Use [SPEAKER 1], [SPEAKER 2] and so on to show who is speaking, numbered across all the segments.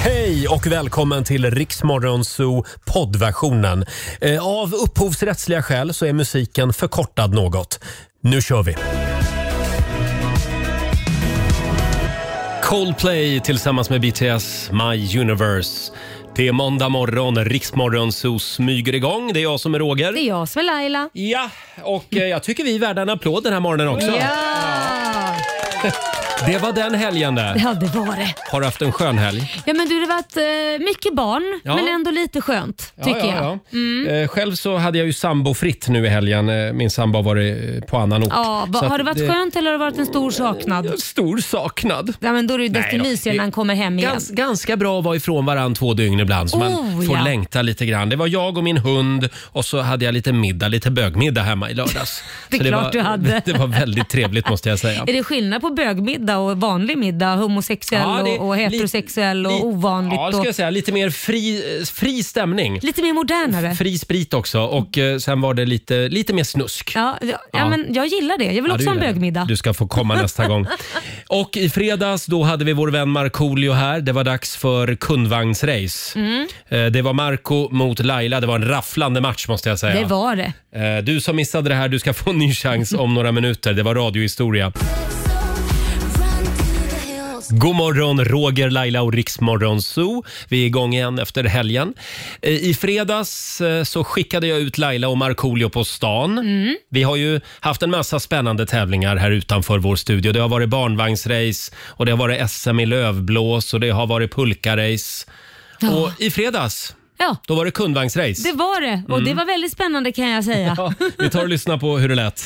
[SPEAKER 1] Hej och välkommen till Riksmorgonzoo poddversionen. Eh, Av upphovsrättsliga skäl så är musiken förkortad något. Nu kör vi! Coldplay tillsammans med BTS My Universe. Det är måndag morgon, Riksmorgonzoo smyger igång. Det är jag som är Roger.
[SPEAKER 2] Det är jag som är Laila.
[SPEAKER 1] Ja, och eh, jag tycker vi är värda en applåd den här morgonen också.
[SPEAKER 2] Ja!
[SPEAKER 1] Det var den helgen
[SPEAKER 2] Det
[SPEAKER 1] där.
[SPEAKER 2] hade varit.
[SPEAKER 1] Har du haft en skön helg?
[SPEAKER 2] Ja men du, det har varit eh, mycket barn,
[SPEAKER 1] Ja.
[SPEAKER 2] men ändå lite skönt tycker
[SPEAKER 1] ja,
[SPEAKER 2] jag. Mm.
[SPEAKER 1] ja, ja. Eh, Själv så hade jag ju sambofritt nu i helgen. Eh, Min sambo har varit eh, på annan ort.
[SPEAKER 2] Ja, va,
[SPEAKER 1] Så att
[SPEAKER 2] har det varit skönt eller har det varit en stor saknad?
[SPEAKER 1] Stor saknad.
[SPEAKER 2] Ja, men då är det ju desto
[SPEAKER 1] Nej då,
[SPEAKER 2] mysigare
[SPEAKER 1] det-
[SPEAKER 2] när han kommer hem igen.
[SPEAKER 1] Gans, ganska bra att vara ifrån varann två dygn ibland så man
[SPEAKER 2] Oh,
[SPEAKER 1] får
[SPEAKER 2] ja.
[SPEAKER 1] längta lite grann. Det var jag och min hund och så hade jag lite middag, lite bögmiddag hemma i lördags.
[SPEAKER 2] Det är
[SPEAKER 1] så
[SPEAKER 2] klart
[SPEAKER 1] var,
[SPEAKER 2] du hade.
[SPEAKER 1] Det var väldigt trevligt måste jag säga.
[SPEAKER 2] Är det skillnad på bögmiddag och vanlig middag? Homosexuell
[SPEAKER 1] det-
[SPEAKER 2] och, och heterosexuell
[SPEAKER 1] li-
[SPEAKER 2] och ovanligt?
[SPEAKER 1] Ja, det ska
[SPEAKER 2] och,
[SPEAKER 1] jag säga. Lite mer fri, eh, fri stämning.
[SPEAKER 2] lite mer modernare?
[SPEAKER 1] Fri sprit också och eh, sen var det lite, lite mer snusk.
[SPEAKER 2] Ja, ja,
[SPEAKER 1] Ja.
[SPEAKER 2] ja, men jag gillar det. Jag vill
[SPEAKER 1] Ja,
[SPEAKER 2] också
[SPEAKER 1] du
[SPEAKER 2] ha en
[SPEAKER 1] gillar det.
[SPEAKER 2] bögmiddag.
[SPEAKER 1] Du ska få komma nästa gång. Och i fredags då hade vi vår vän Markoolio här. Det var dags för kundvagnsrace.
[SPEAKER 2] Mm.
[SPEAKER 1] Eh, Det var Marco mot Laila. Det var en rafflande match måste jag säga.
[SPEAKER 2] Det var det.
[SPEAKER 1] Eh, Du som missade det här, du ska få en ny chans om några minuter. Det var radiohistoria. God morgon, Roger, Laila och Riksmorgon Zoo. Vi är igång igen efter helgen. Eh, I fredags eh, så skickade jag ut Laila och Markoolio på stan.
[SPEAKER 2] Mm.
[SPEAKER 1] Vi har ju haft en massa spännande tävlingar här utanför vår studio. Det har varit barnvagnsrace och det har varit SM i lövblås och det har varit pulkarace. Och i fredags,
[SPEAKER 2] Ja,
[SPEAKER 1] då var det kundvagnsrace.
[SPEAKER 2] det var det. Och det var väldigt spännande kan jag säga.
[SPEAKER 1] Mm. Ja, vi tar och lyssnar på hur det lät.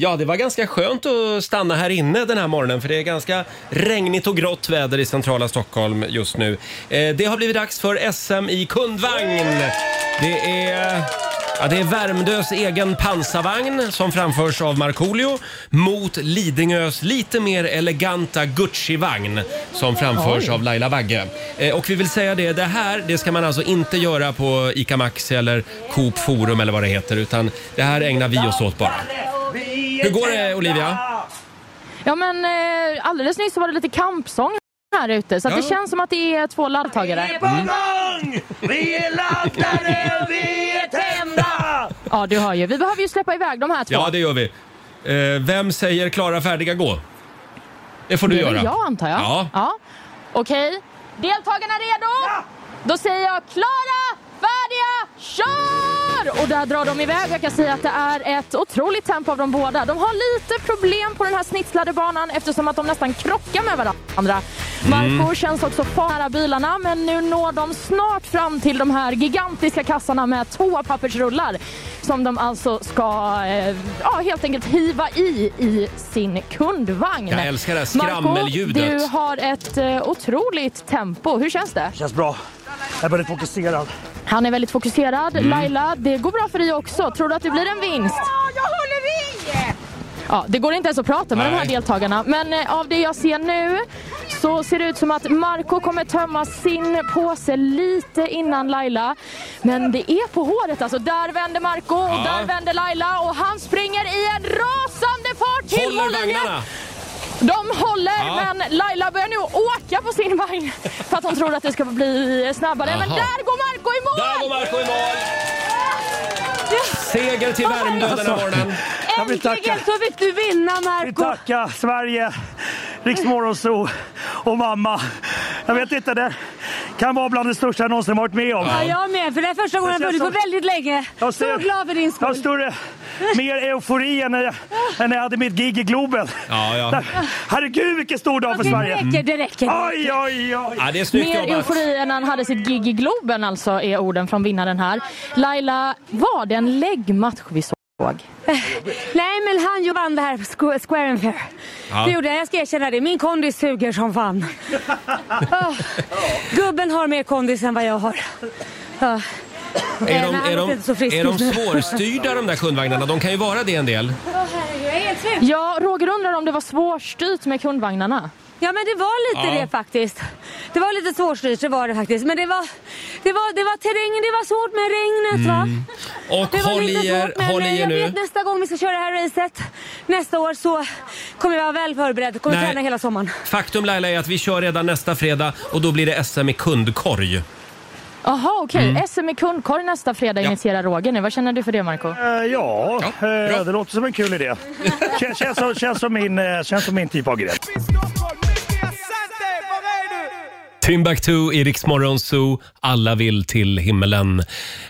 [SPEAKER 1] Ja, det var ganska skönt att stanna här inne den här morgonen för det är ganska regnigt och grått väder i centrala Stockholm just nu. Eh, det har blivit dags för SM i kundvagn. Det är... Ja, det är Värmdös egen pansarvagn som framförs av Markoolio mot Lidingös lite mer eleganta Gucci-vagn som framförs av Laila Bagge. Eh, och vi vill säga det, det här det ska man alltså inte göra på ICA Maxi eller Coop Forum eller vad det heter utan det här ägnar vi oss åt bara. Hur går det Olivia?
[SPEAKER 3] Ja men eh, alldeles nyss så var det lite kampsång här ute så att
[SPEAKER 1] Ja.
[SPEAKER 3] det känns som att det är två Mm. laddtagare.
[SPEAKER 4] Vi är laddade, vi är tända!
[SPEAKER 3] Ja du hör ju, vi behöver ju släppa iväg de här två.
[SPEAKER 1] Ja, det gör vi. Eh, vem säger klara, färdiga, gå? Det får du
[SPEAKER 3] är
[SPEAKER 1] göra.
[SPEAKER 3] väl jag antar jag.
[SPEAKER 1] Ja.
[SPEAKER 3] Okej, deltagarna redo? Då säger jag klara, färdiga, kör! Och där drar de iväg. Jag kan säga att det är ett otroligt tempo av de båda. De har lite problem på den här snitslade banan eftersom att de nästan krockar med varandra.
[SPEAKER 1] Mm.
[SPEAKER 3] Marco känns också far nära bilarna men nu når de snart fram till de här gigantiska kassarna med toapappersrullar som de alltså ska eh, ja, helt enkelt hiva i i sin kundvagn.
[SPEAKER 1] Jag älskar det här
[SPEAKER 3] Marco,
[SPEAKER 1] skramelljudet.
[SPEAKER 3] du har ett eh, otroligt tempo. Hur känns det?
[SPEAKER 4] Känns bra. Jag är väldigt fokuserad.
[SPEAKER 3] Han är väldigt fokuserad.
[SPEAKER 1] Mm.
[SPEAKER 3] Laila, det går bra för dig också. Tror du att det blir en vinst?
[SPEAKER 5] Ja, jag håller i!
[SPEAKER 3] Ja, det går inte ens att prata med de här
[SPEAKER 1] Nej.
[SPEAKER 3] deltagarna. Men eh, av det jag ser nu så ser det ut som att Marco kommer tömma sin påse lite innan Laila. Men det är på håret alltså. Där vänder Marco och
[SPEAKER 1] Ja.
[SPEAKER 3] där vänder Laila och han springer i en rasande fart till
[SPEAKER 1] Håller
[SPEAKER 3] mållinjen.
[SPEAKER 1] vagnarna!
[SPEAKER 3] De håller,
[SPEAKER 1] Ja.
[SPEAKER 3] men Laila börjar nu åka på sin vagn för att hon tror att det ska bli snabbare. Men
[SPEAKER 1] Jaha.
[SPEAKER 3] där går Marco i mål!
[SPEAKER 1] Där går Marco i mål! Seger till Värmdö den här morgonen.
[SPEAKER 4] Jag vill tacka,
[SPEAKER 2] Äntligen så fick du vinna
[SPEAKER 4] vill
[SPEAKER 2] Marco
[SPEAKER 4] tacka Sverige, Riksmorgonzoo och mamma. Jag vet inte, det kan vara bland det största jag någonsin varit med om.
[SPEAKER 2] Ja, jag med. För det är första gången jag
[SPEAKER 4] Jag
[SPEAKER 2] vunnit
[SPEAKER 4] ser
[SPEAKER 2] på
[SPEAKER 4] som-
[SPEAKER 2] väldigt länge.
[SPEAKER 4] Jag
[SPEAKER 2] Så
[SPEAKER 4] ser-
[SPEAKER 2] glad för din
[SPEAKER 4] Jag har
[SPEAKER 2] skull.
[SPEAKER 4] större, mer eufori än när jag, än när jag hade mitt gig i Globen.
[SPEAKER 1] Ja, ja. Mm.
[SPEAKER 4] Herregud vilken stor dag för
[SPEAKER 2] Okej, det
[SPEAKER 4] Sverige.
[SPEAKER 3] Mm.
[SPEAKER 2] räcker, det
[SPEAKER 1] Ah.
[SPEAKER 2] räcker.
[SPEAKER 4] Oj, oj, oj.
[SPEAKER 1] ja det är snyggt
[SPEAKER 3] Mer
[SPEAKER 1] jobbat.
[SPEAKER 3] eufori än han hade sitt gig i Globen alltså är orden från vinnaren här. Laila, var det en läggmatch vi såg?
[SPEAKER 2] Nej, men han ju vann det här squ- Square and Fair.
[SPEAKER 1] Ja.
[SPEAKER 2] Det gjorde jag, jag ska erkänna det. Min kondis suger som fan. Ah, Gubben har mer kondis än vad jag har. Ah.
[SPEAKER 1] Är
[SPEAKER 2] Eh,
[SPEAKER 1] de,
[SPEAKER 2] men han
[SPEAKER 1] är, de,
[SPEAKER 2] låter inte så frisk
[SPEAKER 1] är de
[SPEAKER 2] just nu.
[SPEAKER 1] svårstyrda de där kundvagnarna? De kan ju vara det en del.
[SPEAKER 3] Ja, Roger undrar om det var svårstyrt med kundvagnarna.
[SPEAKER 2] Ja men det var lite
[SPEAKER 1] Ja.
[SPEAKER 2] det faktiskt. Det var
[SPEAKER 1] Mm.
[SPEAKER 2] lite svårstyrt, det var det faktiskt. Men det var, det var, det var terrängen, det var svårt med regnet va.
[SPEAKER 1] Och
[SPEAKER 6] Det var
[SPEAKER 1] håll
[SPEAKER 6] lite
[SPEAKER 1] i er,
[SPEAKER 6] svårt, men
[SPEAKER 1] håll i er
[SPEAKER 6] jag
[SPEAKER 1] nu.
[SPEAKER 6] vet nästa gång vi ska köra det här racet nästa år så kommer jag vara väl förberedd. Kommer
[SPEAKER 1] Nej.
[SPEAKER 6] träna hela sommaren.
[SPEAKER 1] Faktum Laila är att vi kör redan nästa fredag och då blir det SM i kundkorg.
[SPEAKER 3] Jaha, okej. SM i kundkorg nästa fredag initierar Roger nu. Vad känner du för det, Marco?
[SPEAKER 4] Eh, ja,
[SPEAKER 1] Ja, bra.
[SPEAKER 4] eh, det låter som en kul idé. Kän, känns, som- känns, som min, eh, känns som min typ av grej.
[SPEAKER 1] Timbuktu i Rix Morgon Zoo. Alla vill till himmelen.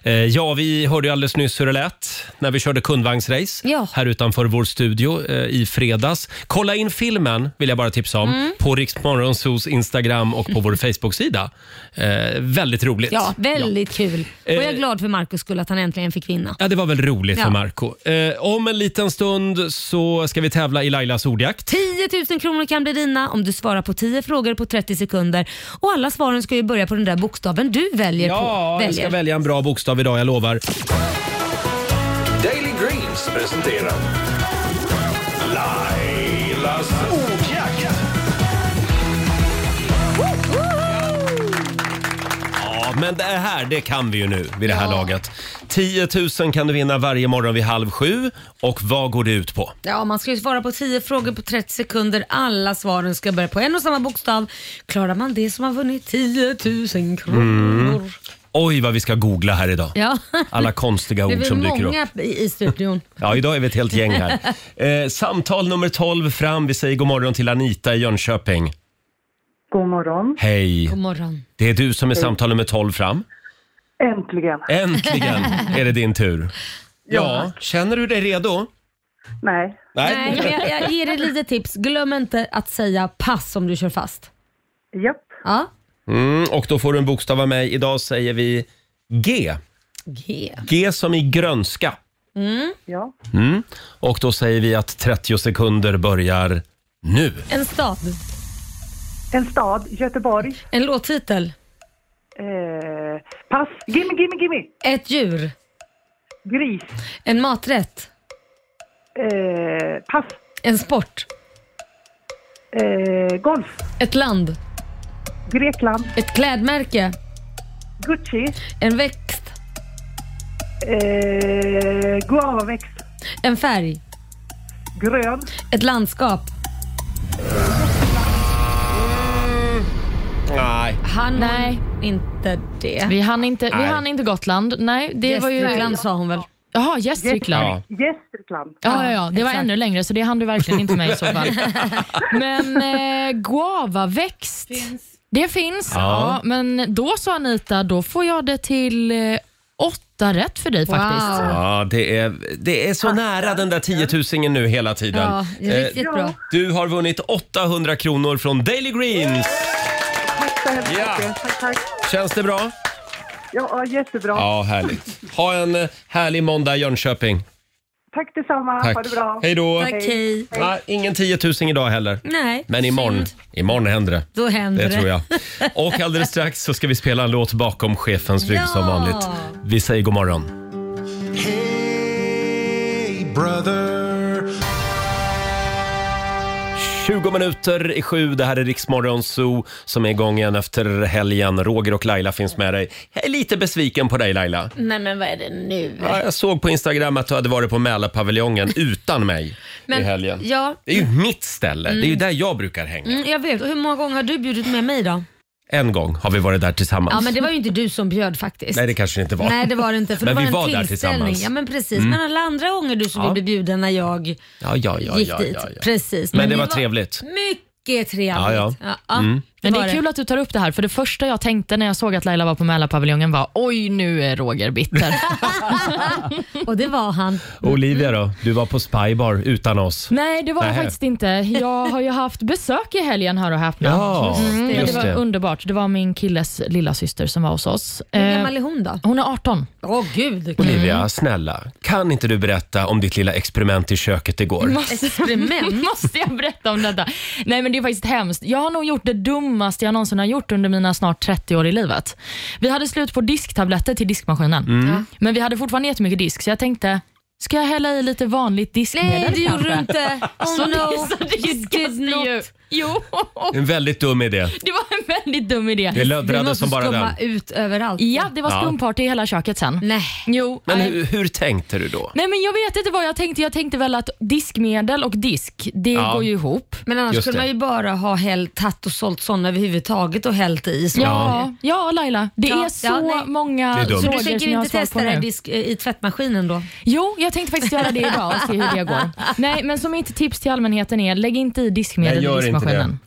[SPEAKER 1] Eh, ja, vi hörde ju alldeles nyss hur det lät när vi körde kundvagnsrace
[SPEAKER 6] Ja.
[SPEAKER 1] här utanför vår studio eh, i fredags. Kolla in filmen, vill jag bara tipsa om,
[SPEAKER 2] Mm.
[SPEAKER 1] på Rix Morgon Zoos Instagram och på vår Facebook-sida. Eh, väldigt roligt.
[SPEAKER 2] Ja, väldigt kul. Och jag
[SPEAKER 1] Eh.
[SPEAKER 2] är glad för Marcus skull att han äntligen fick vinna.
[SPEAKER 1] Ja, det var väl roligt för
[SPEAKER 2] Ja.
[SPEAKER 1] Marco. Eh, om en liten stund så ska vi tävla i Lailas ordjakt.
[SPEAKER 2] 10 000 kronor kan bli dina om du svarar på 10 frågor på 30 sekunder. Och alla svaren ska ju börja på den där bokstaven du väljer.
[SPEAKER 1] Ja,
[SPEAKER 2] på.
[SPEAKER 1] jag ska välja en bra bokstav idag, jag lovar.
[SPEAKER 5] Daily Greens presenterar Lailas ordjakt.
[SPEAKER 1] Ja, men det här det kan vi ju nu vid det här laget. 10 000 kan du vinna varje morgon vid halv sju. Och vad går det ut på?
[SPEAKER 2] Ja, man ska ju svara på 10 frågor på 30 sekunder. Alla svaren ska börja på en och samma bokstav. Klarar man det som har vunnit 10 000 kronor.
[SPEAKER 1] Mm. Oj, vad vi ska googla här idag.
[SPEAKER 2] Ja.
[SPEAKER 1] Alla konstiga
[SPEAKER 2] Det
[SPEAKER 1] ord
[SPEAKER 2] blir
[SPEAKER 1] som dyker upp.
[SPEAKER 2] många i i studion.
[SPEAKER 1] Ja, idag är vi ett helt gäng här. Eh, samtal nummer 12 fram. Vi säger god morgon till Anita i Jönköping.
[SPEAKER 7] God morgon.
[SPEAKER 1] Hej!
[SPEAKER 2] God morgon.
[SPEAKER 1] Det är du som är samtal nummer 12 fram.
[SPEAKER 7] Äntligen.
[SPEAKER 1] Äntligen är det din tur. Ja, känner du dig redo?
[SPEAKER 7] Nej.
[SPEAKER 2] Nej, men jag, jag ger dig ett litet tips. Glöm inte att säga pass om du kör fast.
[SPEAKER 7] Japp.
[SPEAKER 2] Ja.
[SPEAKER 1] Mm, och då får du en bokstav av mig. Idag säger vi G.
[SPEAKER 2] G.
[SPEAKER 1] G som i grönska.
[SPEAKER 7] Ja.
[SPEAKER 1] Mm. Och då säger vi att 30 sekunder börjar nu.
[SPEAKER 2] En stad.
[SPEAKER 7] En stad, Göteborg.
[SPEAKER 2] En låttitel.
[SPEAKER 7] Eh, pass. Gimme, gimme, gimme.
[SPEAKER 2] Ett djur.
[SPEAKER 7] Gris.
[SPEAKER 2] En maträtt.
[SPEAKER 7] Eh, pass.
[SPEAKER 2] En sport.
[SPEAKER 7] Eh, golf.
[SPEAKER 2] Ett land.
[SPEAKER 7] Grekland.
[SPEAKER 2] Ett klädmärke.
[SPEAKER 7] Gucci.
[SPEAKER 2] En växt.
[SPEAKER 7] Eh, Guavaväxt.
[SPEAKER 2] En färg.
[SPEAKER 7] Grön.
[SPEAKER 2] Ett landskap.
[SPEAKER 1] Nej.
[SPEAKER 2] Han Nej. inte det.
[SPEAKER 3] Vi hann inte, vi
[SPEAKER 1] Nej.
[SPEAKER 3] hann inte Gotland. Nej, det var ju...
[SPEAKER 2] Gästrikland sa hon väl?
[SPEAKER 3] Jaha, Gästrikland.
[SPEAKER 1] Ja.
[SPEAKER 7] Gästrikland.
[SPEAKER 3] Ja, ja, ja, det var
[SPEAKER 2] Exakt.
[SPEAKER 3] ännu längre så det hann du verkligen inte med i så fall. Men eh, guavaväxt, det finns. Ja.
[SPEAKER 1] Ja.
[SPEAKER 3] men då sa Anita, då får jag det till eh, åtta rätt för dig faktiskt.
[SPEAKER 1] Ja, det är, det är så nära den där 10 000 nu hela tiden.
[SPEAKER 2] Ja, det är
[SPEAKER 1] Eh,
[SPEAKER 2] riktigt bra.
[SPEAKER 1] Du har vunnit 800 kronor från Daily Greens.
[SPEAKER 7] Tack så hemskt
[SPEAKER 1] Ja.
[SPEAKER 7] mycket. Tack, tack.
[SPEAKER 1] Känns det bra?
[SPEAKER 7] Ja, jättebra.
[SPEAKER 1] Ja, härligt. Ha en eh, härlig måndag i Jönköping.
[SPEAKER 7] Tack detsamma.
[SPEAKER 1] Tack.
[SPEAKER 7] Ha det bra.
[SPEAKER 1] Hej då.
[SPEAKER 2] Tack, hej.
[SPEAKER 1] Nej, ingen 10 000 idag heller.
[SPEAKER 2] Nej.
[SPEAKER 1] Men imorgon,
[SPEAKER 2] synd.
[SPEAKER 1] imorgon händer det.
[SPEAKER 2] Då händer
[SPEAKER 1] Det
[SPEAKER 2] det.
[SPEAKER 1] tror jag. Och alldeles strax så ska vi spela en låt bakom chefens rygg som
[SPEAKER 2] Ja.
[SPEAKER 1] vanligt. Vi säger god morgon.
[SPEAKER 5] Hey brother.
[SPEAKER 1] 20 minuter i sju, det här är Riksmorgon Zoo som är igång igen efter helgen. Roger och Laila finns med dig. Jag är lite besviken på dig Laila.
[SPEAKER 2] Nej men vad är det nu?
[SPEAKER 1] Ja, jag såg på Instagram att du hade varit på Mälarpaviljongen utan mig
[SPEAKER 2] Men,
[SPEAKER 1] i helgen.
[SPEAKER 2] ja.
[SPEAKER 1] Det är ju mitt ställe, det är ju där jag brukar hänga.
[SPEAKER 2] Mm, jag vet. Och Hur många gånger har du bjudit med mig då?
[SPEAKER 1] En gång har vi varit där tillsammans.
[SPEAKER 2] Ja men det var ju inte du som bjöd faktiskt.
[SPEAKER 1] Nej, det kanske det inte var.
[SPEAKER 2] Nej det var det inte för
[SPEAKER 1] Men
[SPEAKER 2] det var
[SPEAKER 1] vi
[SPEAKER 2] en
[SPEAKER 1] var där
[SPEAKER 2] tillställning.
[SPEAKER 1] tillsammans. Mm.
[SPEAKER 2] Ja men precis. Men alla andra gånger du som
[SPEAKER 1] Ja.
[SPEAKER 2] ja. blev bjuden när jag
[SPEAKER 1] Ja, ja, ja,
[SPEAKER 2] gick
[SPEAKER 1] ja,
[SPEAKER 2] dit.
[SPEAKER 1] ja, ja.
[SPEAKER 2] Precis.
[SPEAKER 1] Men det
[SPEAKER 2] vi
[SPEAKER 1] var trevligt.
[SPEAKER 2] Mycket trevligt.
[SPEAKER 1] Ja, ja. Mm.
[SPEAKER 3] Men det är kul att du tar upp det här, för det första jag tänkte när jag såg att Laila var på Mälarpaviljongen var oj, nu är Roger bitter.
[SPEAKER 2] Och det var han.
[SPEAKER 1] Olivia då, du var på Spybar utan oss.
[SPEAKER 3] Nej, det var jag
[SPEAKER 1] Nähä.
[SPEAKER 3] faktiskt inte. Jag har ju haft besök i helgen, hör och häpna.
[SPEAKER 1] Ja,
[SPEAKER 3] Mm, men det
[SPEAKER 1] just
[SPEAKER 3] var
[SPEAKER 1] det.
[SPEAKER 3] underbart. Det var min killes lilla syster som var hos oss.
[SPEAKER 2] Hur
[SPEAKER 3] Eh,
[SPEAKER 2] gammal är hon då?
[SPEAKER 3] Hon är 18.
[SPEAKER 2] Åh gud.
[SPEAKER 1] Olivia, snälla, kan inte du berätta om ditt lilla experiment i köket igår?
[SPEAKER 2] Experiment.
[SPEAKER 3] Måste jag berätta om detta? Nej men det är faktiskt hemskt. Jag har nog gjort det dummaste jag någonsin har gjort under mina snart 30 år i livet. Vi hade slut på disktabletter till diskmaskinen. Men vi hade fortfarande jättemycket disk så jag tänkte, ska jag hälla i lite vanligt diskmedel
[SPEAKER 2] Nej det gjorde
[SPEAKER 3] kanske?
[SPEAKER 2] du inte. Oh
[SPEAKER 3] Så
[SPEAKER 2] no.
[SPEAKER 3] dis- så
[SPEAKER 2] You
[SPEAKER 3] diskas
[SPEAKER 2] did
[SPEAKER 3] det ju.
[SPEAKER 2] not.
[SPEAKER 8] Jo,
[SPEAKER 1] En väldigt dum idé.
[SPEAKER 8] det var en väldigt dum idé.
[SPEAKER 1] Det
[SPEAKER 2] Du
[SPEAKER 1] löddrade
[SPEAKER 2] måste
[SPEAKER 1] som bara den.
[SPEAKER 2] skumma ut överallt.
[SPEAKER 8] Ja, det var
[SPEAKER 1] Ja.
[SPEAKER 8] skumparty i hela köket sen.
[SPEAKER 2] Nej.
[SPEAKER 8] Jo,
[SPEAKER 1] Men
[SPEAKER 8] nej.
[SPEAKER 1] hur, hur tänkte du då?
[SPEAKER 8] Nej men jag vet inte vad jag tänkte. Jag tänkte väl att diskmedel och disk, det
[SPEAKER 1] Ja.
[SPEAKER 8] går ju ihop.
[SPEAKER 2] Men annars
[SPEAKER 1] Just
[SPEAKER 2] skulle
[SPEAKER 1] det.
[SPEAKER 2] man ju bara ha hällt, tagit och sålt sådana överhuvudtaget och hällt i. Så.
[SPEAKER 8] Ja, ja Laila. Det
[SPEAKER 2] Ja,
[SPEAKER 8] är så
[SPEAKER 2] ja, nej.
[SPEAKER 8] många
[SPEAKER 1] Det är dumt.
[SPEAKER 8] frågor
[SPEAKER 1] Så
[SPEAKER 2] Du tänker
[SPEAKER 8] som jag har
[SPEAKER 2] inte
[SPEAKER 8] svar på
[SPEAKER 2] testa det här
[SPEAKER 8] nu.
[SPEAKER 2] disk,
[SPEAKER 1] eh,
[SPEAKER 2] i tvättmaskinen då?
[SPEAKER 1] Mm.
[SPEAKER 8] Jo, jag tänkte faktiskt göra det idag och se hur det går. Nej, men som mitt tips till allmänheten är, lägg inte i diskmedel i diskmaskinen.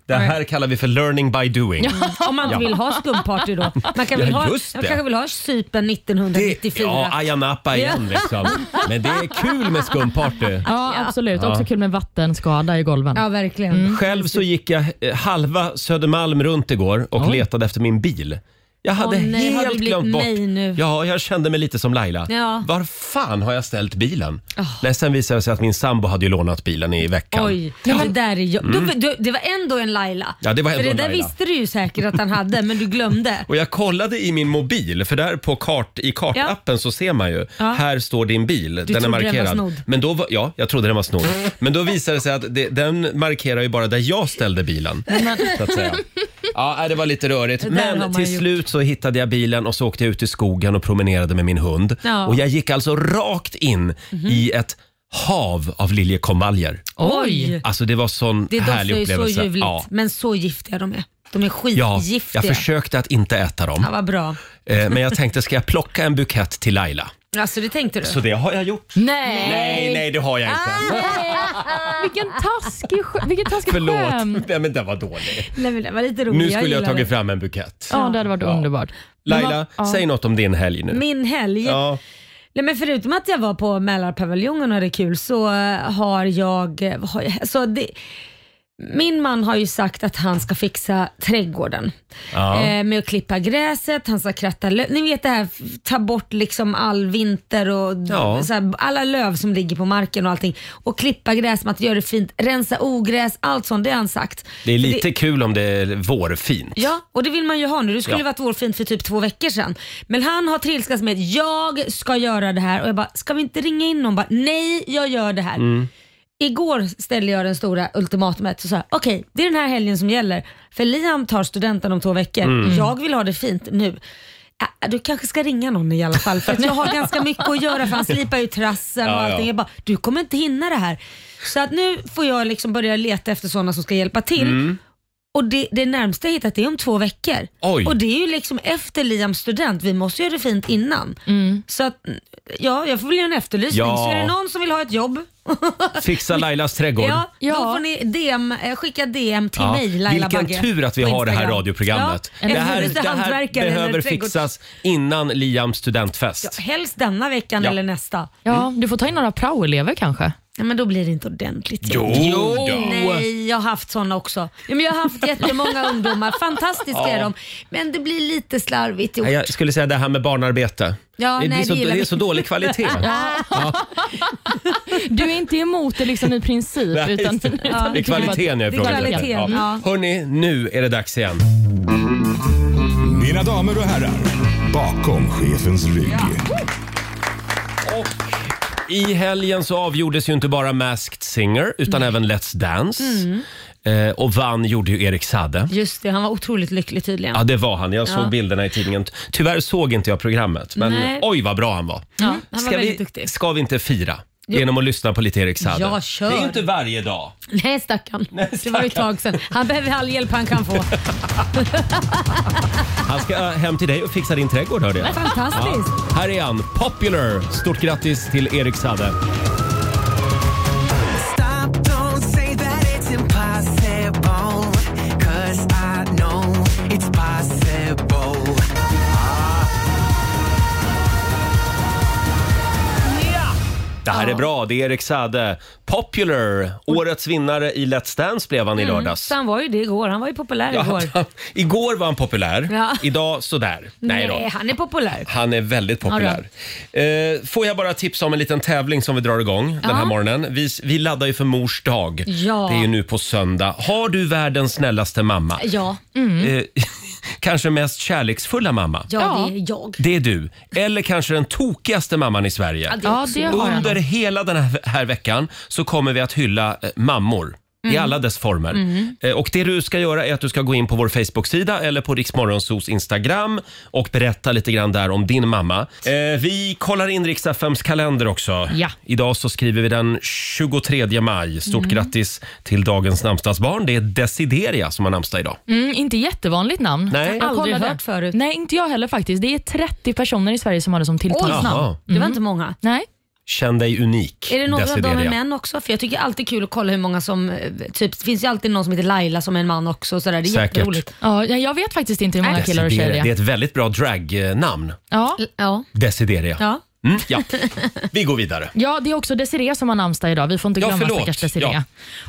[SPEAKER 1] Det här kallar vi för learning by doing.
[SPEAKER 2] Om man inte vill ha skumparty då. Man, kan
[SPEAKER 1] Ja,
[SPEAKER 2] vill ha, man
[SPEAKER 1] just det.
[SPEAKER 2] kanske vill ha Cypern 1994.
[SPEAKER 1] ja, Ayia Napa igen liksom. Men det är kul med skumparty.
[SPEAKER 8] Ja, absolut. Också kul med vattenskada i golven.
[SPEAKER 2] Ja, verkligen.
[SPEAKER 1] Själv så gick jag eh, halva Södermalm runt igår och letade efter min bil. Jag hade
[SPEAKER 2] Åh, nej, har
[SPEAKER 1] helt
[SPEAKER 2] du blivit
[SPEAKER 1] glömt bort.
[SPEAKER 2] mig nu?
[SPEAKER 1] Ja, jag kände mig lite som Laila.
[SPEAKER 2] Ja. Ah.
[SPEAKER 1] Var fan har jag ställt bilen? Nej, sen visade det sig att min sambo hade ju lånat bilen i veckan.
[SPEAKER 2] Oj, det där är jag. Du, du, det var ändå en Laila.
[SPEAKER 1] Mm. Ja, det var ändå
[SPEAKER 2] För det
[SPEAKER 1] en
[SPEAKER 2] där
[SPEAKER 1] Laila.
[SPEAKER 2] visste du ju säkert att han hade, men du glömde.
[SPEAKER 1] Och jag kollade i min mobil, för där på kart, i kartappen så ser man ju. Här står din bil, den är
[SPEAKER 2] trodde den var
[SPEAKER 1] markerad.
[SPEAKER 2] snodd.
[SPEAKER 1] Men då var, ja, jag trodde den var snodd. Men då visade det sig att det, den markerar ju bara där jag ställde bilen. Så att säga. Ja, nej, det var lite rörigt.
[SPEAKER 2] där har
[SPEAKER 1] Men
[SPEAKER 2] man
[SPEAKER 1] till
[SPEAKER 2] gjort.
[SPEAKER 1] slut så hittade jag bilen och så åkte jag ut i skogen och promenerade med min hund.
[SPEAKER 2] Ja. Mhm.
[SPEAKER 1] Och jag gick alltså rakt in i ett hav av liljekonvaljer.
[SPEAKER 2] Oj!
[SPEAKER 1] Alltså det var sån
[SPEAKER 2] Det doftar
[SPEAKER 1] härlig
[SPEAKER 2] ju så
[SPEAKER 1] upplevelse.
[SPEAKER 2] ljuvligt,
[SPEAKER 1] ja.
[SPEAKER 2] men så giftiga de är. De är
[SPEAKER 1] Ja,
[SPEAKER 2] skitgiftiga.
[SPEAKER 1] jag försökte att inte äta dem.
[SPEAKER 2] Ja, vad bra.
[SPEAKER 1] Eh, Men jag tänkte, ska jag plocka en bukett till Laila?
[SPEAKER 2] Alltså det tänkte du?
[SPEAKER 1] Så det har jag gjort.
[SPEAKER 8] Nej.
[SPEAKER 1] Nej, nej, det har jag
[SPEAKER 2] Ah,
[SPEAKER 1] inte.
[SPEAKER 8] Vilken taskig, sk- vilken taskig skämt.
[SPEAKER 1] Förlåt. Nej, men den var dålig.
[SPEAKER 2] Nej, men det var lite roligt.
[SPEAKER 1] Nu skulle jag
[SPEAKER 2] gillar
[SPEAKER 1] tagit
[SPEAKER 2] det.
[SPEAKER 1] fram en bukett.
[SPEAKER 8] Ja, det hade varit underbart. Men
[SPEAKER 1] Laila,
[SPEAKER 8] vad- ja.
[SPEAKER 1] säg något om din helg nu.
[SPEAKER 2] Min helg.
[SPEAKER 1] Ja,
[SPEAKER 2] Nej, men förutom att jag var på Mälarpaviljongen och hade kul så eh, har jag... eh, vad Har jag så det, min man har ju sagt att han ska fixa trädgården.
[SPEAKER 1] Ja.
[SPEAKER 2] Eh, med att klippa gräset, han ska kratta löv. Ni vet det här, f- ta bort liksom all vinter och d-
[SPEAKER 1] Ja.
[SPEAKER 2] så här, alla löv som ligger på marken och allting. Och klippa gräsmattor, göra det fint, rensa ogräs, allt sånt, det har han sagt.
[SPEAKER 1] det är
[SPEAKER 2] För
[SPEAKER 1] lite kul om det är vårfint.
[SPEAKER 2] Ja, och det vill man ju ha nu. Det skulle
[SPEAKER 1] Ja.
[SPEAKER 2] varit vårfint för typ två veckor sedan. Men han har trilskats med att jag ska göra det här och jag bara, ska vi inte ringa in någon? Bara, Nej, jag gör det här.
[SPEAKER 1] Mm.
[SPEAKER 2] Igår ställde jag den stora ultimatumet och sa, okej, det är den här helgen som gäller. För Liam tar studenten om två veckor.
[SPEAKER 1] Mm.
[SPEAKER 2] Mm. Jag vill ha det fint nu. Äh, Du kanske ska ringa någon i alla fall för att jag har ganska mycket att göra för han slipar ju trassen och
[SPEAKER 1] Ja, ja.
[SPEAKER 2] allting. Jag bara, du kommer inte hinna det här. Så att nu får jag liksom börja leta efter sådana som ska hjälpa till.
[SPEAKER 1] Mm.
[SPEAKER 2] Och det, det närmsta jag hittat är om två veckor.
[SPEAKER 1] Oj.
[SPEAKER 2] Och det är ju liksom efter Liams student, vi måste göra det fint innan. Så att, ja, jag får väl göra en efterlysning.
[SPEAKER 1] Mm. Ja.
[SPEAKER 2] Så är det någon som vill ha ett jobb,
[SPEAKER 1] Fixa Lailas trädgård.
[SPEAKER 2] ja,
[SPEAKER 8] Ja.
[SPEAKER 2] då får ni DM, eh, skicka DM till
[SPEAKER 1] Ja,
[SPEAKER 2] mig Laila
[SPEAKER 1] Vilken
[SPEAKER 2] Bagge,
[SPEAKER 1] tur att vi
[SPEAKER 2] på
[SPEAKER 1] har det här
[SPEAKER 2] Instagram.
[SPEAKER 1] radioprogrammet.
[SPEAKER 2] Ja,
[SPEAKER 1] det
[SPEAKER 2] en
[SPEAKER 1] här,
[SPEAKER 2] hantverkare
[SPEAKER 1] det här
[SPEAKER 2] eller
[SPEAKER 1] behöver
[SPEAKER 2] trädgårds-
[SPEAKER 1] fixas innan Liams studentfest.
[SPEAKER 2] Ja, helst denna veckan
[SPEAKER 1] Ja.
[SPEAKER 2] eller nästa.
[SPEAKER 1] Mm.
[SPEAKER 8] Ja, du får ta in några praoelever kanske.
[SPEAKER 2] Ja, men då blir det inte ordentligt.
[SPEAKER 1] Jo, Jo då.
[SPEAKER 2] Nej, jag har haft sådana också. Ja, men jag har haft jättemånga ungdomar, fantastiska är de. Men det blir lite slarvigt gjort.
[SPEAKER 1] Nej, Jag skulle säga det här med barnarbete.
[SPEAKER 2] Ja,
[SPEAKER 1] det,
[SPEAKER 2] nej,
[SPEAKER 1] blir
[SPEAKER 2] det
[SPEAKER 1] så,
[SPEAKER 2] gillar
[SPEAKER 1] det är
[SPEAKER 2] vi.
[SPEAKER 1] så dålig kvalitet.
[SPEAKER 8] Du är inte emot det liksom i princip.
[SPEAKER 1] Nej,
[SPEAKER 8] utan,
[SPEAKER 1] just det.
[SPEAKER 8] utan
[SPEAKER 1] Det är kvaliteten jag
[SPEAKER 2] Det är
[SPEAKER 1] ifrågasätter.
[SPEAKER 2] kvaliteten, ja.
[SPEAKER 1] Hörni, nu är det dags igen.
[SPEAKER 9] Mina damer och herrar, bakom chefens rygg.
[SPEAKER 1] I helgen så avgjordes ju inte bara Masked Singer utan även Let's Dance.
[SPEAKER 2] Mm.
[SPEAKER 1] Eh, och vann gjorde ju Erik Sade.
[SPEAKER 2] Just det, han var otroligt lycklig tydligen.
[SPEAKER 1] Ja, det var han. Jag såg
[SPEAKER 2] Ja.
[SPEAKER 1] bilderna i tidningen. Tyvärr såg inte jag programmet, men
[SPEAKER 2] Nej.
[SPEAKER 1] oj vad bra han var.
[SPEAKER 2] Mm, han var
[SPEAKER 1] Ska
[SPEAKER 2] väldigt
[SPEAKER 1] vi,
[SPEAKER 2] duktig.
[SPEAKER 1] ska vi inte fira genom att lyssna på lite Erik Sade?
[SPEAKER 2] Ja, kör.
[SPEAKER 1] Det är ju inte varje dag.
[SPEAKER 2] Nej stackarn. Det var ju ett tag sedan. Han behöver all hjälp han kan få.
[SPEAKER 1] Han ska eh, hem till dig och fixa din trädgård hörde jag.
[SPEAKER 2] Fantastiskt.
[SPEAKER 1] Här är han, Popular. Stort grattis till Erik Sade.
[SPEAKER 10] Stop, don't say that it's impossible. Cause I know it's possible.
[SPEAKER 1] Det här är bra. Det är Erik Sade. Popular. Årets vinnare i Let's Dance blev han i lördags.
[SPEAKER 2] Så han var ju det igår. Han var ju populär Mm, igår.
[SPEAKER 1] Ja, igår var han populär.
[SPEAKER 2] Ja.
[SPEAKER 1] Idag sådär. Nej
[SPEAKER 2] Nej,
[SPEAKER 1] då.
[SPEAKER 2] han är populär.
[SPEAKER 1] Han är väldigt populär. Eh, får jag bara tipsa om en liten tävling som vi drar igång den här morgonen. Vi, vi laddar ju för mors dag.
[SPEAKER 2] Ja.
[SPEAKER 1] Det är ju nu på söndag. Har du världens snällaste mamma?
[SPEAKER 2] Ja, Mm.
[SPEAKER 1] Eh, kanske mest kärleksfulla mamma?
[SPEAKER 2] ja,
[SPEAKER 8] Ja.
[SPEAKER 2] det är jag.
[SPEAKER 1] Det är du. Eller kanske den tokigaste mamman i Sverige.
[SPEAKER 2] Ja, det är
[SPEAKER 8] Ja,
[SPEAKER 2] också
[SPEAKER 8] det har jag
[SPEAKER 1] Under
[SPEAKER 8] nog.
[SPEAKER 1] hela den här, här veckan så kommer vi att hylla eh, mammor. i alla dess former.
[SPEAKER 2] Mm.
[SPEAKER 1] Eh, Och det du ska göra är att du ska gå in på vår Facebook-sida eller på Riksmorgonsos Instagram och berätta lite grann där om din mamma. Eh, Vi kollar in riks FMs kalender också.
[SPEAKER 2] Ja.
[SPEAKER 1] Idag så skriver vi den 23 maj. Stort
[SPEAKER 3] Mm.
[SPEAKER 1] grattis till dagens namnsdagsbarn. Det är Desideria som har namnsdag idag.
[SPEAKER 3] Mm, inte jättevanligt namn.
[SPEAKER 1] Nej.
[SPEAKER 3] Jag
[SPEAKER 1] Aldrig
[SPEAKER 3] kollade.
[SPEAKER 1] hört
[SPEAKER 2] förut.
[SPEAKER 3] Nej, inte jag heller faktiskt. Det är 30 personer i Sverige som har det som tilltalsnamn.
[SPEAKER 1] Jaha. Det
[SPEAKER 2] Mm.
[SPEAKER 1] var inte
[SPEAKER 2] många.
[SPEAKER 3] Nej.
[SPEAKER 1] Känn dig unik,
[SPEAKER 2] Är det några av dem
[SPEAKER 1] Desideria.
[SPEAKER 2] är män också? För jag tycker alltid kul att kolla hur många som, eh, typ, det finns ju alltid någon som heter Laila som är en man också. och Sådär. Det är
[SPEAKER 1] Säkert.
[SPEAKER 2] jätteroligt.
[SPEAKER 3] Ja, jag vet faktiskt inte hur
[SPEAKER 1] Desideria. Det är ett väldigt bra dragnamn.
[SPEAKER 3] Ja.
[SPEAKER 2] Ja.
[SPEAKER 1] Desideria.
[SPEAKER 2] Ja.
[SPEAKER 1] Mm, ja. Vi går vidare.
[SPEAKER 3] Ja, det är också Desiree som har namnsdag idag. Vi får inte
[SPEAKER 1] Ja,
[SPEAKER 3] glömma
[SPEAKER 1] förlåt.
[SPEAKER 3] stackars Desiree.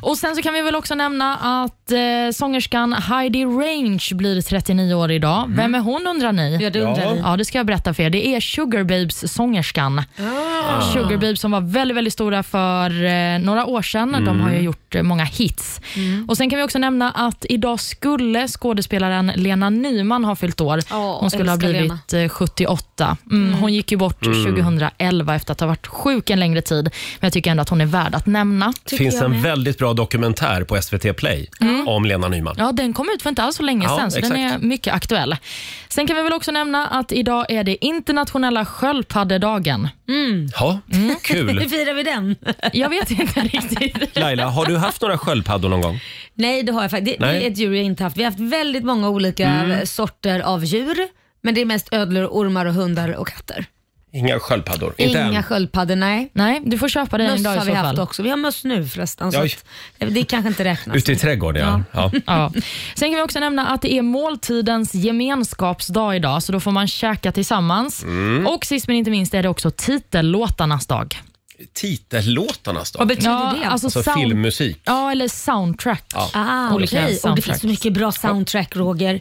[SPEAKER 3] Och sen så kan vi väl också nämna att eh, sångerskan Heidi Range blir 39 år idag.
[SPEAKER 1] Mm.
[SPEAKER 3] Vem är hon undrar ni? Ja,
[SPEAKER 2] det undrar Ja. vi.
[SPEAKER 3] Ja, det ska jag berätta för er. Det är Sugar Babes-sångerskan.
[SPEAKER 2] Ah.
[SPEAKER 3] Sugar Babes som var väldigt, väldigt stora för eh, några år sedan.
[SPEAKER 1] Mm.
[SPEAKER 3] De har ju gjort eh, många hits.
[SPEAKER 2] Mm.
[SPEAKER 3] Och Sen kan vi också nämna att idag skulle skådespelaren Lena Nyman ha fyllt år.
[SPEAKER 2] Ja,
[SPEAKER 3] Hon skulle ha
[SPEAKER 2] älskar
[SPEAKER 3] blivit
[SPEAKER 2] Lena.
[SPEAKER 3] eh, 78. Mm, Hon gick ju bort
[SPEAKER 1] Mm.
[SPEAKER 3] 2011 efter att ha varit sjuk en längre tid. Men jag tycker ändå att hon är värd att nämna.
[SPEAKER 1] Det finns en väldigt bra dokumentär på SVT Play
[SPEAKER 3] Mm.
[SPEAKER 1] om Lena Nyman.
[SPEAKER 3] Ja, den kom ut för inte alls så länge
[SPEAKER 1] Ja,
[SPEAKER 3] sedan, så den är
[SPEAKER 1] exakt.
[SPEAKER 3] mycket aktuell. Sen kan vi väl också nämna att idag är det internationella sköldpaddedagen.
[SPEAKER 2] Mm.
[SPEAKER 1] Ja,
[SPEAKER 2] Hur
[SPEAKER 1] kul.
[SPEAKER 2] firar vi den?
[SPEAKER 3] Jag vet inte riktigt.
[SPEAKER 1] Laila, har du haft några sköldpaddor någon gång?
[SPEAKER 2] Nej, det har jag faktiskt. Det, det
[SPEAKER 1] Nej.
[SPEAKER 2] är ett djur jag inte haft. Vi har haft väldigt många olika
[SPEAKER 1] Mm.
[SPEAKER 2] sorter av djur. Men det är mest ödlor, ormar och hundar och katter.
[SPEAKER 1] Inga sköldpaddor? Inte
[SPEAKER 2] Inga
[SPEAKER 1] än?
[SPEAKER 2] sköldpaddor, nej.
[SPEAKER 3] Nej, du får köpa dig en
[SPEAKER 2] möss
[SPEAKER 3] dag i
[SPEAKER 2] har vi
[SPEAKER 3] så
[SPEAKER 2] haft
[SPEAKER 3] fall.
[SPEAKER 2] också. Vi har möss nu förresten. Så
[SPEAKER 1] Oj.
[SPEAKER 2] att, det kanske inte räknas.
[SPEAKER 1] Ute i trädgården, ja. ja.
[SPEAKER 3] Ja. Sen kan vi också nämna att det är måltidens gemenskapsdag idag, så då får man käka tillsammans.
[SPEAKER 1] Mm.
[SPEAKER 3] Och sist men inte minst är det också titellåtarnas dag.
[SPEAKER 1] Titellåtarnas då?
[SPEAKER 2] Vad betyder
[SPEAKER 3] Ja,
[SPEAKER 2] det?
[SPEAKER 3] alltså
[SPEAKER 1] Alltså
[SPEAKER 3] sound-
[SPEAKER 1] filmmusik.
[SPEAKER 3] Ja, eller soundtrack.
[SPEAKER 1] Ja.
[SPEAKER 2] Ah,
[SPEAKER 3] Olika
[SPEAKER 2] okej. Och det
[SPEAKER 3] soundtracks.
[SPEAKER 2] finns så mycket bra soundtrack, Roger.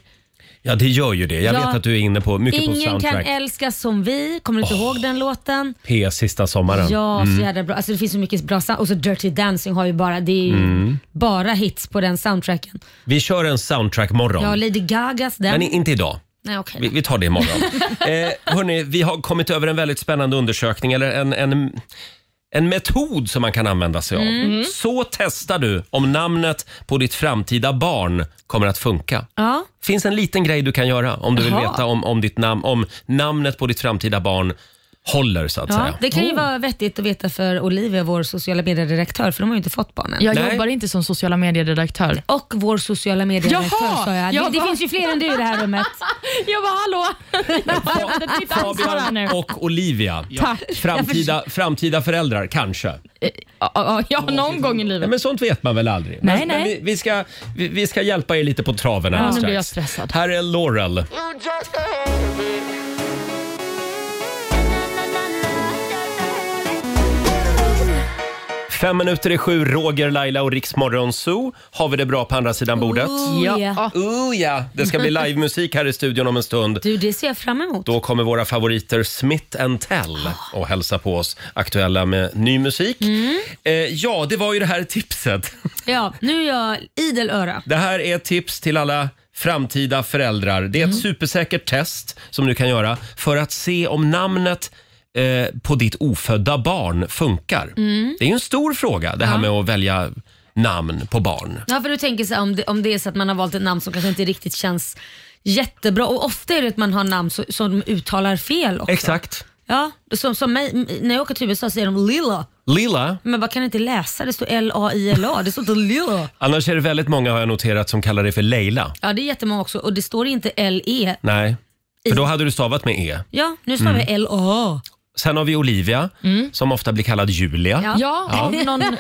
[SPEAKER 1] Ja, det gör ju det. Jag
[SPEAKER 2] Ja.
[SPEAKER 1] vet att du är inne på mycket på
[SPEAKER 2] Ingen kan
[SPEAKER 1] soundtrack.
[SPEAKER 2] älska som vi. Kommer du inte ihåg den låten?
[SPEAKER 1] P sista sommaren.
[SPEAKER 2] Ja,
[SPEAKER 1] Mm.
[SPEAKER 2] så jävla bra. Alltså, det finns så mycket bra sound- Och så Dirty Dancing har ju bara, det är ju
[SPEAKER 1] Mm.
[SPEAKER 2] bara hits på den soundtracken.
[SPEAKER 1] Vi kör en soundtrack-morgon.
[SPEAKER 2] Ja, Lady Gagas den.
[SPEAKER 1] Men inte idag.
[SPEAKER 2] Nej, okej.
[SPEAKER 1] Vi, vi tar det imorgon. eh, hörni, vi har kommit över en väldigt spännande undersökning, eller en, en, en metod som man kan använda sig av.
[SPEAKER 2] Mm.
[SPEAKER 1] Så testar du om namnet på ditt framtida barn kommer att funka.
[SPEAKER 2] Ja.
[SPEAKER 1] finns en liten grej du kan göra om du vill
[SPEAKER 2] Jaha.
[SPEAKER 1] veta om, om, ditt nam- om namnet på ditt framtida barn håller, så att
[SPEAKER 2] Ja, Oh.
[SPEAKER 1] säga.
[SPEAKER 2] det kan ju vara vettigt att veta för Olivia, vår sociala medier-redaktör, för de har ju inte fått barnen.
[SPEAKER 3] Jag
[SPEAKER 1] Nej.
[SPEAKER 3] jobbar inte som sociala medier-redaktör.
[SPEAKER 2] Och vår sociala medier-redaktör
[SPEAKER 3] Jaha!
[SPEAKER 2] sa jag. Det,
[SPEAKER 3] Jag
[SPEAKER 2] det
[SPEAKER 3] bara-
[SPEAKER 2] finns ju fler än du i det här rummet.
[SPEAKER 3] Jag bara, hallå!
[SPEAKER 1] Fabian och Olivia.
[SPEAKER 3] Tack.
[SPEAKER 1] Framtida, framtida föräldrar, kanske.
[SPEAKER 3] Ja, ja, någon gång i
[SPEAKER 1] Ja,
[SPEAKER 3] livet.
[SPEAKER 1] men sånt vet man väl aldrig.
[SPEAKER 3] Nej,
[SPEAKER 1] men,
[SPEAKER 3] nej.
[SPEAKER 1] Men vi, vi, ska, vi, vi ska hjälpa er lite på traven här
[SPEAKER 3] Ja, nu
[SPEAKER 1] strax.
[SPEAKER 3] blir jag stressad.
[SPEAKER 1] Här är Laurel. Fem minuter i sju, Roger, Laila och Riksmorgon Zoo. Har vi det bra på andra sidan bordet?
[SPEAKER 2] Oh, ja.
[SPEAKER 1] Oh, ja. Det ska bli livemusik här i studion om en stund.
[SPEAKER 2] Du, det ser jag fram emot.
[SPEAKER 1] Då kommer våra favoriter Smith and Tell och hälsa på oss aktuella med ny musik.
[SPEAKER 3] Mm.
[SPEAKER 1] Eh, ja, det var ju det här tipset.
[SPEAKER 2] Ja, nu är jag idel öra.
[SPEAKER 1] Det här är ett tips till alla framtida föräldrar. Det är ett
[SPEAKER 2] Mm.
[SPEAKER 1] supersäkert test som du kan göra för att se om namnet eh, på ditt ofödda barn funkar.
[SPEAKER 2] Mm.
[SPEAKER 1] Det är ju en stor fråga det här med att välja namn på barn.
[SPEAKER 2] Ja, för du tänker så här, om, det, om det är så att man har valt ett namn som kanske inte riktigt känns jättebra. Och ofta är det att man har namn så, som de uttalar fel också.
[SPEAKER 1] Exakt.
[SPEAKER 2] Ja, som, som mig, m- när jag åker till USA säger de Lilla.
[SPEAKER 1] Lila.
[SPEAKER 2] Men man kan inte läsa, det står L-A-I-L-A. Det står inte Lilla.
[SPEAKER 1] Annars är det väldigt många har jag noterat som kallar dig för Leila.
[SPEAKER 2] Ja, det är jättemånga också. Och det står inte E. L-E.
[SPEAKER 1] Nej,
[SPEAKER 2] I.
[SPEAKER 1] för då hade du stavat med E.
[SPEAKER 2] Ja, nu står det L-A.
[SPEAKER 1] Sen har vi Olivia, som ofta blir kallad Julia.
[SPEAKER 2] Mm. Ja.
[SPEAKER 3] Ja, av någon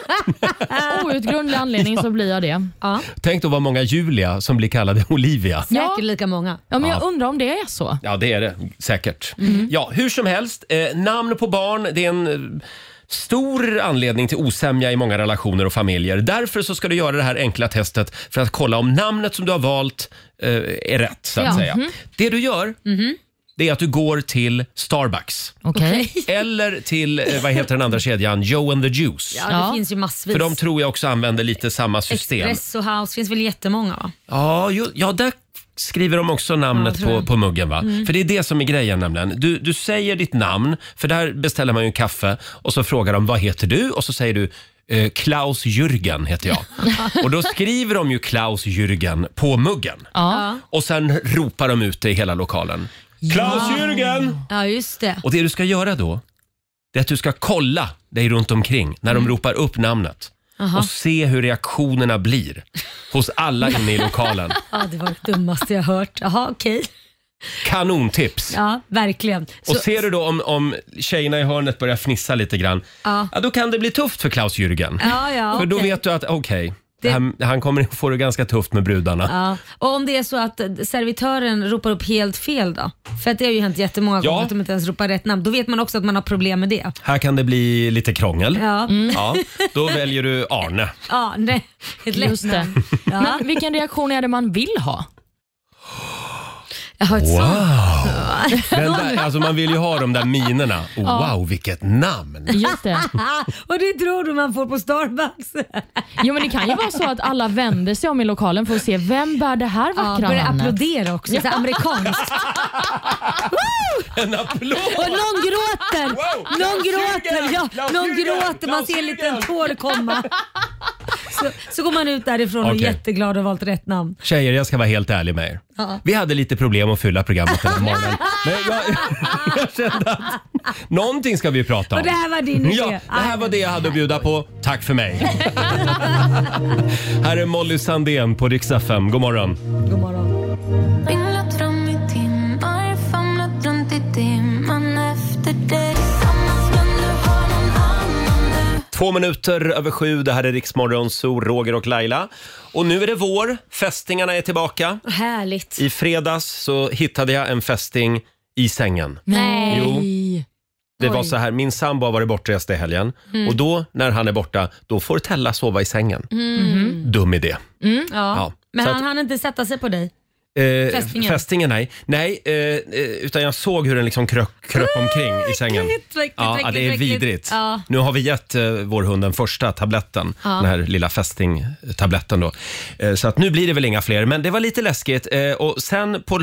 [SPEAKER 3] outgrundlig anledning så blir jag det.
[SPEAKER 2] Ja,
[SPEAKER 1] Tänk då vad många Julia som blir kallade Olivia.
[SPEAKER 3] Ja.
[SPEAKER 2] säkert lika många.
[SPEAKER 3] Ja, men jag
[SPEAKER 1] Ja.
[SPEAKER 3] undrar om det är så.
[SPEAKER 1] Ja, det är det säkert.
[SPEAKER 2] Mm.
[SPEAKER 1] Ja, hur som helst, eh, namn på barn, det är en eh, stor anledning till osämja i många relationer och familjer. Därför så ska du göra det här enkla testet för att kolla om namnet som du har valt eh, är rätt, så att
[SPEAKER 2] Ja. Mm-hmm.
[SPEAKER 1] säga. Det du gör, det är att du går till Starbucks.
[SPEAKER 3] Okej.
[SPEAKER 1] Eller till, eh, vad heter den andra kedjan, Joe and the Juice.
[SPEAKER 2] Ja,
[SPEAKER 3] Ja.
[SPEAKER 2] det finns ju massvis.
[SPEAKER 1] För de tror jag också använder lite samma system.
[SPEAKER 2] Espresso House finns väl jättemånga va?
[SPEAKER 1] Ja, ju, ja där skriver de också namnet
[SPEAKER 2] Ja, tror
[SPEAKER 1] på,
[SPEAKER 2] jag. Mm.
[SPEAKER 1] på muggen. va? För det är det som är grejen nämligen. Du, du säger ditt namn, för där beställer man ju en kaffe och så frågar de vad heter du och så säger du eh, Klaus Jürgen heter jag. Och då skriver de ju Klaus Jürgen på muggen.
[SPEAKER 2] Ja.
[SPEAKER 1] Och sen ropar de ut det i hela lokalen. Klaus Jürgen!
[SPEAKER 2] Ja, just det.
[SPEAKER 1] Och det du ska göra då, det är att du ska kolla dig runt omkring när de ropar upp namnet.
[SPEAKER 2] Mm. Aha.
[SPEAKER 1] Och se hur reaktionerna blir hos alla inne i lokalen.
[SPEAKER 2] Ja, det var det dummaste jag hört. Jaha, okej.
[SPEAKER 1] Kanontips!
[SPEAKER 2] Ja, verkligen. Så,
[SPEAKER 1] Och ser du då om, om tjejerna i hörnet börjar fnissa lite grann,
[SPEAKER 2] Ja.
[SPEAKER 1] ja. då kan det bli tufft för Klaus Jürgen.
[SPEAKER 2] ja, ja,
[SPEAKER 1] För då
[SPEAKER 2] okej.
[SPEAKER 1] vet du att, okej, det här- han kommer få det ganska tufft med brudarna.
[SPEAKER 2] Ja. Och om det är så att servitören ropar upp helt fel då? För att det har ju hänt jättemånga
[SPEAKER 1] Ja.
[SPEAKER 2] gånger att de inte ens ropar rätt namn. Då vet man också att man har problem med det.
[SPEAKER 1] Här kan det bli lite krångel.
[SPEAKER 2] Ja,
[SPEAKER 1] Ja, då väljer du Arne.
[SPEAKER 2] ja nej. Ett lätt
[SPEAKER 8] Just det.
[SPEAKER 2] namn. Ja.
[SPEAKER 8] Men vilken reaktion är det man vill ha?
[SPEAKER 2] Jag har ett sånt.
[SPEAKER 1] Den där, alltså man vill ju ha de där minerna. Wow, vilket namn!
[SPEAKER 8] Just det.
[SPEAKER 2] Ah, och det tror du man får på Starbucks.
[SPEAKER 8] Jo, men det kan ju vara så att alla vänder sig om i lokalen för att se vem bär det här
[SPEAKER 2] Ja,
[SPEAKER 8] vackra
[SPEAKER 2] börjar
[SPEAKER 8] namnet.
[SPEAKER 2] applådera också, så här amerikanskt.
[SPEAKER 1] En applåd!
[SPEAKER 2] Och någon gråter,
[SPEAKER 1] Wow! Klaus
[SPEAKER 2] någon gråter,
[SPEAKER 1] Jürgen!
[SPEAKER 2] ja,
[SPEAKER 1] Klaus
[SPEAKER 2] någon
[SPEAKER 1] Jürgen!
[SPEAKER 2] gråter, man
[SPEAKER 1] Klaus
[SPEAKER 2] ser en liten
[SPEAKER 1] Jürgen!
[SPEAKER 2] tår komma. Så, så går man ut därifrån och är
[SPEAKER 1] Okej.
[SPEAKER 2] jätteglad och valt rätt namn.
[SPEAKER 1] Tjejer, jag ska vara helt ärlig med er. Vi hade lite problem att fylla programmet den här morgonen. Men jag, jag kände att någonting ska vi prata om.
[SPEAKER 2] Och det här var din idé.
[SPEAKER 1] Ja, det här var det jag hade att bjuda på. Tack för mig. här är Molly Sandén på Rix FM. God morgon.
[SPEAKER 2] God morgon.
[SPEAKER 10] Vinglat fram i timmar, famlat runt i dimman efter dig Tillsammans men du har någon annan nu
[SPEAKER 1] Två minuter över sju. Det här är Rix Morgon, Zoo, Roger och Laila. Och nu är det vår. Fästingarna är tillbaka.
[SPEAKER 2] Härligt.
[SPEAKER 1] I fredags så hittade jag en fästing i sängen.
[SPEAKER 8] Nej.
[SPEAKER 1] Jo. Det var
[SPEAKER 2] Oj.
[SPEAKER 1] så här, min sambo har varit bortrest i helgen och då när han är borta, då får Tella sova i sängen. Dum idé.
[SPEAKER 2] Ja.
[SPEAKER 1] Ja,
[SPEAKER 2] Men
[SPEAKER 1] så
[SPEAKER 2] han
[SPEAKER 1] att-
[SPEAKER 2] hann inte sätta sig på dig.
[SPEAKER 1] Eh,
[SPEAKER 2] Fästingen.
[SPEAKER 1] Fästingen, nej. Nej, eh, eh, utan jag såg hur den liksom kröp, kröp omkring i sängen.
[SPEAKER 2] äckligt, äckligt,
[SPEAKER 1] ja, ja, det är
[SPEAKER 2] äckligt, äckligt.
[SPEAKER 1] vidrigt.
[SPEAKER 2] Ja.
[SPEAKER 1] Nu har vi gett eh, vår hund den första tabletten, den här lilla fästingtabletten då. Eh, så att nu blir det väl inga fler, men det var lite läskigt. Eh, och sen på,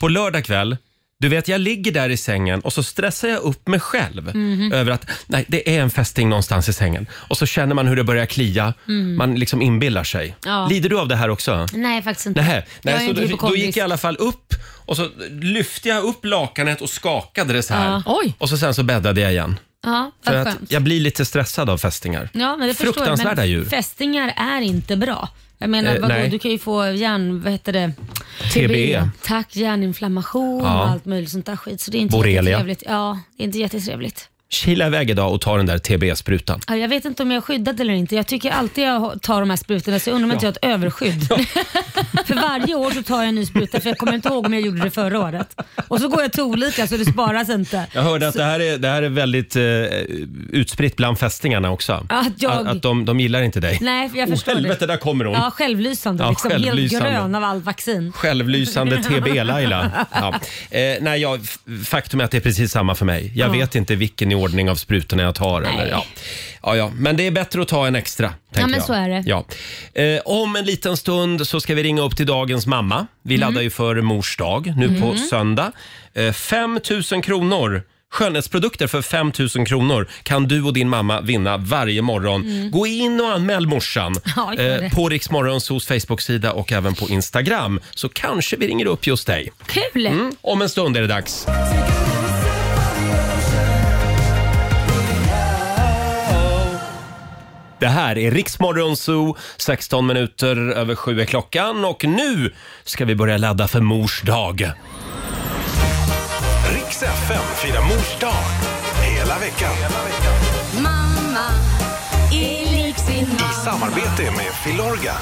[SPEAKER 1] på lördag kväll, du vet jag ligger där i sängen och så stressar jag upp mig själv
[SPEAKER 2] Mhm.
[SPEAKER 1] över att nej, det är en fästing någonstans i sängen. Och så känner man hur det börjar klia, man liksom inbillar sig.
[SPEAKER 2] Mm. Ja.
[SPEAKER 1] Lider du av det här också?
[SPEAKER 2] Nej, faktiskt inte.
[SPEAKER 1] Nej,
[SPEAKER 2] Jag är
[SPEAKER 1] nej så
[SPEAKER 2] inte typ
[SPEAKER 1] då, då
[SPEAKER 2] hypokondrisk.
[SPEAKER 1] gick jag i alla fall upp och så lyfte jag upp lakanet och skakade det så här.
[SPEAKER 2] Ja.
[SPEAKER 8] Oj.
[SPEAKER 1] Och så sen så bäddade jag igen.
[SPEAKER 2] Ja,
[SPEAKER 1] För
[SPEAKER 2] vad
[SPEAKER 1] att
[SPEAKER 2] skönt.
[SPEAKER 1] jag blir lite stressad av fästingar.
[SPEAKER 2] Ja, men det förstår jag.
[SPEAKER 1] Fruktansvärda
[SPEAKER 2] Men
[SPEAKER 1] djur.
[SPEAKER 2] Fästingar är inte bra. Jag menar,
[SPEAKER 1] Eh,
[SPEAKER 2] vadå,
[SPEAKER 1] nej.
[SPEAKER 2] du kan ju få hjärn... Vad heter det? E.
[SPEAKER 1] TBE.
[SPEAKER 2] Tack, hjärninflammation
[SPEAKER 1] Ja.
[SPEAKER 2] och allt möjligt sånt där skit. Så det är inte
[SPEAKER 1] Borrelia.
[SPEAKER 2] jättetrevligt. Ja, det är inte jättetrevligt.
[SPEAKER 1] Kila iväg idag och ta den där TB-sprutan.
[SPEAKER 2] Ja, jag vet inte om jag är skyddad eller inte. Jag tycker alltid jag tar de här sprutorna så jag undrar om inte jag har ett överskydd. för varje år så tar jag en ny spruta för jag kommer inte ihåg om jag gjorde det förra året. Och så går jag till olika så det sparas inte.
[SPEAKER 1] Jag hörde att det här är, det här är väldigt eh, utspritt bland fästingarna också.
[SPEAKER 2] Att jag-
[SPEAKER 1] att, att de, de gillar inte dig.
[SPEAKER 2] Nej, jag
[SPEAKER 1] oh,
[SPEAKER 2] förstår
[SPEAKER 1] helvete,
[SPEAKER 2] det.
[SPEAKER 1] där kommer hon.
[SPEAKER 2] Ja, självlysande.
[SPEAKER 1] Ja,
[SPEAKER 2] liksom.
[SPEAKER 1] självlysande.
[SPEAKER 2] Helt grön av all vaccin.
[SPEAKER 1] Självlysande TB-Laila. Ja. Eh, nej, jag, f- faktum är att det är precis samma för mig. Jag vet inte vilken i ordning av sprutorna jag tar. Eller, ja. Ja, ja. Men det är bättre att ta en extra. Tänker
[SPEAKER 2] men
[SPEAKER 1] jag.
[SPEAKER 2] så är det.
[SPEAKER 1] Ja. Eh, om en liten stund så ska vi ringa upp till dagens mamma. Vi
[SPEAKER 2] Mm.
[SPEAKER 1] laddar ju för mors dag nu på söndag. Eh, 5 000 kronor. Skönhetsprodukter för 5 000 kronor kan du och din mamma vinna varje morgon. Gå in och anmäl morsan
[SPEAKER 2] Mm. Ja, gör det.
[SPEAKER 1] eh, på Riksmorgonsos Facebook-sida och även på Instagram. Så kanske vi ringer upp just dig.
[SPEAKER 2] Kul!
[SPEAKER 1] Mm. Om en stund är det dags. Det här är Riksmorgon Zoo, 16 minuter över sju är klockan och nu ska vi börja ladda för mors dag.
[SPEAKER 9] Riks FM firar mors dag hela veckan
[SPEAKER 10] Mamma är lik sin mamma
[SPEAKER 9] i samarbete med Filorga.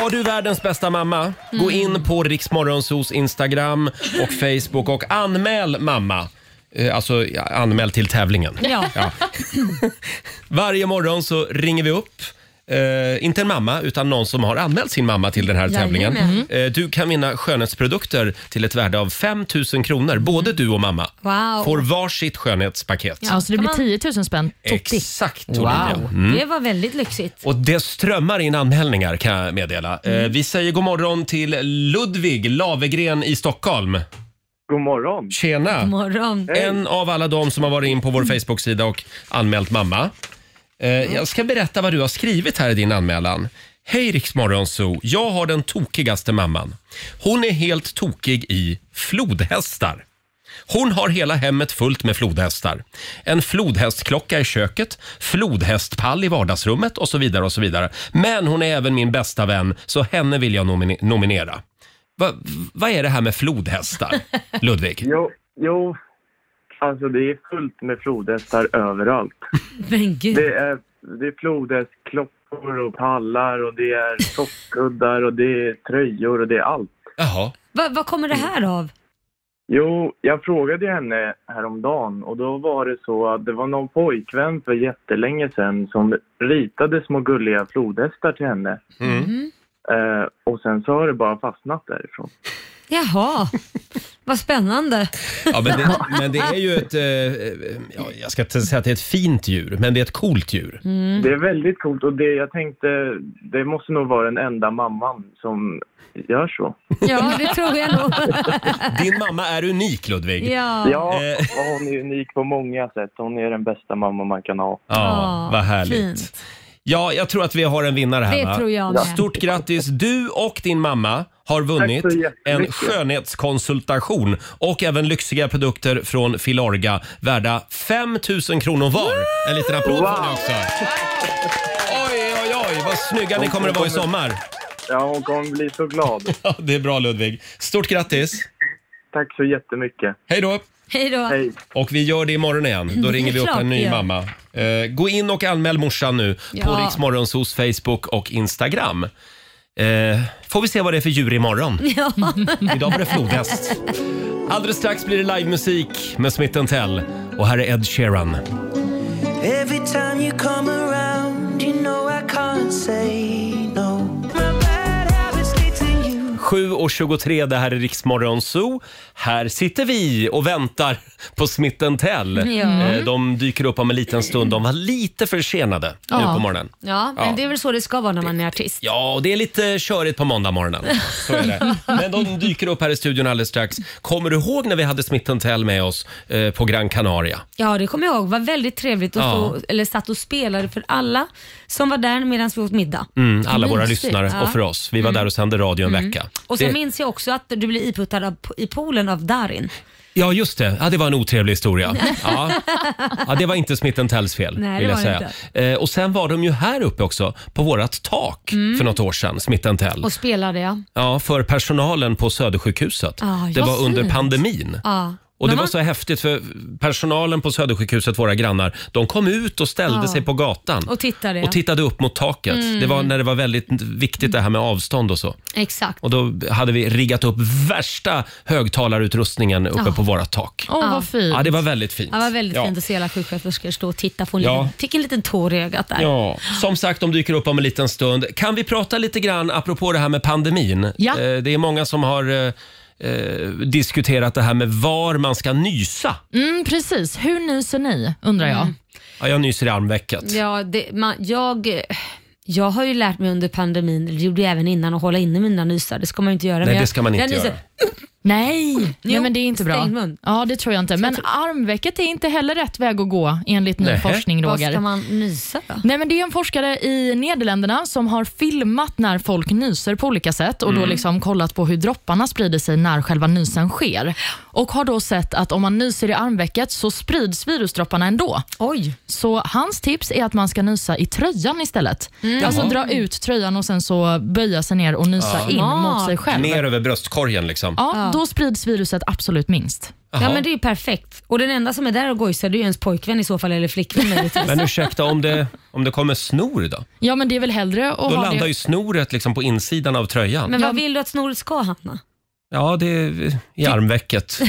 [SPEAKER 1] Har du världens bästa mamma? Gå
[SPEAKER 2] Mm.
[SPEAKER 1] in på Riksmorgonsos Instagram och Facebook och anmäl mamma. Eh, Alltså ja, anmäl till tävlingen.
[SPEAKER 2] Ja.
[SPEAKER 1] Varje morgon så ringer vi upp Eh, inte en mamma, utan någon som har anmält sin mamma till den här
[SPEAKER 2] Jajamän. Mm.
[SPEAKER 1] tävlingen. Eh, du kan vinna skönhetsprodukter till ett värde av 5 000 kronor. Både du och mamma
[SPEAKER 2] Mm. Wow.
[SPEAKER 1] får varsitt skönhetspaket.
[SPEAKER 8] Ja, så det
[SPEAKER 2] Kan
[SPEAKER 8] blir
[SPEAKER 2] man-
[SPEAKER 8] 10 000 spänn. Totti.
[SPEAKER 1] Exakt,
[SPEAKER 8] Wow.
[SPEAKER 1] Olivia.
[SPEAKER 2] Det var väldigt lyxigt.
[SPEAKER 1] Och det strömmar in anmälningar kan jag meddela. Eh, vi säger god morgon till Ludvig Lavegren i Stockholm.
[SPEAKER 11] God morgon.
[SPEAKER 1] Tjena!
[SPEAKER 2] Morgon.
[SPEAKER 1] En av alla de som har varit in på vår Facebook-sida och anmält mamma. Eh, Jag ska berätta vad du har skrivit här i din anmälan. Hej Rix Morgon Zoo. Jag har den tokigaste mamman. Hon är helt tokig i flodhästar. Hon har hela hemmet fullt med flodhästar. En flodhästklocka i köket, flodhästpall i vardagsrummet och så vidare. och så vidare. Men hon är även min bästa vän, så henne vill jag nomine- nominera. Va- Vad är det här med flodhästar, Ludvig?
[SPEAKER 11] Jo, jo. Alltså det är fullt med flodhästar överallt.
[SPEAKER 2] Men gud.
[SPEAKER 11] Det är, det är flodhästklockor och pallar och det är sockkuddar och det är tröjor och det är allt.
[SPEAKER 1] Jaha.
[SPEAKER 2] Va, vad kommer det här av?
[SPEAKER 11] Jo, jag frågade ju henne häromdagen och då var det så att det var någon pojkvän för jättelänge sedan som ritade små gulliga flodhästar till henne. Eh, och sen så har det bara fastnat därifrån.
[SPEAKER 2] Jaha, vad spännande.
[SPEAKER 1] Ja, men, det, men det är ju ett, eh, eh, ja, jag ska inte säga att det är ett fint djur, men det är ett coolt djur.
[SPEAKER 2] Mm.
[SPEAKER 11] Det är väldigt coolt och det jag tänkte, det måste nog vara den enda mamman som gör så.
[SPEAKER 2] Ja, det tror jag nog.
[SPEAKER 1] Din mamma är unik Ludvig.
[SPEAKER 2] Ja.
[SPEAKER 11] Ja, och hon är unik på många sätt. Hon är den bästa mamma man kan ha.
[SPEAKER 1] Ja, vad härligt. Ja, jag tror att vi har en vinnare här
[SPEAKER 2] Det
[SPEAKER 1] va?
[SPEAKER 2] tror jag med.
[SPEAKER 1] Stort grattis! Du och din mamma har vunnit
[SPEAKER 11] Tack så jättemycket.
[SPEAKER 1] en skönhetskonsultation och även lyxiga produkter från Filorga värda 5 000 kronor var. En liten applåd för det också. Oj, oj, oj, vad snygga ni kommer att vara i sommar.
[SPEAKER 11] Ja, hon kommer bli så glad.
[SPEAKER 1] Ja, det är bra Ludvig. Stort grattis!
[SPEAKER 11] Tack så jättemycket.
[SPEAKER 1] Hej då!
[SPEAKER 2] Hej då.
[SPEAKER 11] Hej.
[SPEAKER 1] Och vi gör det imorgon igen. Då
[SPEAKER 2] Mm, Det är
[SPEAKER 1] ringer vi upp
[SPEAKER 2] klart
[SPEAKER 1] en
[SPEAKER 2] vi
[SPEAKER 1] ny
[SPEAKER 2] gör.
[SPEAKER 1] mamma. Eh, gå in och anmäl morsan nu på
[SPEAKER 2] Ja.
[SPEAKER 1] Riksmorgonsos Facebook och Instagram. Eh, får vi se vad det är för djur imorgon.
[SPEAKER 2] Ja.
[SPEAKER 1] Idag var det flodhäst. Alldeles strax blir det livemusik med Smith Tell. Och här är Ed Sheeran.
[SPEAKER 5] Every time you come around, you know I can't say no. My bad habits lead to you.
[SPEAKER 1] 7.23, det här är Riksmorgon Zoo. Här sitter vi och väntar på Smith Tell.
[SPEAKER 2] Ja.
[SPEAKER 1] Eh, de dyker upp om en liten stund. De var lite försenade nu på morgonen.
[SPEAKER 2] Ja, men
[SPEAKER 1] Ja.
[SPEAKER 2] det är väl så det ska vara när man är artist.
[SPEAKER 1] Ja, och det är lite körigt på måndagmorgonen. Så är det. Men de dyker upp här i studion alldeles strax. Kommer du ihåg när vi hade Smitten Tell med oss eh, på Gran Canaria?
[SPEAKER 2] Ja, det kommer jag ihåg. Det var väldigt trevligt att
[SPEAKER 1] Ja.
[SPEAKER 2] stå, eller satt och spelade för alla som var där medan vi åt middag.
[SPEAKER 1] Mm, alla våra
[SPEAKER 2] Mysigt.
[SPEAKER 1] lyssnare
[SPEAKER 2] Ja. Mm.
[SPEAKER 1] och för oss. Vi var där och sände radio en vecka.
[SPEAKER 2] Och sen
[SPEAKER 1] Det-
[SPEAKER 2] minns jag också att du blev iputtad av, i poolen av Darin.
[SPEAKER 1] Ja, just det. Ja, det var en otrevlig historia. Ja. Ja, det var inte smitten Tells fel.
[SPEAKER 2] Nej, det
[SPEAKER 1] vill jag
[SPEAKER 2] var det
[SPEAKER 1] säga. Eh, och sen var de ju här uppe också, på vårat tak
[SPEAKER 2] Mm.
[SPEAKER 1] för något år sedan, smitten Tell.
[SPEAKER 2] Och spelade ja.
[SPEAKER 1] Ja, för personalen på Södersjukhuset.
[SPEAKER 2] Ah,
[SPEAKER 1] det
[SPEAKER 2] vad
[SPEAKER 1] var under
[SPEAKER 2] fint.
[SPEAKER 1] pandemin.
[SPEAKER 2] ja.
[SPEAKER 1] Och det
[SPEAKER 2] Men
[SPEAKER 1] var
[SPEAKER 2] man-
[SPEAKER 1] så häftigt för personalen på Södersjukhuset, våra grannar, de kom ut och ställde
[SPEAKER 2] Ja.
[SPEAKER 1] sig på gatan
[SPEAKER 2] Och tittade ja.
[SPEAKER 1] och tittade upp mot taket.
[SPEAKER 2] Mm.
[SPEAKER 1] Det var när det var väldigt viktigt det här med avstånd och så.
[SPEAKER 2] Exakt.
[SPEAKER 1] Och då hade vi riggat upp värsta högtalarutrustningen uppe
[SPEAKER 2] Ja.
[SPEAKER 1] på våra tak.
[SPEAKER 2] Åh, vad
[SPEAKER 1] Ja, det var väldigt fint.
[SPEAKER 2] Ja, det var väldigt
[SPEAKER 1] Ja.
[SPEAKER 2] fint att se alla sjuksköterskor stå och titta. Få en
[SPEAKER 1] Ja.
[SPEAKER 2] liten, fick en liten tår i ögat där.
[SPEAKER 1] Ja, som sagt, de dyker upp om en liten stund. Kan vi prata lite grann apropå det här med pandemin?
[SPEAKER 2] Ja.
[SPEAKER 1] Eh, Det är många som har eh, eh, diskuterat det här med var man ska nysa.
[SPEAKER 3] Mm, precis. Hur nyser ni, undrar jag.
[SPEAKER 2] Mm.
[SPEAKER 1] Ja, jag nyser i armvecket.
[SPEAKER 2] Ja, det, man, jag, jag har ju lärt mig under pandemin, det gjorde jag även innan, att hålla inne mina nysar. Det ska man ju inte göra.
[SPEAKER 1] Nej,
[SPEAKER 2] men jag,
[SPEAKER 1] det ska man inte
[SPEAKER 2] jag nyser-
[SPEAKER 1] göra.
[SPEAKER 3] Nej, nej men det är inte bra.
[SPEAKER 2] stäng mun.
[SPEAKER 3] Ja, det tror jag inte. Men armvecket är inte heller rätt väg att gå enligt ny
[SPEAKER 2] Nähä.
[SPEAKER 3] forskning,
[SPEAKER 2] Vad
[SPEAKER 3] Roger.
[SPEAKER 2] ska man nysa då?
[SPEAKER 3] Nej, men det är en forskare i Nederländerna som har filmat när folk nyser på olika sätt och då
[SPEAKER 2] Mm.
[SPEAKER 3] liksom kollat på hur dropparna sprider sig när själva nysen sker. Och har då sett att om man nyser i armvecket så sprids virusdropparna ändå.
[SPEAKER 2] Oj.
[SPEAKER 3] Så hans tips är att man ska nysa i tröjan istället.
[SPEAKER 1] Mm.
[SPEAKER 3] Alltså
[SPEAKER 1] Jaha.
[SPEAKER 3] dra ut tröjan och sen så böja sig ner och nysa
[SPEAKER 1] Ja.
[SPEAKER 3] in mot sig själv.
[SPEAKER 1] Ner över bröstkorgen liksom.
[SPEAKER 3] Ja, då sprids viruset absolut minst.
[SPEAKER 1] Jaha.
[SPEAKER 2] Ja men det är ju perfekt. Och den enda som är där och gojsar det är ju ens pojkvän i så fall eller flickvän möjligtvis.
[SPEAKER 1] Men ursäkta, om det, om det kommer snor då?
[SPEAKER 3] Ja, men det är väl hellre att
[SPEAKER 1] Då
[SPEAKER 3] ha
[SPEAKER 1] landar
[SPEAKER 3] det.
[SPEAKER 1] ju snoret liksom på insidan av tröjan.
[SPEAKER 2] Men vad vill du att snoret ska hamna?
[SPEAKER 1] Ja, det är i armvecket.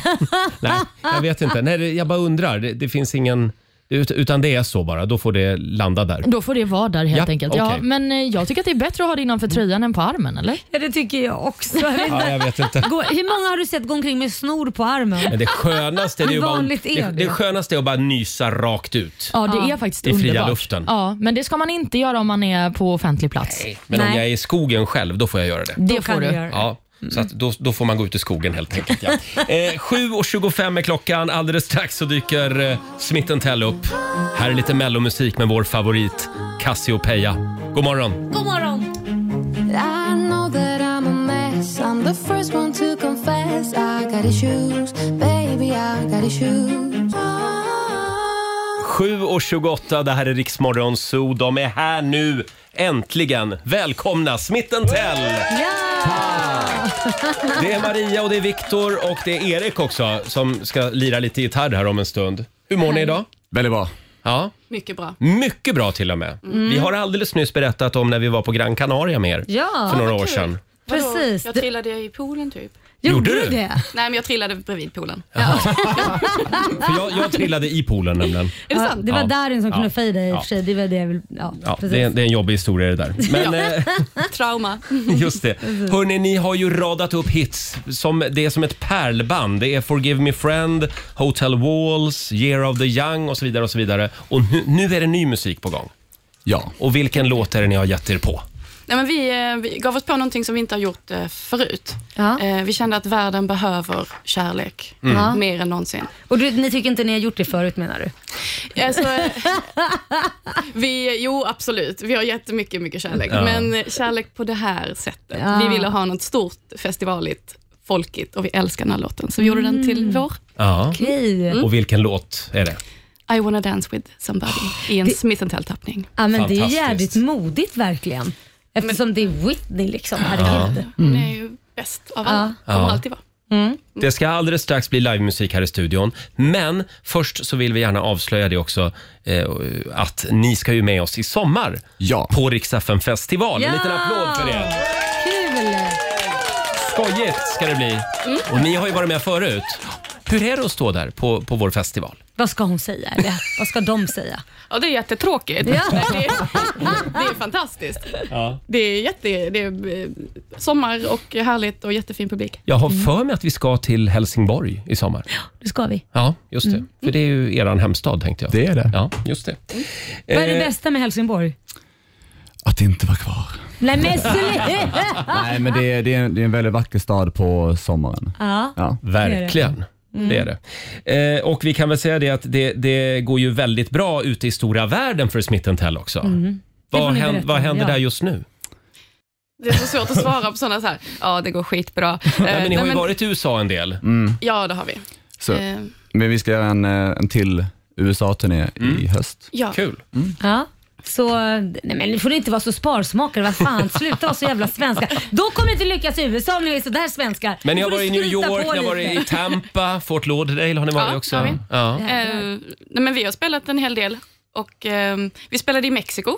[SPEAKER 1] Nej, jag vet inte. Nej, det- jag bara undrar. Det, det finns ingen... ut- Utan det är så bara. Då får det landa där.
[SPEAKER 3] Då får det vara där helt
[SPEAKER 1] Ja,
[SPEAKER 3] enkelt. Ja,
[SPEAKER 1] okej. Mm.
[SPEAKER 3] men eh, jag tycker att det är bättre att ha det innanför tröjan än på armen, eller?
[SPEAKER 2] Ja det tycker jag också. Jag vet
[SPEAKER 1] Ja,
[SPEAKER 2] inte.
[SPEAKER 1] jag vet inte.
[SPEAKER 2] Gå, hur många har du sett gå omkring med snor på armen?
[SPEAKER 1] Men det skönaste är,
[SPEAKER 2] Hur
[SPEAKER 1] ju bara,
[SPEAKER 2] vanligt är
[SPEAKER 1] det,
[SPEAKER 2] det?
[SPEAKER 1] det skönaste är att bara nysa rakt ut.
[SPEAKER 3] Ja, det är faktiskt
[SPEAKER 1] I fria
[SPEAKER 3] underbart.
[SPEAKER 1] luften.
[SPEAKER 3] Ja, men det ska man inte göra om man är på offentlig plats.
[SPEAKER 2] Mm.
[SPEAKER 1] Men om jag är i skogen själv, då får jag göra det.
[SPEAKER 3] Det får du.
[SPEAKER 1] Ja. Så att då, då får man gå ut i skogen helt enkelt. Ja. Eh, 7.25 är klockan. Alldeles strax så dyker eh, Smith Tell upp. Här är lite mellomusik med vår favorit Cassiopeia. God morgon!
[SPEAKER 2] God morgon!
[SPEAKER 10] I know that I'm a mess. I'm the first one to confess. I got issues, baby. I got issues.
[SPEAKER 12] Ah.
[SPEAKER 1] 7.28, det här är Riksmorgon Zoo. De är här nu, äntligen. Välkomna Smith Tell! Det är Maria och det är Viktor och det är Erik också som ska lira lite gitarr här om en stund. Hur mår ni idag? Väldigt bra. Ja,
[SPEAKER 12] Mycket bra.
[SPEAKER 1] mycket bra till och med.
[SPEAKER 12] Mm.
[SPEAKER 1] Vi har alldeles nyss berättat om när vi var på Gran Canaria med er
[SPEAKER 12] Ja,
[SPEAKER 1] för några
[SPEAKER 12] vad
[SPEAKER 1] år
[SPEAKER 12] kul.
[SPEAKER 1] sedan.
[SPEAKER 12] Vadå?
[SPEAKER 2] Precis.
[SPEAKER 12] Jag trillade i poolen typ.
[SPEAKER 1] Gjorde Gjorde du du? det?
[SPEAKER 12] Nej, men jag trillade bredvid poolen.
[SPEAKER 1] För jag, jag trillade i poolen nämligen.
[SPEAKER 2] Ja, det var
[SPEAKER 1] Ja.
[SPEAKER 2] Darin som
[SPEAKER 1] Ja.
[SPEAKER 2] knuffade i dig i och
[SPEAKER 1] Ja.
[SPEAKER 2] för sig. Det var det jag ville... Ja,
[SPEAKER 1] Ja,
[SPEAKER 2] precis.
[SPEAKER 1] det, är, det är en jobbig historia det där. Men, eh,
[SPEAKER 12] Trauma.
[SPEAKER 1] Just det. Hörni, ni har ju radat upp hits. Som, det är som ett pärlband. Det är Forgive Me Friend, Hotel Walls, Year of the Young och så vidare. Och så vidare. Och nu, nu är det ny musik på gång. Ja. Och vilken låt är det ni har gett er på?
[SPEAKER 12] Nej, men vi, eh, vi gav oss på någonting som vi inte har gjort eh, förut. Eh, Vi kände att världen behöver kärlek
[SPEAKER 2] Mm. Ja.
[SPEAKER 12] mer än någonsin.
[SPEAKER 2] Och du, ni tycker inte ni har gjort det förut menar du?
[SPEAKER 12] Alltså, eh, vi, jo, absolut. Vi har jättemycket mycket kärlek,
[SPEAKER 2] Ja.
[SPEAKER 12] men eh, kärlek på det här sättet.
[SPEAKER 2] Ja.
[SPEAKER 12] Vi ville ha något stort, festivaligt, folkigt och vi älskar den här låten, så vi gjorde den
[SPEAKER 2] Mm.
[SPEAKER 12] till vår.
[SPEAKER 1] Ja.
[SPEAKER 12] Okej. Mm.
[SPEAKER 1] Och vilken låt är det?
[SPEAKER 12] I wanna dance with somebody i en Smith Tell-tappning.
[SPEAKER 2] Ja, men det är ju
[SPEAKER 1] Fantastiskt.
[SPEAKER 2] jävligt modigt verkligen. Eftersom det är Whitney liksom. Herregud.
[SPEAKER 1] Ja.
[SPEAKER 12] Hon är ju bäst av alla. Kommer
[SPEAKER 1] Ja.
[SPEAKER 12] alltid vara.
[SPEAKER 1] Det ska alldeles strax bli livemusik här i studion. Men först så vill vi gärna avslöja det också eh, att ni ska ju med oss i sommar ja. på Rix FM festival. En liten applåd för det.
[SPEAKER 2] Kul!
[SPEAKER 1] Skojigt ska det bli.
[SPEAKER 2] Mm.
[SPEAKER 1] Och ni har ju varit med förut. Hur är det att stå där på, på vår festival?
[SPEAKER 2] Vad ska hon säga? Eller? Vad ska de säga?
[SPEAKER 12] Ja, det är jättetråkigt.
[SPEAKER 2] Ja.
[SPEAKER 12] Men Det, är, det är fantastiskt.
[SPEAKER 1] Ja.
[SPEAKER 12] Det är, jätte, det är eh, sommar och härligt och jättefin publik.
[SPEAKER 1] Jag har för mig att vi ska till Helsingborg i sommar.
[SPEAKER 2] Det ska vi.
[SPEAKER 1] Ja, just det. För det är ju eran hemstad tänkte jag. Det är det. Ja, just det.
[SPEAKER 2] Vad är det
[SPEAKER 1] Eh,
[SPEAKER 2] bästa med Helsingborg?
[SPEAKER 13] Att inte vara kvar.
[SPEAKER 2] Nej men
[SPEAKER 13] Nej, men det är, det, är en, det är en väldigt vacker stad på sommaren.
[SPEAKER 2] Ja.
[SPEAKER 1] Verkligen.
[SPEAKER 2] Det är det.
[SPEAKER 1] Det är det. Eh, och vi kan väl säga det att det, det går ju väldigt bra ute i stora världen för Smith Tell också.
[SPEAKER 12] Mm. Det får
[SPEAKER 1] Vad,
[SPEAKER 12] ni
[SPEAKER 1] hän-
[SPEAKER 12] berätta
[SPEAKER 1] vad
[SPEAKER 12] om,
[SPEAKER 1] händer
[SPEAKER 12] ja.
[SPEAKER 1] där just nu?
[SPEAKER 12] Det är så svårt att svara på sådana så här, ja det går skitbra. Eh,
[SPEAKER 1] Nej, men ni har ju
[SPEAKER 12] men-
[SPEAKER 1] varit i USA en del.
[SPEAKER 12] Ja, det har vi.
[SPEAKER 13] Så,
[SPEAKER 12] Eh,
[SPEAKER 13] Men vi ska göra en, eh, en till USA-turné i höst.
[SPEAKER 12] Ja.
[SPEAKER 1] Kul.
[SPEAKER 2] Ja. Så, nej men nu får ni inte vara så sparsmakare. Vad fan, sluta vara så jävla svenska. Då kommer ni inte lyckas i USA om ni är så där svenska.
[SPEAKER 1] Men ni
[SPEAKER 2] Då
[SPEAKER 1] har
[SPEAKER 2] får
[SPEAKER 1] varit i New
[SPEAKER 2] skryta
[SPEAKER 1] York,
[SPEAKER 2] på
[SPEAKER 1] ni har
[SPEAKER 2] lite.
[SPEAKER 1] varit i Tampa, Fort Lauderdale har ni varit
[SPEAKER 12] Ja,
[SPEAKER 1] också.
[SPEAKER 12] har vi.
[SPEAKER 1] Ja.
[SPEAKER 12] eh, nej, men vi har spelat en hel del och eh, vi spelade i Mexiko.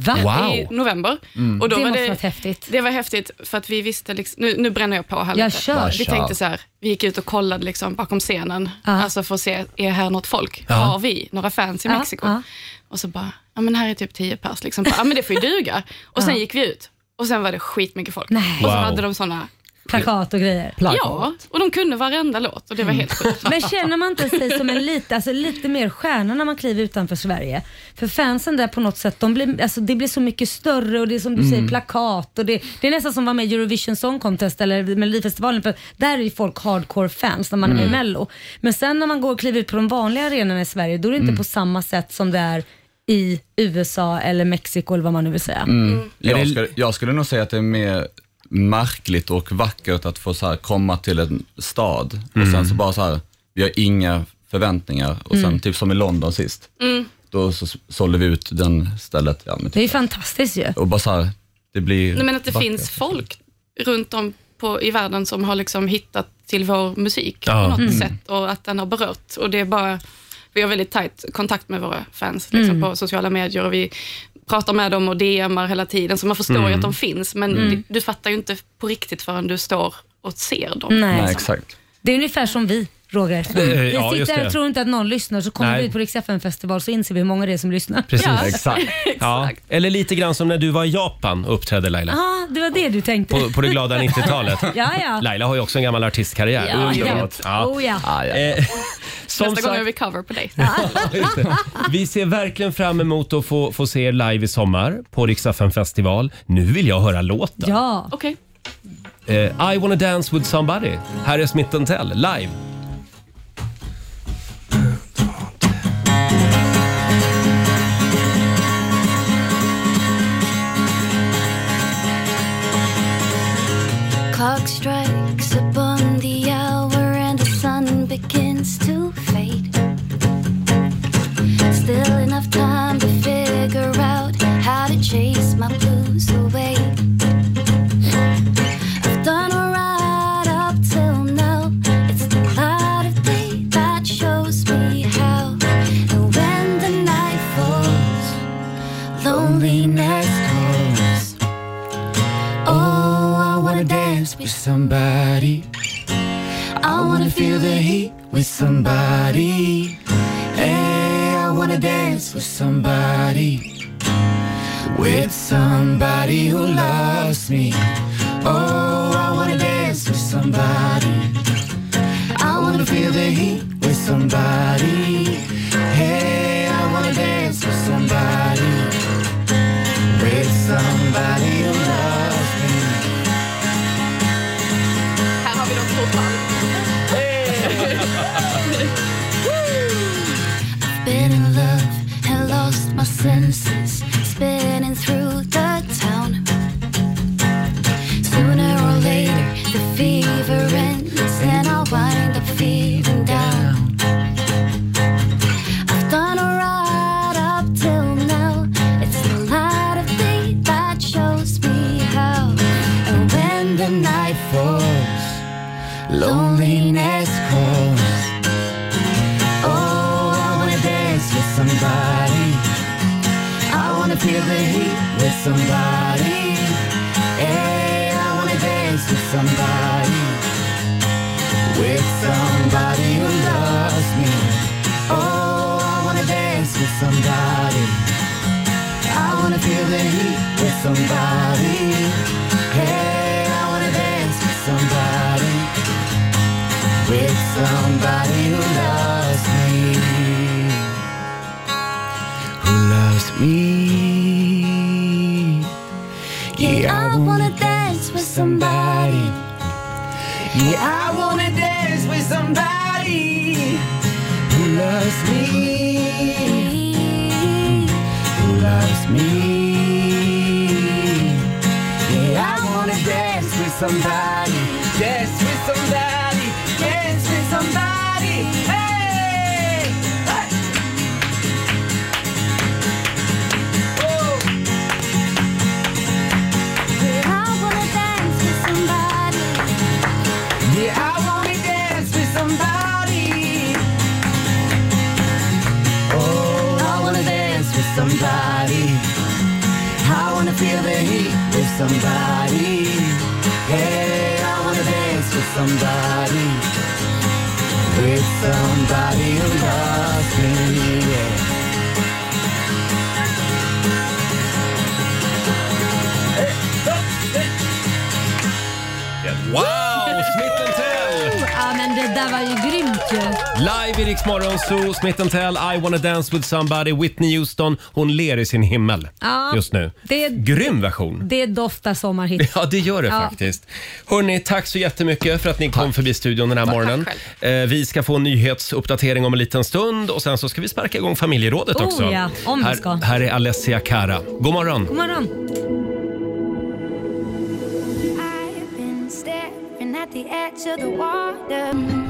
[SPEAKER 2] Va?
[SPEAKER 12] I
[SPEAKER 1] Wow.
[SPEAKER 12] november.
[SPEAKER 1] Mm.
[SPEAKER 12] Och då
[SPEAKER 2] Det
[SPEAKER 12] var
[SPEAKER 2] måste
[SPEAKER 12] det,
[SPEAKER 2] varit häftigt.
[SPEAKER 12] Det var häftigt för att vi visste, liksom, nu, nu bränner jag på här
[SPEAKER 2] Jag
[SPEAKER 12] lite.
[SPEAKER 2] kör.
[SPEAKER 12] Vi tänkte så här, vi gick ut och kollade liksom bakom scenen, alltså för att se, är här något folk?
[SPEAKER 2] Ja.
[SPEAKER 12] Har vi några fans i
[SPEAKER 2] Ja,
[SPEAKER 12] Mexiko?
[SPEAKER 2] ja.
[SPEAKER 12] Och så bara, ja men här är typ 10 pers, liksom. Bara, ja men det får ju duga. Och sen
[SPEAKER 2] Ja.
[SPEAKER 12] gick vi ut och sen var det skitmycket folk.
[SPEAKER 2] Nej.
[SPEAKER 12] Och så
[SPEAKER 2] Wow.
[SPEAKER 12] hade de såna
[SPEAKER 2] Plakat och grejer.
[SPEAKER 12] Ja, och de kunde varenda låt och det var
[SPEAKER 13] Mm.
[SPEAKER 12] helt sjukt.
[SPEAKER 2] Men känner man inte sig som en lite, alltså lite mer stjärna när man kliver utanför Sverige? För fansen där på något sätt, de blir, alltså det blir så mycket större och det är som du
[SPEAKER 14] Mm.
[SPEAKER 2] säger plakat och det, det är nästan som att vara med i Eurovision Song Contest eller Melodifestivalen för där är ju folk hardcore fans när man är med i
[SPEAKER 14] Mm.
[SPEAKER 2] Mello. Men sen när man går och kliver ut på de vanliga arenorna i Sverige då är det inte
[SPEAKER 13] Mm.
[SPEAKER 2] på samma sätt som det är i USA eller Mexiko eller vad man nu vill säga.
[SPEAKER 13] Mm. Jag, skulle, jag skulle nog säga att det är mer märkligt och vackert att få så här komma till en stad och sen så bara så här, vi har inga förväntningar och sen
[SPEAKER 2] Mm.
[SPEAKER 13] typ som i London sist,
[SPEAKER 2] Mm.
[SPEAKER 13] då så sålde vi ut den stället. Ja, men
[SPEAKER 2] Det är
[SPEAKER 13] typ,
[SPEAKER 2] ju fantastiskt ju.
[SPEAKER 13] och bara så här, det blir
[SPEAKER 12] Nej, men att det
[SPEAKER 13] vackert.
[SPEAKER 12] finns folk runt om på, i världen som har liksom hittat till vår musik
[SPEAKER 13] Ja.
[SPEAKER 12] på något
[SPEAKER 13] Mm.
[SPEAKER 12] sätt och att den har berört. Och det är bara, vi har väldigt tajt kontakt med våra fans liksom,
[SPEAKER 2] Mm.
[SPEAKER 12] på sociala medier och vi pratar med dem och DMar hela tiden, så man förstår
[SPEAKER 13] Mm.
[SPEAKER 12] ju att de finns, men
[SPEAKER 2] Mm.
[SPEAKER 12] du, du fattar ju inte på riktigt förrän du står och ser dem.
[SPEAKER 2] Nej.
[SPEAKER 13] Nej, exakt.
[SPEAKER 2] Det är ungefär som vi, Roger.
[SPEAKER 1] Eh,
[SPEAKER 13] Det-
[SPEAKER 2] Vi
[SPEAKER 13] ja,
[SPEAKER 2] sitter
[SPEAKER 13] just
[SPEAKER 2] här
[SPEAKER 13] det.
[SPEAKER 2] och tror inte att någon lyssnar, så kommer
[SPEAKER 1] Nej.
[SPEAKER 2] vi ut på Rix festival så inser vi hur många det är som lyssnar.
[SPEAKER 1] Precis. Ja. Eller lite grann som när du var i Japan och uppträdde Laila.
[SPEAKER 2] Ja, det var det du tänkte.
[SPEAKER 1] På, på det glada 90-talet.
[SPEAKER 2] Ah. Ja, ja.
[SPEAKER 1] Laila har ju också en gammal artistkarriär.
[SPEAKER 2] Ja, jag
[SPEAKER 1] Underbart.
[SPEAKER 2] vet. Oh, ja.
[SPEAKER 1] Eh, Som
[SPEAKER 12] Nästa gång
[SPEAKER 1] sagt,
[SPEAKER 12] gör vi cover på dig.
[SPEAKER 1] vi ser verkligen fram emot att få, få se er live i sommar på Riksaffen festival. Nu vill jag höra låten.
[SPEAKER 2] Ja.
[SPEAKER 12] Okej.
[SPEAKER 1] Eh, I wanna dance with somebody. Här är Smith Tell live.
[SPEAKER 10] Clock strikes upon the hour and the sun begins to fade. Still enough time to figure out how to chase my blues away. I've done alright up till now. It's the light of day that shows me how. And when the night falls, loneliness calls. Oh, I wanna dance with
[SPEAKER 5] somebody.
[SPEAKER 10] I wanna feel the heat
[SPEAKER 5] with somebody. Hey, I wanna dance with somebody. With somebody who loves me. Oh, I wanna dance with somebody. I wanna feel the heat with somebody. Hey, I wanna dance with somebody. With somebody who loves me.
[SPEAKER 12] Här har vi de två
[SPEAKER 10] Been in love and lost my senses, spinning through the town. Sooner or later, the fever ends, and I'll wind up feeling down. I've done alright up till now. It's the light of day that shows me how. And when the night falls,
[SPEAKER 5] Loneliness calls. Oh, I wanna dance with somebody. I wanna feel the heat with somebody. Hey, I wanna dance with somebody. With somebody who loves me. Oh, I wanna dance with somebody. I wanna feel the heat with somebody. Hey, I wanna dance with somebody. With somebody who loves me. Who loves me. Yeah, I wanna dance with somebody. Yeah, I wanna dance with somebody who loves me. Who loves me. Yeah, I wanna dance with somebody. Dance with somebody. Dance with somebody. Hey! Hey! Oh!
[SPEAKER 10] I wanna dance with somebody.
[SPEAKER 5] Yeah, I wanna dance with somebody. Oh, I wanna dance with somebody. I wanna feel the heat with somebody. Hey, I wanna dance with somebody. With somebody who loves me. Yeah.
[SPEAKER 1] Wow! Smith Tell!
[SPEAKER 2] Ja men det där var ju grymt ju.
[SPEAKER 1] Live i Rix Morgon Zoo, Smith Tell, I wanna dance with somebody, Whitney Houston. Hon ler i sin himmel
[SPEAKER 2] Ja,
[SPEAKER 1] just nu.
[SPEAKER 2] det-
[SPEAKER 1] Grym version!
[SPEAKER 2] Det doftar sommarhit.
[SPEAKER 1] Ja, det gör det
[SPEAKER 2] Ja.
[SPEAKER 1] faktiskt. Hörni, tack så jättemycket för att ni kom förbi studion den här morgonen. Eh, vi ska få en nyhetsuppdatering om en liten stund och sen så ska vi sparka igång familjerådet
[SPEAKER 2] Oh,
[SPEAKER 1] också.
[SPEAKER 2] ja, om vi
[SPEAKER 1] här,
[SPEAKER 2] ska.
[SPEAKER 1] här är Alessia Cara. God morgon!
[SPEAKER 2] God morgon.
[SPEAKER 10] I've been staring at the edge of the water.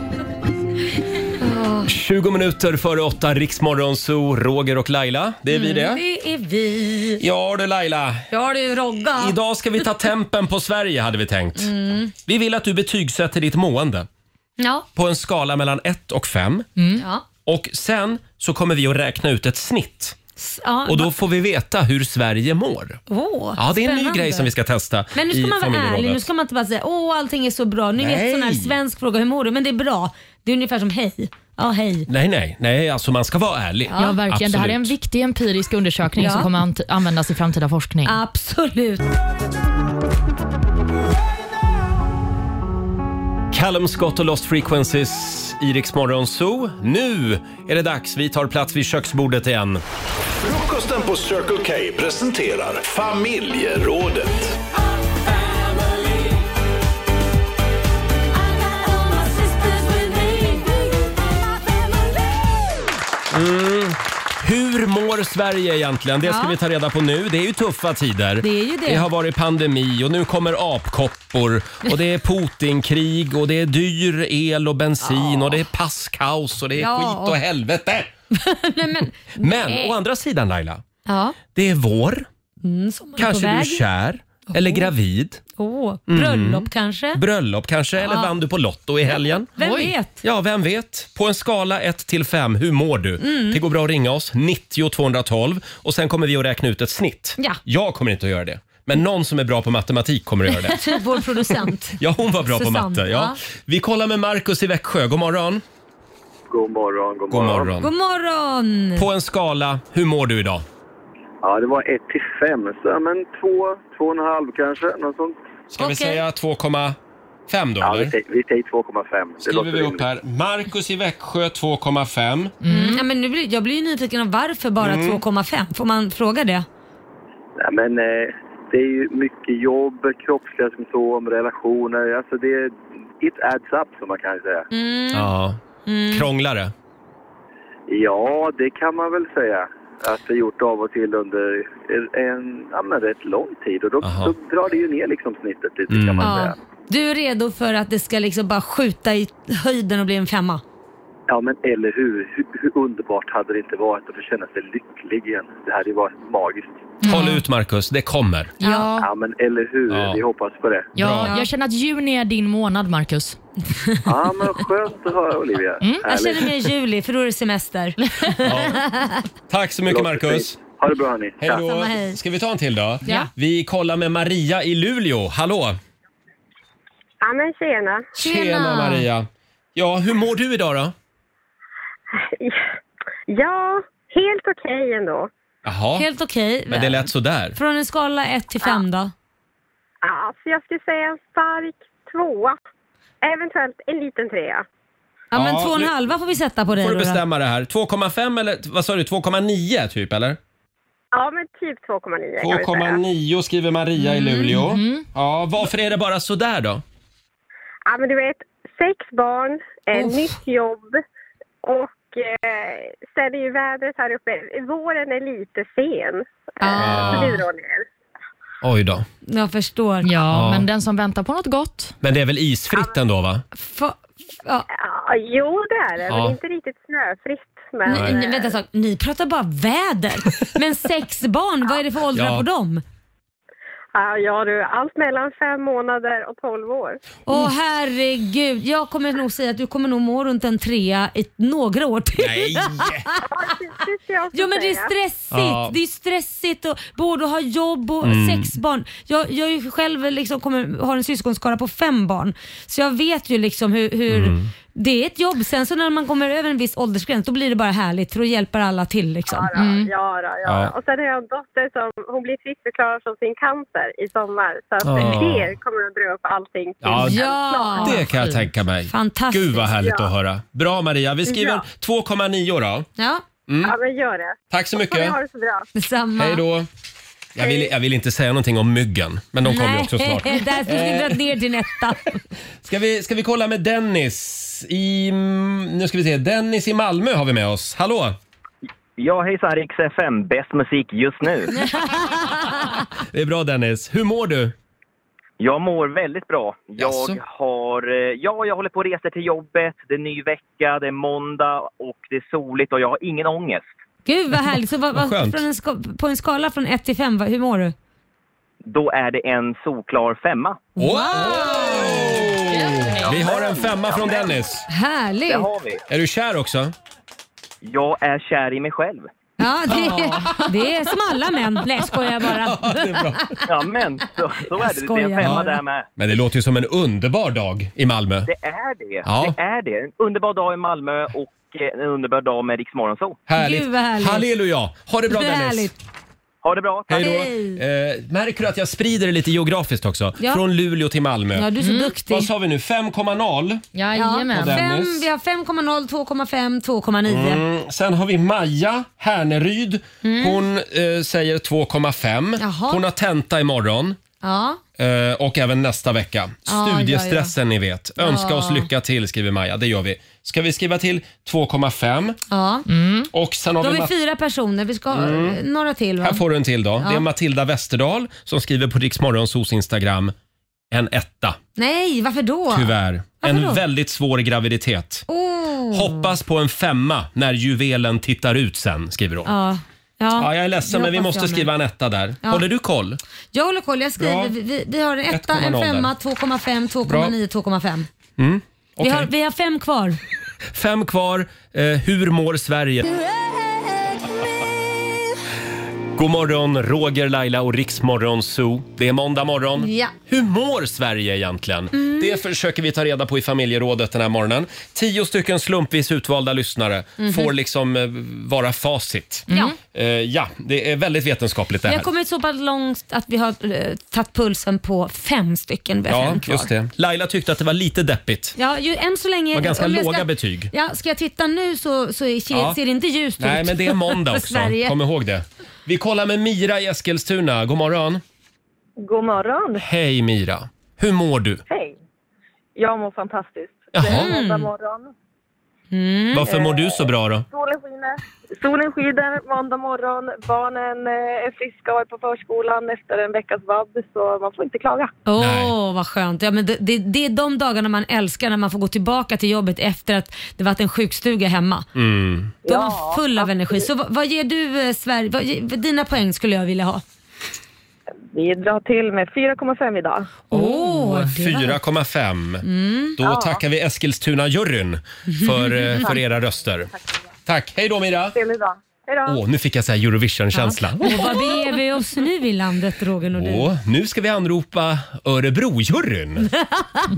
[SPEAKER 1] 20 minuter före åtta, Riksmorgon Zoo, Roger och Laila. Det är vi det.
[SPEAKER 2] Mm, Det är vi.
[SPEAKER 1] Ja du Laila,
[SPEAKER 2] Ja du Rogga.
[SPEAKER 1] idag ska vi ta tempen på Sverige hade vi tänkt.
[SPEAKER 2] Mm.
[SPEAKER 1] Vi vill att du betygsätter ditt mående
[SPEAKER 2] Ja.
[SPEAKER 1] på en skala mellan 1 och 5.
[SPEAKER 2] ja.
[SPEAKER 1] Och sen så kommer vi att räkna ut ett snitt.
[SPEAKER 2] S- ja
[SPEAKER 1] Och då får vi veta hur Sverige mår.
[SPEAKER 2] Åh,
[SPEAKER 1] Ja, det är en ny
[SPEAKER 2] spännande.
[SPEAKER 1] grej som vi ska testa
[SPEAKER 2] Men nu ska
[SPEAKER 1] i
[SPEAKER 2] man vara ärlig, nu
[SPEAKER 1] familjerådet.
[SPEAKER 2] ska man inte bara säga åh allting är så bra. Nu är det
[SPEAKER 1] Nej.
[SPEAKER 2] en sån här svensk fråga, hur mår du? Men det är bra. Det är ungefär som hej. Ja hej.
[SPEAKER 1] Nej, nej, nej, alltså man ska vara ärlig.
[SPEAKER 3] Ja, verkligen. Det här är en
[SPEAKER 1] Absolut.
[SPEAKER 3] viktig empirisk undersökning
[SPEAKER 2] Ja.
[SPEAKER 3] som kommer att användas i framtida forskning.
[SPEAKER 2] Absolut.
[SPEAKER 1] Callum Scott och Lost Frequencies i Rix Morgon Zoo. Nu är det dags, vi tar plats vid köksbordet igen.
[SPEAKER 9] Frukosten på Circle K presenterar familjerådet.
[SPEAKER 1] Sverige egentligen? Det ska
[SPEAKER 2] Ja.
[SPEAKER 1] vi ta reda på nu. Det är ju tuffa tider.
[SPEAKER 2] Det är ju det.
[SPEAKER 1] det har varit pandemi och nu kommer apkoppor och det är Putinkrig och det är dyr el och bensin och det är passkaos och det är
[SPEAKER 2] Ja.
[SPEAKER 1] skit och helvete. men
[SPEAKER 2] nej.
[SPEAKER 1] å andra sidan Laila,
[SPEAKER 2] Ja.
[SPEAKER 1] det är vår.
[SPEAKER 2] Mm, sommaren är
[SPEAKER 1] Kanske
[SPEAKER 2] på
[SPEAKER 1] du är
[SPEAKER 2] väg.
[SPEAKER 1] kär eller gravid.
[SPEAKER 2] Åh,
[SPEAKER 1] Mm.
[SPEAKER 2] bröllop kanske?
[SPEAKER 1] Bröllop kanske, eller
[SPEAKER 2] Ja.
[SPEAKER 1] vann du på Lotto i helgen?
[SPEAKER 2] Ah. Vem Oj. vet?
[SPEAKER 1] Ja, vem vet? På en skala 1 till 5, hur mår du?
[SPEAKER 2] Mm.
[SPEAKER 1] Det går bra att ringa oss, 90 212 och sen kommer vi att räkna ut ett snitt.
[SPEAKER 2] Ja.
[SPEAKER 1] Jag kommer inte att göra det, men någon som är bra på matematik kommer att göra det.
[SPEAKER 2] typ vår producent.
[SPEAKER 1] Ja, hon var bra på
[SPEAKER 2] Susanne,
[SPEAKER 1] matte. Ja.
[SPEAKER 2] ja.
[SPEAKER 1] Vi kollar med Markus i Växjö. God morgon.
[SPEAKER 14] God morgon, god
[SPEAKER 1] God
[SPEAKER 14] morgon.
[SPEAKER 1] morgon.
[SPEAKER 2] God morgon!
[SPEAKER 1] På en skala, hur mår du idag?
[SPEAKER 14] Ja, det var 1 till 5, så ja, men 2, 2,5 kanske, något sånt.
[SPEAKER 1] Ska vi säga 2,5 då?
[SPEAKER 14] Ja, vi
[SPEAKER 1] eller?
[SPEAKER 14] säger, vi säger 2,5. Det
[SPEAKER 1] Skriver
[SPEAKER 14] låter
[SPEAKER 1] vi upp
[SPEAKER 14] rimligt.
[SPEAKER 1] här. Markus i Växjö 2,5.
[SPEAKER 2] Mm. Ja, men nu blir, jag blir ju nyfiken om varför bara
[SPEAKER 1] Mm.
[SPEAKER 2] 2,5? Får man fråga det?
[SPEAKER 14] Nej, men eh, det är ju mycket jobb, kroppsliga symptom, relationer, alltså det... It adds up, som man kan säga.
[SPEAKER 2] Mm.
[SPEAKER 1] Ja. Krånglare.
[SPEAKER 14] Ja, det kan man väl säga att det gjort av och till under en ja, men rätt lång tid och då, då drar det ju ner liksom snittet lite kan man säga.
[SPEAKER 2] Ja. Du är redo för att det ska liksom bara skjuta i höjden och bli en femma?
[SPEAKER 14] Ja, men eller hur? hur? Hur underbart hade det inte varit att få känna sig lycklig igen? Det hade ju varit magiskt.
[SPEAKER 2] Mm.
[SPEAKER 1] Håll ut Markus, det kommer.
[SPEAKER 3] Ja.
[SPEAKER 14] Ja, men eller hur? Vi hoppas på det.
[SPEAKER 3] Ja, jag känner att juni är din månad, Marcus.
[SPEAKER 14] Ja, men skönt att höra Olivia.
[SPEAKER 3] Mm,
[SPEAKER 2] Jag känner mig i
[SPEAKER 14] Härligt.
[SPEAKER 2] juli, för då är det semester.
[SPEAKER 1] Tack så mycket
[SPEAKER 14] Låter
[SPEAKER 1] Markus.
[SPEAKER 14] Ha det bra hörni.
[SPEAKER 1] Hej
[SPEAKER 2] Samma,
[SPEAKER 1] då.
[SPEAKER 2] hej.
[SPEAKER 1] Ska vi ta en till då?
[SPEAKER 2] Ja.
[SPEAKER 1] Vi kollar med Maria i Luleå. Hallå!
[SPEAKER 15] Ja, men tjena.
[SPEAKER 1] Maria! Ja, hur mår du idag då?
[SPEAKER 15] Ja, helt okej ändå.
[SPEAKER 1] Jaha,
[SPEAKER 2] Helt okej.
[SPEAKER 1] men det lät sådär.
[SPEAKER 2] Från en skala 1 till 5 då?
[SPEAKER 15] Ja, så jag skulle säga en stark tvåa. Eventuellt en liten trea.
[SPEAKER 2] Ja, men
[SPEAKER 1] Ja,
[SPEAKER 2] två och en
[SPEAKER 1] nu-
[SPEAKER 2] halva får vi sätta på dig
[SPEAKER 1] Får du
[SPEAKER 2] då, då.
[SPEAKER 1] bestämma det här. 2,5 eller vad sa du? 2,9 typ eller?
[SPEAKER 15] Ja, men typ 2,9 kan vi säga.
[SPEAKER 1] 2,9 skriver Maria i Luleå.
[SPEAKER 2] Mm.
[SPEAKER 15] Mhm.
[SPEAKER 1] Ja, varför är det bara sådär då?
[SPEAKER 15] Ja, men du vet, sex barn, eh, nytt jobb och eh, sen är ju vädret här uppe. Våren är lite sen.
[SPEAKER 1] Ah.
[SPEAKER 15] Så det drar ner.
[SPEAKER 1] Oj då.
[SPEAKER 2] Jag förstår. Ja,
[SPEAKER 1] Ja.
[SPEAKER 3] men den som väntar på något gott.
[SPEAKER 1] Men det är väl isfritt ändå va?
[SPEAKER 2] ja.
[SPEAKER 15] jo, det är det.
[SPEAKER 1] Ja.
[SPEAKER 15] Men inte riktigt snöfritt. Men,
[SPEAKER 2] Nej. Nej, vänta en sak. Ni pratar bara väder. Men sex barn, vad är det för åldrar
[SPEAKER 1] Ja.
[SPEAKER 2] på dem?
[SPEAKER 15] Ja, ja du, allt mellan fem månader och tolv år.
[SPEAKER 2] Åh
[SPEAKER 1] Mm.
[SPEAKER 2] herregud, jag kommer nog säga att du kommer nog må runt en trea i några år till.
[SPEAKER 1] Nej.
[SPEAKER 2] Jo men det är stressigt.
[SPEAKER 1] Ja.
[SPEAKER 2] Det är stressigt och både att ha jobb och
[SPEAKER 1] Mm.
[SPEAKER 2] sex barn. Jag, jag är ju själv liksom kommer, har en syskonskara på fem barn. Så jag vet ju liksom hur, hur
[SPEAKER 1] Mm.
[SPEAKER 2] det är ett jobb. Sen så när man kommer över en viss åldersgräns då blir det bara härligt för då hjälper alla till liksom.
[SPEAKER 15] Ja,
[SPEAKER 16] Mm.
[SPEAKER 15] ja, ja,
[SPEAKER 2] Ja.
[SPEAKER 15] ja. Och sen har jag en dotter som hon blir friskförklarad från sin cancer i sommar. Så att
[SPEAKER 1] Ah.
[SPEAKER 15] det kommer att dra upp allting
[SPEAKER 17] Mm.
[SPEAKER 15] till
[SPEAKER 1] Ja,
[SPEAKER 15] en plan.
[SPEAKER 1] det kan jag tänka mig.
[SPEAKER 2] Fantastiskt.
[SPEAKER 1] Gud vad härligt
[SPEAKER 15] Ja.
[SPEAKER 1] att höra. Bra Maria, vi skriver
[SPEAKER 15] Ja.
[SPEAKER 1] 2,9 då.
[SPEAKER 2] Ja.
[SPEAKER 1] Mm.
[SPEAKER 15] ja, men gör det.
[SPEAKER 1] Tack så
[SPEAKER 15] Får ni
[SPEAKER 1] mycket.
[SPEAKER 15] ha det så bra.
[SPEAKER 2] Detsamma.
[SPEAKER 1] Hej då. Jag vill, jag vill inte säga någonting om myggen, men de kommer ju också snart.
[SPEAKER 2] Nej, därför skulle vi
[SPEAKER 1] Eh,
[SPEAKER 2] dra ner din etta.
[SPEAKER 1] Ska vi, ska vi kolla med Dennis i... Nu ska vi se. Dennis i Malmö har vi med oss. Hallå!
[SPEAKER 17] Ja, hejsan, Rix FM. Bäst musik just nu.
[SPEAKER 1] Det är bra Dennis. Hur mår du?
[SPEAKER 17] Jag mår väldigt bra. Jag
[SPEAKER 1] Jaså?
[SPEAKER 17] har... eh, Ja, jag håller på och reser till jobbet. Det är ny vecka, det är måndag och det är soligt och jag har ingen ångest.
[SPEAKER 2] Gud vad härligt. Så vad,
[SPEAKER 17] Vad
[SPEAKER 2] vad,
[SPEAKER 17] skönt.
[SPEAKER 2] från en ska- på en skala från 1 till 5, hur mår du?
[SPEAKER 17] Då är det en solklar femma.
[SPEAKER 1] Wow! Vi har en femma från Dennis.
[SPEAKER 2] Härligt.
[SPEAKER 17] Det har vi.
[SPEAKER 1] Är du kär också?
[SPEAKER 17] Jag är kär i mig själv.
[SPEAKER 2] Ja, det, det är som alla män. Nej, skojar bara.
[SPEAKER 17] Ja, men så, så är det. Det är en
[SPEAKER 2] skojar
[SPEAKER 17] femma
[SPEAKER 1] bara.
[SPEAKER 17] där med.
[SPEAKER 1] Men det låter ju som en underbar dag i Malmö.
[SPEAKER 17] Det är det.
[SPEAKER 1] Ja.
[SPEAKER 17] Det är det. En underbar dag i Malmö och eh, en underbar dag med Rix Morgonzoo.
[SPEAKER 1] Härligt.
[SPEAKER 17] Gud, vad härligt.
[SPEAKER 1] Halleluja! Ha det bra
[SPEAKER 17] Det är
[SPEAKER 1] Dennis!
[SPEAKER 17] härligt. Ha det bra.
[SPEAKER 1] Hej då. Eh, märker du att jag sprider det lite geografiskt också?
[SPEAKER 2] Ja.
[SPEAKER 1] Från Luleå till Malmö.
[SPEAKER 2] Ja, du är så Mm. duktig.
[SPEAKER 1] Vad sa vi nu? 5,0?
[SPEAKER 2] Jajamän.
[SPEAKER 1] Och Dennis?
[SPEAKER 2] Fem, vi har 5,0, 2,5, 2,9.
[SPEAKER 1] Mm. Sen har vi Maja Härneryd. Hon eh, säger 2,5.
[SPEAKER 2] Mm. Jaha.
[SPEAKER 1] Hon har tenta imorgon.
[SPEAKER 2] Ja.
[SPEAKER 1] Eh, Och även nästa
[SPEAKER 2] Ah,
[SPEAKER 1] vecka.
[SPEAKER 5] Ja,
[SPEAKER 1] Studiestressen ni vet. Önska
[SPEAKER 5] Ja.
[SPEAKER 1] oss lycka till skriver Maja. Det gör vi. Ska vi skriva till 2,5?
[SPEAKER 2] Ja.
[SPEAKER 1] Och sen har
[SPEAKER 2] Mm. Då
[SPEAKER 1] vi
[SPEAKER 2] är
[SPEAKER 1] Ma-
[SPEAKER 2] vi fyra personer, vi ska ha
[SPEAKER 1] Mm.
[SPEAKER 2] eh, några till va?
[SPEAKER 1] Här får du en till då.
[SPEAKER 2] Ja.
[SPEAKER 1] Det är Matilda Westerdahl som skriver på Riksmorgonsos Instagram. En etta,
[SPEAKER 2] Nej, varför då?
[SPEAKER 1] tyvärr.
[SPEAKER 2] Varför
[SPEAKER 1] en
[SPEAKER 2] då?
[SPEAKER 1] väldigt svår graviditet.
[SPEAKER 2] Oh.
[SPEAKER 1] Hoppas på en femma när juvelen tittar ut sen, skriver hon. Ja.
[SPEAKER 2] Ja. Ja.
[SPEAKER 1] jag är ledsen
[SPEAKER 2] det
[SPEAKER 1] men vi
[SPEAKER 2] hoppas
[SPEAKER 1] måste
[SPEAKER 2] jag med.
[SPEAKER 1] skriva en etta där.
[SPEAKER 2] Ja.
[SPEAKER 1] Håller du koll?
[SPEAKER 2] Jag håller koll, jag skriver.
[SPEAKER 1] Ja.
[SPEAKER 2] Vi, vi- vi har en etta, en
[SPEAKER 1] 1,0 där.
[SPEAKER 2] femma, 2,5, 2,9, 2,5.
[SPEAKER 1] Mm.
[SPEAKER 2] Vi, har-
[SPEAKER 1] okej. Mm.
[SPEAKER 2] vi har fem kvar.
[SPEAKER 1] Fem kvar. Eh, hur mår Sverige? God morgon, Roger, Laila och Riksmorgon Zoo. Det är måndag morgon.
[SPEAKER 2] Ja.
[SPEAKER 1] Hur mår Sverige egentligen?
[SPEAKER 2] Mm.
[SPEAKER 1] Det försöker vi ta reda på i familjerådet den här morgonen. Tio stycken slumpvis utvalda lyssnare
[SPEAKER 2] Mhm.
[SPEAKER 1] får liksom eh, vara facit.
[SPEAKER 2] Ja.
[SPEAKER 1] Eh, ja, det är väldigt vetenskapligt det
[SPEAKER 2] Vi
[SPEAKER 1] här.
[SPEAKER 2] har kommit så pass långt att vi har eh, tagit pulsen på fem stycken. Vi har
[SPEAKER 1] Ja,
[SPEAKER 2] fem kvar.
[SPEAKER 1] just det. Laila tyckte att det var lite deppigt.
[SPEAKER 2] Ja, ju, än så länge...
[SPEAKER 1] Det var ganska
[SPEAKER 2] om jag
[SPEAKER 1] låga betyg.
[SPEAKER 2] Ja, ska jag titta nu så, så är- ser,
[SPEAKER 1] Ja.
[SPEAKER 2] ser det inte ljust ut.
[SPEAKER 1] Nej, men det är måndag
[SPEAKER 2] för
[SPEAKER 1] också.
[SPEAKER 2] Sverige.
[SPEAKER 1] Kom ihåg det. Vi kollar med Mira i Eskilstuna. God morgon.
[SPEAKER 16] God morgon.
[SPEAKER 1] Hej Mira. Hur mår du?
[SPEAKER 16] Hej. Jag mår fantastiskt. Det
[SPEAKER 1] Jaha.
[SPEAKER 16] är
[SPEAKER 15] Mm.
[SPEAKER 16] måndag morgon.
[SPEAKER 1] Varför mår du så bra då?
[SPEAKER 16] Solen skiner. Solen skiner måndag morgon. Barnen eh, är friska och är på förskolan efter en veckas vabb, så man får inte klaga.
[SPEAKER 2] Åh, vad skönt. Ja, men det, det, det är de dagarna man älskar när man får gå tillbaka till jobbet efter att det varit en sjukstuga hemma.
[SPEAKER 1] Mm.
[SPEAKER 2] Då är man full av energi. Så vad, vad ger du eh, Sverige? Vad, ge- dina poäng skulle jag vilja ha.
[SPEAKER 16] Vi drar till med 4,5 idag.
[SPEAKER 2] Åh, det var-
[SPEAKER 1] 4,5.
[SPEAKER 16] Mm.
[SPEAKER 1] Då
[SPEAKER 16] Ja.
[SPEAKER 1] tackar vi Eskilstuna-juryn för, eh, för era röster. Tack. Hej då Mira.
[SPEAKER 16] Trevlig dag. Hej då.
[SPEAKER 1] Åh, nu fick jag så här Eurovision-känsla.
[SPEAKER 2] Och vad beger vi oss nu i landet Roger Nordin?
[SPEAKER 1] Åh, nu ska vi anropa Örebro-juryn.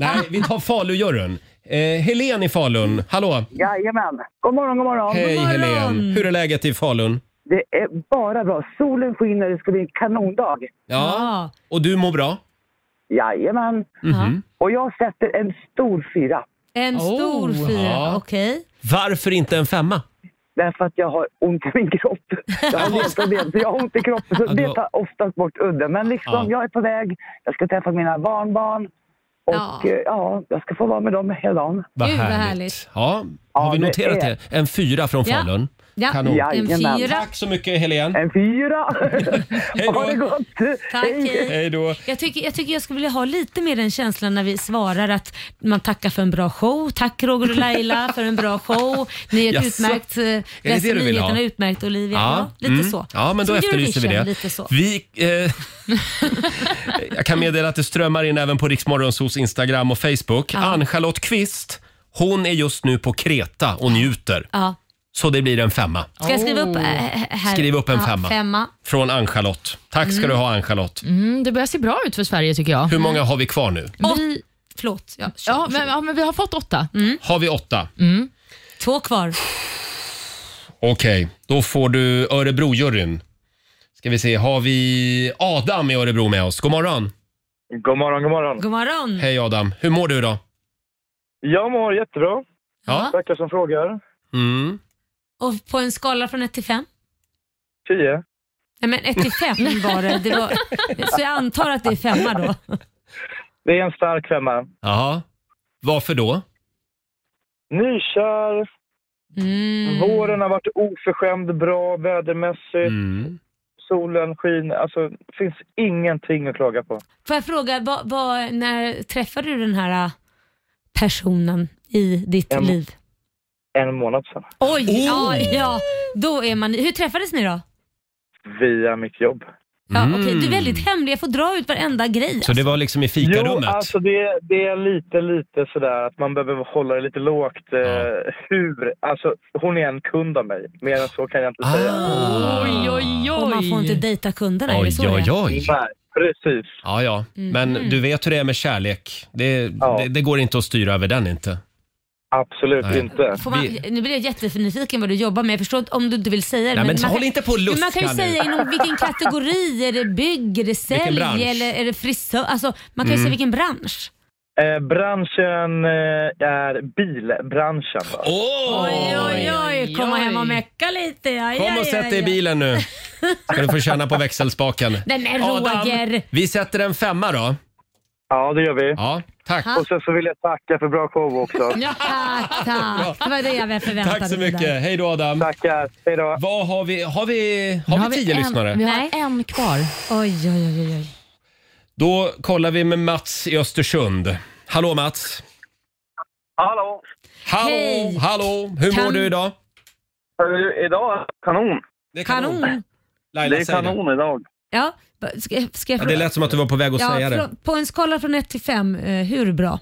[SPEAKER 1] Nej, vi tar Falu-juryn. Eh, Helen i Falun, hallå.
[SPEAKER 6] Jajamän. God morgon, god morgon.
[SPEAKER 1] Hej Helen. Hur är läget i Falun?
[SPEAKER 6] Det är bara bra. Solen skiner, det ska bli en kanondag.
[SPEAKER 1] Ja. Och du mår bra?
[SPEAKER 6] Jajamän.
[SPEAKER 1] Mhm.
[SPEAKER 6] Och jag sätter en stor fyra.
[SPEAKER 2] En stor
[SPEAKER 1] Oh.
[SPEAKER 2] fyra,
[SPEAKER 1] Ja.
[SPEAKER 2] okej.
[SPEAKER 1] Varför inte en femma?
[SPEAKER 6] Därför att jag har ont i min kropp. Jag har ledproblem, så jag har ont i kroppen. Så
[SPEAKER 1] Ja, du
[SPEAKER 6] det
[SPEAKER 1] har-
[SPEAKER 6] tar oftast bort udden. Men liksom,
[SPEAKER 1] Ja.
[SPEAKER 6] jag är på väg. Jag ska träffa mina barnbarn. Och
[SPEAKER 2] Ja.
[SPEAKER 6] ja, ja jag ska få vara med dem hela dagen.
[SPEAKER 1] Vad
[SPEAKER 2] Gud, vad
[SPEAKER 1] härligt.
[SPEAKER 2] härligt.
[SPEAKER 1] Ja, har vi
[SPEAKER 6] det
[SPEAKER 1] noterat
[SPEAKER 6] är-
[SPEAKER 1] det? En fyra från
[SPEAKER 2] Ja.
[SPEAKER 1] Falun.
[SPEAKER 2] Ja, en
[SPEAKER 1] Jajamän.
[SPEAKER 2] fyra.
[SPEAKER 1] Tack så mycket Helen. En
[SPEAKER 6] fyra.
[SPEAKER 1] Hej då.
[SPEAKER 2] Tack, hej.
[SPEAKER 1] Hej då.
[SPEAKER 2] Jag tycker, jag tycker jag skulle vilja ha lite mer den känslan när vi svarar att man tackar för en bra show. Tack Roger och Laila för en bra show. Ni är ett
[SPEAKER 1] Jaså?
[SPEAKER 2] utmärkt... eh,
[SPEAKER 1] det
[SPEAKER 2] resten
[SPEAKER 1] det du vill
[SPEAKER 2] nyheterna
[SPEAKER 1] ha?
[SPEAKER 2] är utmärkt Olivia. Ja, lite
[SPEAKER 1] mm.
[SPEAKER 2] så.
[SPEAKER 1] Ja, men då
[SPEAKER 2] Som
[SPEAKER 1] efterlyser vi
[SPEAKER 2] Eurovision,
[SPEAKER 1] det.
[SPEAKER 2] Lite så.
[SPEAKER 1] Vi, eh, jag kan meddela att det strömmar in även på Riksmorgonsos Instagram och Facebook. Ann-Charlotte Kvist, hon är just nu på Kreta och njuter.
[SPEAKER 2] Ja.
[SPEAKER 1] Så det blir en femma.
[SPEAKER 2] Ska jag skriva upp eh, här?
[SPEAKER 1] Oh. Skriv upp en
[SPEAKER 2] Ja,
[SPEAKER 1] femma.
[SPEAKER 2] femma.
[SPEAKER 1] Från Ann-Charlotte. Tack ska
[SPEAKER 3] Mm.
[SPEAKER 1] du ha Ann-Charlotte.
[SPEAKER 3] Mm, det börjar se bra ut för Sverige tycker jag.
[SPEAKER 1] Hur många har vi kvar nu?
[SPEAKER 3] Vi...
[SPEAKER 2] Förlåt. Ja,
[SPEAKER 3] ja, men, ja, men vi har fått åtta.
[SPEAKER 1] Har vi åtta?
[SPEAKER 2] Mm. Två kvar.
[SPEAKER 1] Okej, då får du Örebro-juryn. Ska vi se, har vi Adam i Örebro med oss? God morgon!
[SPEAKER 18] God morgon, god morgon.
[SPEAKER 2] God morgon.
[SPEAKER 1] Hej Adam, hur mår du idag?
[SPEAKER 18] Jag mår jättebra.
[SPEAKER 1] Ja.
[SPEAKER 18] Tackar som frågar.
[SPEAKER 1] Mm.
[SPEAKER 2] Och på en skala från 1 till 5?
[SPEAKER 18] 10.
[SPEAKER 2] Nej men 1 till 5 var det. det var, så jag antar att det är femma då.
[SPEAKER 18] Det är en stark femma.
[SPEAKER 1] Jaha. Varför då?
[SPEAKER 18] Nykär.
[SPEAKER 2] Mm.
[SPEAKER 18] Våren har varit oförskämd bra vädermässigt.
[SPEAKER 1] Mm.
[SPEAKER 2] Mm.
[SPEAKER 18] Solen skiner. Alltså, det finns ingenting att klaga på.
[SPEAKER 2] Får jag fråga, vad, vad, när träffade du den här äh, personen i ditt
[SPEAKER 18] En-
[SPEAKER 2] liv?
[SPEAKER 18] En månad sedan.
[SPEAKER 2] Oj! Ja, ja, då är man... Hur träffades ni då?
[SPEAKER 18] Via mitt jobb.
[SPEAKER 2] Ja,
[SPEAKER 1] Mm.
[SPEAKER 2] okej, du är väldigt hemlig. Jag får dra ut varenda grej.
[SPEAKER 1] Så det var liksom i
[SPEAKER 18] Jo,
[SPEAKER 1] fikarummet?
[SPEAKER 18] alltså det, det är lite, lite sådär att man behöver hålla det lite lågt. eh, Hur? Alltså, hon är en kund av mig. Mer än så kan jag
[SPEAKER 1] Ah,
[SPEAKER 18] inte säga.
[SPEAKER 2] Ah. Oj, oj, oj. alltså. Och man får inte dejta kunderna, är det så
[SPEAKER 1] Oj, oj,
[SPEAKER 2] det är?
[SPEAKER 1] oj.
[SPEAKER 18] Nej, precis.
[SPEAKER 1] Ja, ja.
[SPEAKER 2] Mm.
[SPEAKER 1] Men du vet hur det är med kärlek. Det, det, det går inte att styra över den inte.
[SPEAKER 18] Absolut
[SPEAKER 1] inte.
[SPEAKER 2] Får man, nu blir jag jättenyfiken vad du jobbar med. Jag förstår inte om du inte vill säga det.
[SPEAKER 1] Nej, men
[SPEAKER 2] man,
[SPEAKER 1] håll inte på och
[SPEAKER 2] Jo, Man
[SPEAKER 1] luska
[SPEAKER 2] kan ju
[SPEAKER 1] nu.
[SPEAKER 2] säga inom vilken kategori. Är det bygg, är det
[SPEAKER 18] bransch?
[SPEAKER 2] sälj eller är det frisör? Alltså, man kan ju
[SPEAKER 18] Mm.
[SPEAKER 2] säga vilken bransch.
[SPEAKER 18] Eh, branschen eh, är bilbranschen. Då.
[SPEAKER 2] Oj, oj, oj. Komma hem och mecka lite. Ja,
[SPEAKER 1] Kom
[SPEAKER 2] ja,
[SPEAKER 1] och
[SPEAKER 2] ja,
[SPEAKER 1] sätt dig i
[SPEAKER 2] ja.
[SPEAKER 1] bilen nu. Ska du få känna på växelspaken.
[SPEAKER 2] Nej men
[SPEAKER 1] Adam,
[SPEAKER 2] Roger!
[SPEAKER 1] vi sätter en femma då.
[SPEAKER 18] Ja, det gör vi.
[SPEAKER 1] Ja,
[SPEAKER 2] tack.
[SPEAKER 18] Och sen så vill jag tacka för bra show också.
[SPEAKER 2] Tack, tack. Det var det jag förväntade mig.
[SPEAKER 1] Tack så
[SPEAKER 2] där.
[SPEAKER 1] mycket. Hej då Adam.
[SPEAKER 18] Tackar. Hej då.
[SPEAKER 1] Vad har vi? Har vi, har
[SPEAKER 2] Nu
[SPEAKER 1] vi tio
[SPEAKER 2] en,
[SPEAKER 1] lyssnare?
[SPEAKER 2] Vi har en kvar. Oj, oj, oj. oj, oj.
[SPEAKER 1] Då kollar vi med Mats i Östersund. Hallå Mats!
[SPEAKER 19] Hallå!
[SPEAKER 1] Hallå,
[SPEAKER 19] Hej.
[SPEAKER 1] hallå! Hur mår
[SPEAKER 19] Kan-
[SPEAKER 1] du idag?
[SPEAKER 19] Hörru, Idag, kanon.
[SPEAKER 1] Det är
[SPEAKER 2] kanon. Kanon.
[SPEAKER 1] Laila,
[SPEAKER 19] det är
[SPEAKER 1] säg det.
[SPEAKER 19] kanon idag.
[SPEAKER 2] Ja, ba- ska, ska jag
[SPEAKER 1] Ja, det lät som att du var på väg att
[SPEAKER 2] ja,
[SPEAKER 1] säga det.
[SPEAKER 2] frå- På en skala från 1 till 5, eh, hur bra?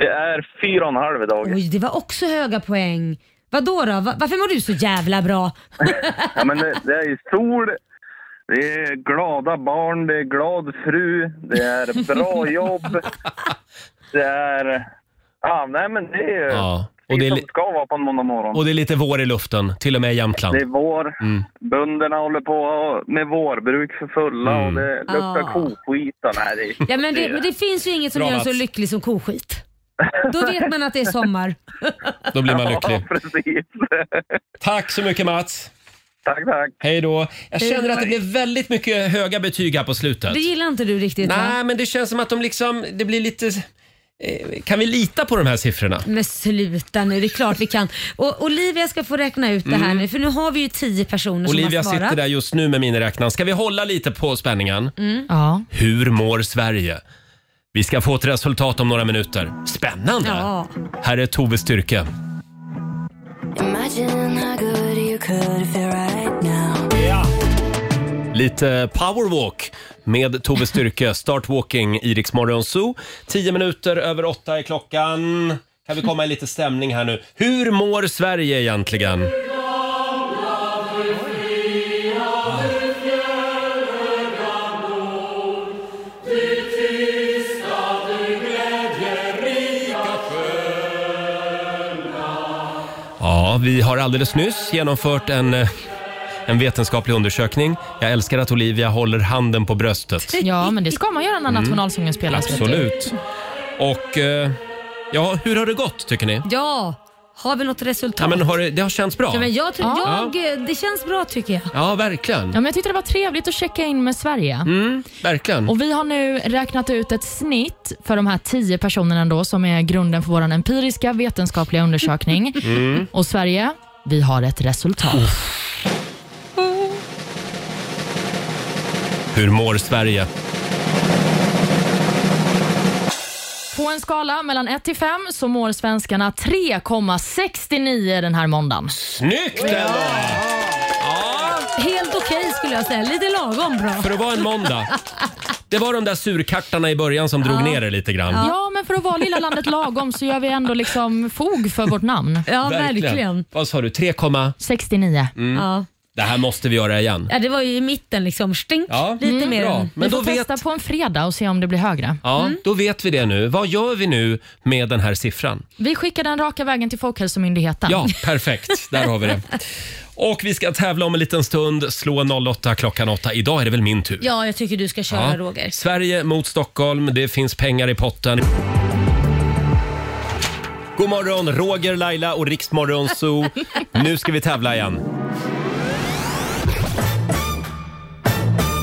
[SPEAKER 19] Det är fyra och en halv idag.
[SPEAKER 2] Oj, det var också höga poäng. Vadå då? Va- Varför mår du så jävla bra?
[SPEAKER 19] Ja, men det, det är ju sol, det är glada barn, det är glad fru, det är bra jobb. Det är... Ja, nej men det är
[SPEAKER 1] Ja,
[SPEAKER 19] och
[SPEAKER 1] och
[SPEAKER 19] det
[SPEAKER 1] det är
[SPEAKER 19] som
[SPEAKER 1] li-
[SPEAKER 19] ska vara på en måndag morgon.
[SPEAKER 1] Och det är lite vår i luften, till och med i Jämtland.
[SPEAKER 19] Det är vår.
[SPEAKER 1] Mm.
[SPEAKER 19] Bönderna håller på med vårbruk för fulla
[SPEAKER 1] Mm.
[SPEAKER 19] och det luktar
[SPEAKER 2] Ah.
[SPEAKER 19] koskit. och Nej, det,
[SPEAKER 2] Ja, men det, men det finns ju inget som
[SPEAKER 19] Bra,
[SPEAKER 2] gör en så
[SPEAKER 19] Mats.
[SPEAKER 2] lycklig som koskit. Då vet man att det är sommar.
[SPEAKER 1] Då blir man
[SPEAKER 19] Ja,
[SPEAKER 1] lycklig. Tack så mycket Mats!
[SPEAKER 19] Tack, tack.
[SPEAKER 1] Hej då. Jag
[SPEAKER 2] Hej.
[SPEAKER 1] känner att det blev väldigt mycket höga betyg här på slutet.
[SPEAKER 2] Det gillar inte du riktigt va?
[SPEAKER 1] Nej, men det känns som att de liksom, det blir lite... eh, Kan vi lita på de här siffrorna?
[SPEAKER 2] Men sluta nu, det är klart vi kan. Och Olivia ska få räkna ut det här
[SPEAKER 1] Mm.
[SPEAKER 2] nu, för nu har vi ju tio personer
[SPEAKER 1] Olivia
[SPEAKER 2] som har svarat.
[SPEAKER 1] sitter där just nu med miniräknaren. Ska vi hålla lite på spänningen?
[SPEAKER 2] Mm.
[SPEAKER 3] Ja.
[SPEAKER 1] Hur mår Sverige? Vi ska få ett resultat om några minuter. Spännande!
[SPEAKER 10] Ja.
[SPEAKER 1] Här är Tove Styrke.
[SPEAKER 10] Imagine how good you could feel right now.
[SPEAKER 1] Lite powerwalk med Tove Styrke. Start walking i Rix Morgon Zoo. Tio minuter över åtta är klockan. Kan vi komma i lite stämning här nu? Hur mår Sverige egentligen? Ja, vi har alldeles nyss genomfört en, eh, en vetenskaplig undersökning. Jag älskar att Olivia håller handen på bröstet.
[SPEAKER 3] Ja, men det ska man göra när
[SPEAKER 1] Mm.
[SPEAKER 3] nationalsången spelas. vet du.
[SPEAKER 1] Absolut. Och eh, ja, hur har det gått tycker ni?
[SPEAKER 2] Ja, har vi något resultat?
[SPEAKER 1] Ja, men har det, det har känts bra?
[SPEAKER 2] Ja, men jag, tror-
[SPEAKER 1] Ja.
[SPEAKER 2] jag, det känns bra tycker jag.
[SPEAKER 1] Ja, verkligen.
[SPEAKER 3] Ja, men jag tyckte det var trevligt att checka in med Sverige.
[SPEAKER 1] Mm, verkligen.
[SPEAKER 3] Och Vi har nu räknat ut ett snitt för de här tio personerna då, som är grunden för vår empiriska vetenskapliga undersökning.
[SPEAKER 5] Mm.
[SPEAKER 3] Och Sverige, vi har ett resultat.
[SPEAKER 1] Hur mår Sverige?
[SPEAKER 3] På en skala mellan 1 till 5 så mår svenskarna 3,69 den här måndagen.
[SPEAKER 1] Snyggt ändå!
[SPEAKER 2] Helt okej skulle jag säga, lite lagom bra.
[SPEAKER 1] För att vara en måndag. Det var de där surkartarna i början som drog
[SPEAKER 3] Ja.
[SPEAKER 1] ner det lite grann.
[SPEAKER 3] Ja, men för att vara lilla landet lagom så gör vi ändå liksom fog för vårt namn.
[SPEAKER 1] Vad sa du? 3,
[SPEAKER 3] 69.
[SPEAKER 1] mm.
[SPEAKER 2] Ja.
[SPEAKER 1] Det här måste vi göra igen.
[SPEAKER 2] Ja, det var ju i mitten liksom. Stink,
[SPEAKER 1] Ja,
[SPEAKER 2] lite
[SPEAKER 1] mm,
[SPEAKER 2] mer.
[SPEAKER 1] bra.
[SPEAKER 2] än-
[SPEAKER 1] Men
[SPEAKER 3] vi
[SPEAKER 1] då
[SPEAKER 3] får
[SPEAKER 1] vet-
[SPEAKER 3] testa Mm. på en fredag och se om det blir högre.
[SPEAKER 1] Ja, då vet vi det nu. Vad gör vi nu med den här siffran?
[SPEAKER 3] Vi skickar den raka vägen till Folkhälsomyndigheten.
[SPEAKER 1] Ja, perfekt. Där har vi det. Och vi ska tävla om en liten stund. Slå 08 klockan 8. Idag är det väl min tur?
[SPEAKER 2] Ja, jag tycker du ska köra
[SPEAKER 1] Ja.
[SPEAKER 2] Roger.
[SPEAKER 1] Sverige mot Stockholm. Det finns pengar i potten. God morgon, Roger, Laila och Riksmorgon Zoo. Nu ska vi tävla igen.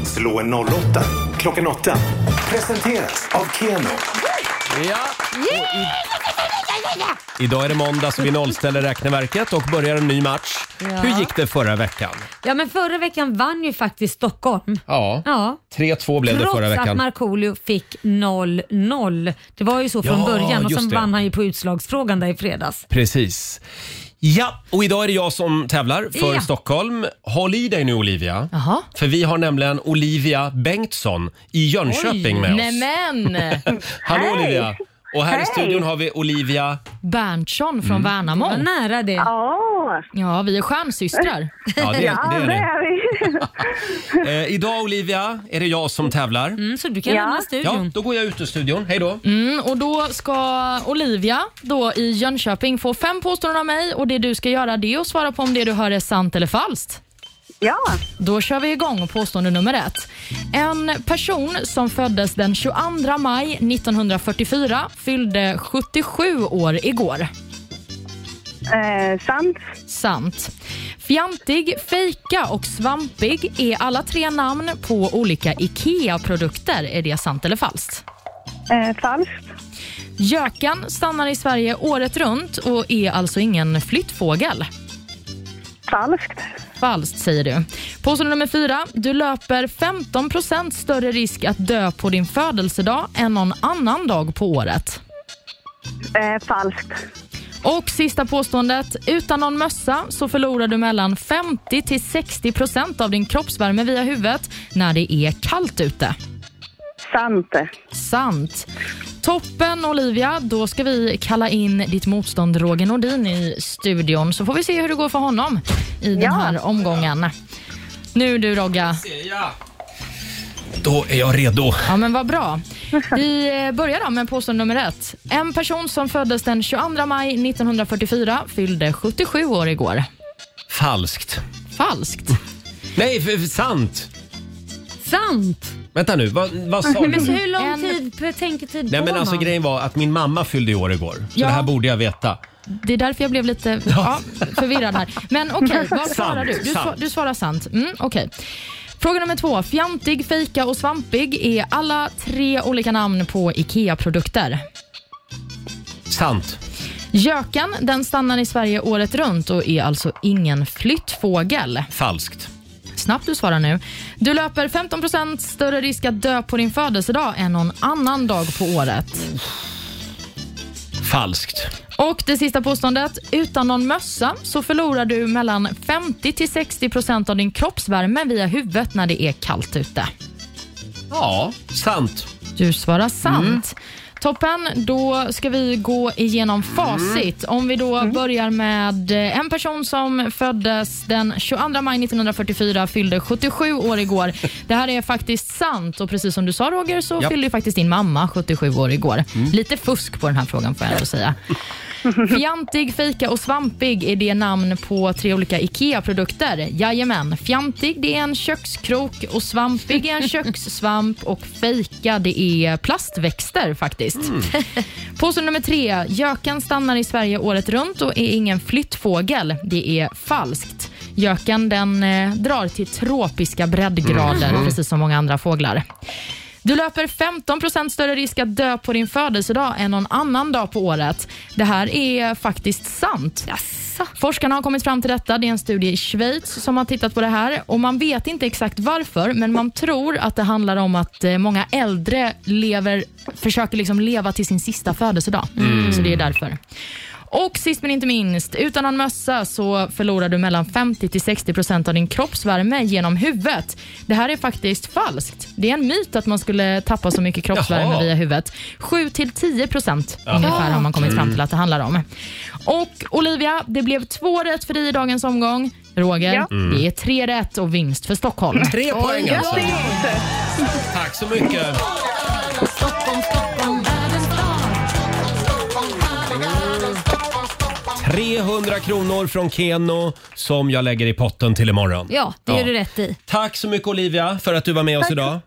[SPEAKER 9] Slå en 08 klockan 8. Presenteras av Keno.
[SPEAKER 1] Ja. Idag är det måndag så vi nollställer räkneverket och börjar en ny match.
[SPEAKER 2] Ja.
[SPEAKER 1] Hur gick det förra veckan?
[SPEAKER 2] Ja, men förra veckan vann ju faktiskt Stockholm.
[SPEAKER 1] Ja.
[SPEAKER 2] Ja.
[SPEAKER 1] 3-2 blev det
[SPEAKER 2] Trots
[SPEAKER 1] förra
[SPEAKER 2] att
[SPEAKER 1] veckan.
[SPEAKER 2] Markoolio fick 0-0. Det var ju så från
[SPEAKER 1] Ja,
[SPEAKER 2] början och
[SPEAKER 1] just
[SPEAKER 2] sen
[SPEAKER 1] det.
[SPEAKER 2] vann han ju på utslagsfrågan där i fredags.
[SPEAKER 1] Precis. Ja, och idag är det jag som tävlar för
[SPEAKER 2] Ja.
[SPEAKER 1] Stockholm. Håll i dig nu Olivia.
[SPEAKER 3] Jaha.
[SPEAKER 1] För vi har nämligen Olivia Bengtsson i Jönköping med oss.
[SPEAKER 3] Nämen!
[SPEAKER 1] Hallå Olivia! Och här i
[SPEAKER 3] Hej.
[SPEAKER 1] studion har vi Olivia.
[SPEAKER 3] Berntsson
[SPEAKER 1] Mm.
[SPEAKER 3] från Värnamo.
[SPEAKER 2] Det var nära det.
[SPEAKER 3] Ja. ja, vi är stjärnsystrar.
[SPEAKER 1] Ja, det- Ja, det är ni. det är
[SPEAKER 3] vi.
[SPEAKER 1] Eh, idag Olivia är det jag som tävlar.
[SPEAKER 2] Mm, så
[SPEAKER 3] du kan Ja. lämna studion.
[SPEAKER 2] Mm.
[SPEAKER 1] Ja, då går jag ut ur studion. Hej då.
[SPEAKER 3] Mm, och då ska Olivia då i Jönköping få fem påståenden av mig och det du ska göra det är att svara på om det du hör är sant eller falskt. Ja. Då kör vi igång påstående nummer ett. En person som föddes den 22 maj 1944 fyllde 77 år igår.
[SPEAKER 16] Eh,
[SPEAKER 3] sant. Sant. Fjantig, fejka och svampig är alla tre namn på olika IKEA-produkter. Är det sant eller falskt?
[SPEAKER 16] Eh, falskt.
[SPEAKER 3] Gökan stannar i Sverige året runt och är alltså ingen flyttfågel.
[SPEAKER 16] Falskt.
[SPEAKER 3] Falskt säger du. Påstående nummer fyra. Du löper 15 större risk att dö på din födelsedag än någon annan dag på året.
[SPEAKER 16] Eh, falskt.
[SPEAKER 3] Och sista påståendet. Utan någon mössa så förlorar du mellan 50 till 60 procent av din kroppsvärme via huvudet när det är kallt ute.
[SPEAKER 16] Sant.
[SPEAKER 3] Sant. Toppen Olivia, då ska vi kalla in ditt motstånd Roger Nordin i studion så får vi se hur det går för honom i den här omgången. Nu du Rogga.
[SPEAKER 1] Då är jag redo.
[SPEAKER 3] Ja, men vad bra. Vi eh, börjar då med påstående nummer ett. En person som föddes den 22 maj 1944 fyllde 77 år igår.
[SPEAKER 1] Falskt.
[SPEAKER 3] Falskt.
[SPEAKER 1] Nej, f- f- sant!
[SPEAKER 2] Sant!
[SPEAKER 1] Vänta nu, vad, vad sa
[SPEAKER 2] Men så
[SPEAKER 3] Mm.
[SPEAKER 1] du?
[SPEAKER 2] hur lång tid, per- tänketid
[SPEAKER 1] Nej
[SPEAKER 2] får
[SPEAKER 1] men alltså
[SPEAKER 2] man?
[SPEAKER 1] grejen var att min mamma fyllde i år igår. Så
[SPEAKER 3] Ja.
[SPEAKER 1] det här borde jag veta.
[SPEAKER 3] Det är därför jag blev lite ja, förvirrad här. Men okej, vad
[SPEAKER 1] Sant,
[SPEAKER 3] svarar du? Du, sva-
[SPEAKER 1] sant.
[SPEAKER 3] du svarar sant. Mm, okej. Fråga nummer två. Fjantig, fejka och svampig är alla tre olika namn på IKEA-produkter.
[SPEAKER 1] Sant.
[SPEAKER 3] Gökan den stannar i Sverige året runt och är alltså ingen flyttfågel.
[SPEAKER 1] Falskt.
[SPEAKER 3] Snabbt du svarar nu. Du löper 15 större risk att dö på din födelsedag än någon annan dag på året.
[SPEAKER 1] Falskt.
[SPEAKER 3] Och det sista påståendet. Utan någon mössa så förlorar du mellan 50 till 60 procent av din kroppsvärme via huvudet när det är kallt ute.
[SPEAKER 1] Ja, sant.
[SPEAKER 3] Du svarar sant. Toppen, då ska vi gå igenom facit. Om vi då börjar med eh, en person som föddes den 22 maj 1944, fyllde 77 år igår. Det här är faktiskt sant och precis som du sa Roger så
[SPEAKER 2] Ja.
[SPEAKER 3] fyllde ju faktiskt din mamma 77 år igår. Lite fusk på den här frågan får jag ändå säga. Fjantig, fika och svampig är det namn på tre olika IKEA-produkter. Jajamän. Fjantig det är en kökskrok och svampig är en kökssvamp och fejka det är plastväxter faktiskt.
[SPEAKER 2] Mm.
[SPEAKER 3] Påstående nummer tre. Gökan stannar i Sverige året runt och är ingen flyttfågel. Det är falskt. Gökan den eh, drar till tropiska breddgrader
[SPEAKER 2] Mhm.
[SPEAKER 3] precis som många andra fåglar. Du löper 15 större risk att dö på din födelsedag än någon annan dag på året. Det här är faktiskt sant. Forskarna har kommit fram till detta. Det är en studie i Schweiz som har tittat på det här. Och Man vet inte exakt varför, men man tror att det handlar om att eh, många äldre lever, försöker liksom leva till sin sista födelsedag.
[SPEAKER 2] Mm.
[SPEAKER 3] Så det är därför. Och sist men inte minst, utan någon mössa så förlorar du mellan 50 till 60 procent av din kroppsvärme genom huvudet. Det här är faktiskt falskt. Det är en myt att man skulle tappa så mycket kroppsvärme
[SPEAKER 2] Jaha.
[SPEAKER 3] via huvudet. 7 till 10 procent
[SPEAKER 2] Jaha.
[SPEAKER 3] ungefär har man kommit fram
[SPEAKER 2] Mm.
[SPEAKER 3] till att det handlar om. Och Olivia, det blev två rätt för dig i dagens omgång. Roger,
[SPEAKER 1] Ja. Mm.
[SPEAKER 3] det är tre rätt och vinst för Stockholm.
[SPEAKER 1] Tre poäng alltså. Tack så mycket.
[SPEAKER 5] Stockholm, världens stad.
[SPEAKER 1] 300 kronor från Keno som jag lägger i potten till imorgon.
[SPEAKER 2] Ja, det gör du rätt i.
[SPEAKER 1] Tack så mycket Olivia för att du var med oss
[SPEAKER 2] Tack.
[SPEAKER 1] idag.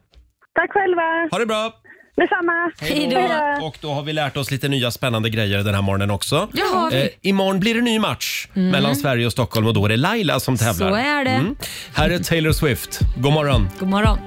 [SPEAKER 16] Tack själva.
[SPEAKER 1] Ha det bra!
[SPEAKER 16] Detsamma.
[SPEAKER 1] Och då har vi lärt oss lite nya spännande grejer den här morgonen också.
[SPEAKER 2] Det har
[SPEAKER 1] Eh,
[SPEAKER 2] vi.
[SPEAKER 1] imorgon blir det ny match
[SPEAKER 2] Mm.
[SPEAKER 1] mellan Sverige och Stockholm och då är det Laila som tävlar.
[SPEAKER 2] Så är det.
[SPEAKER 1] Mm. Här är Taylor Swift. God morgon.
[SPEAKER 2] God morgon.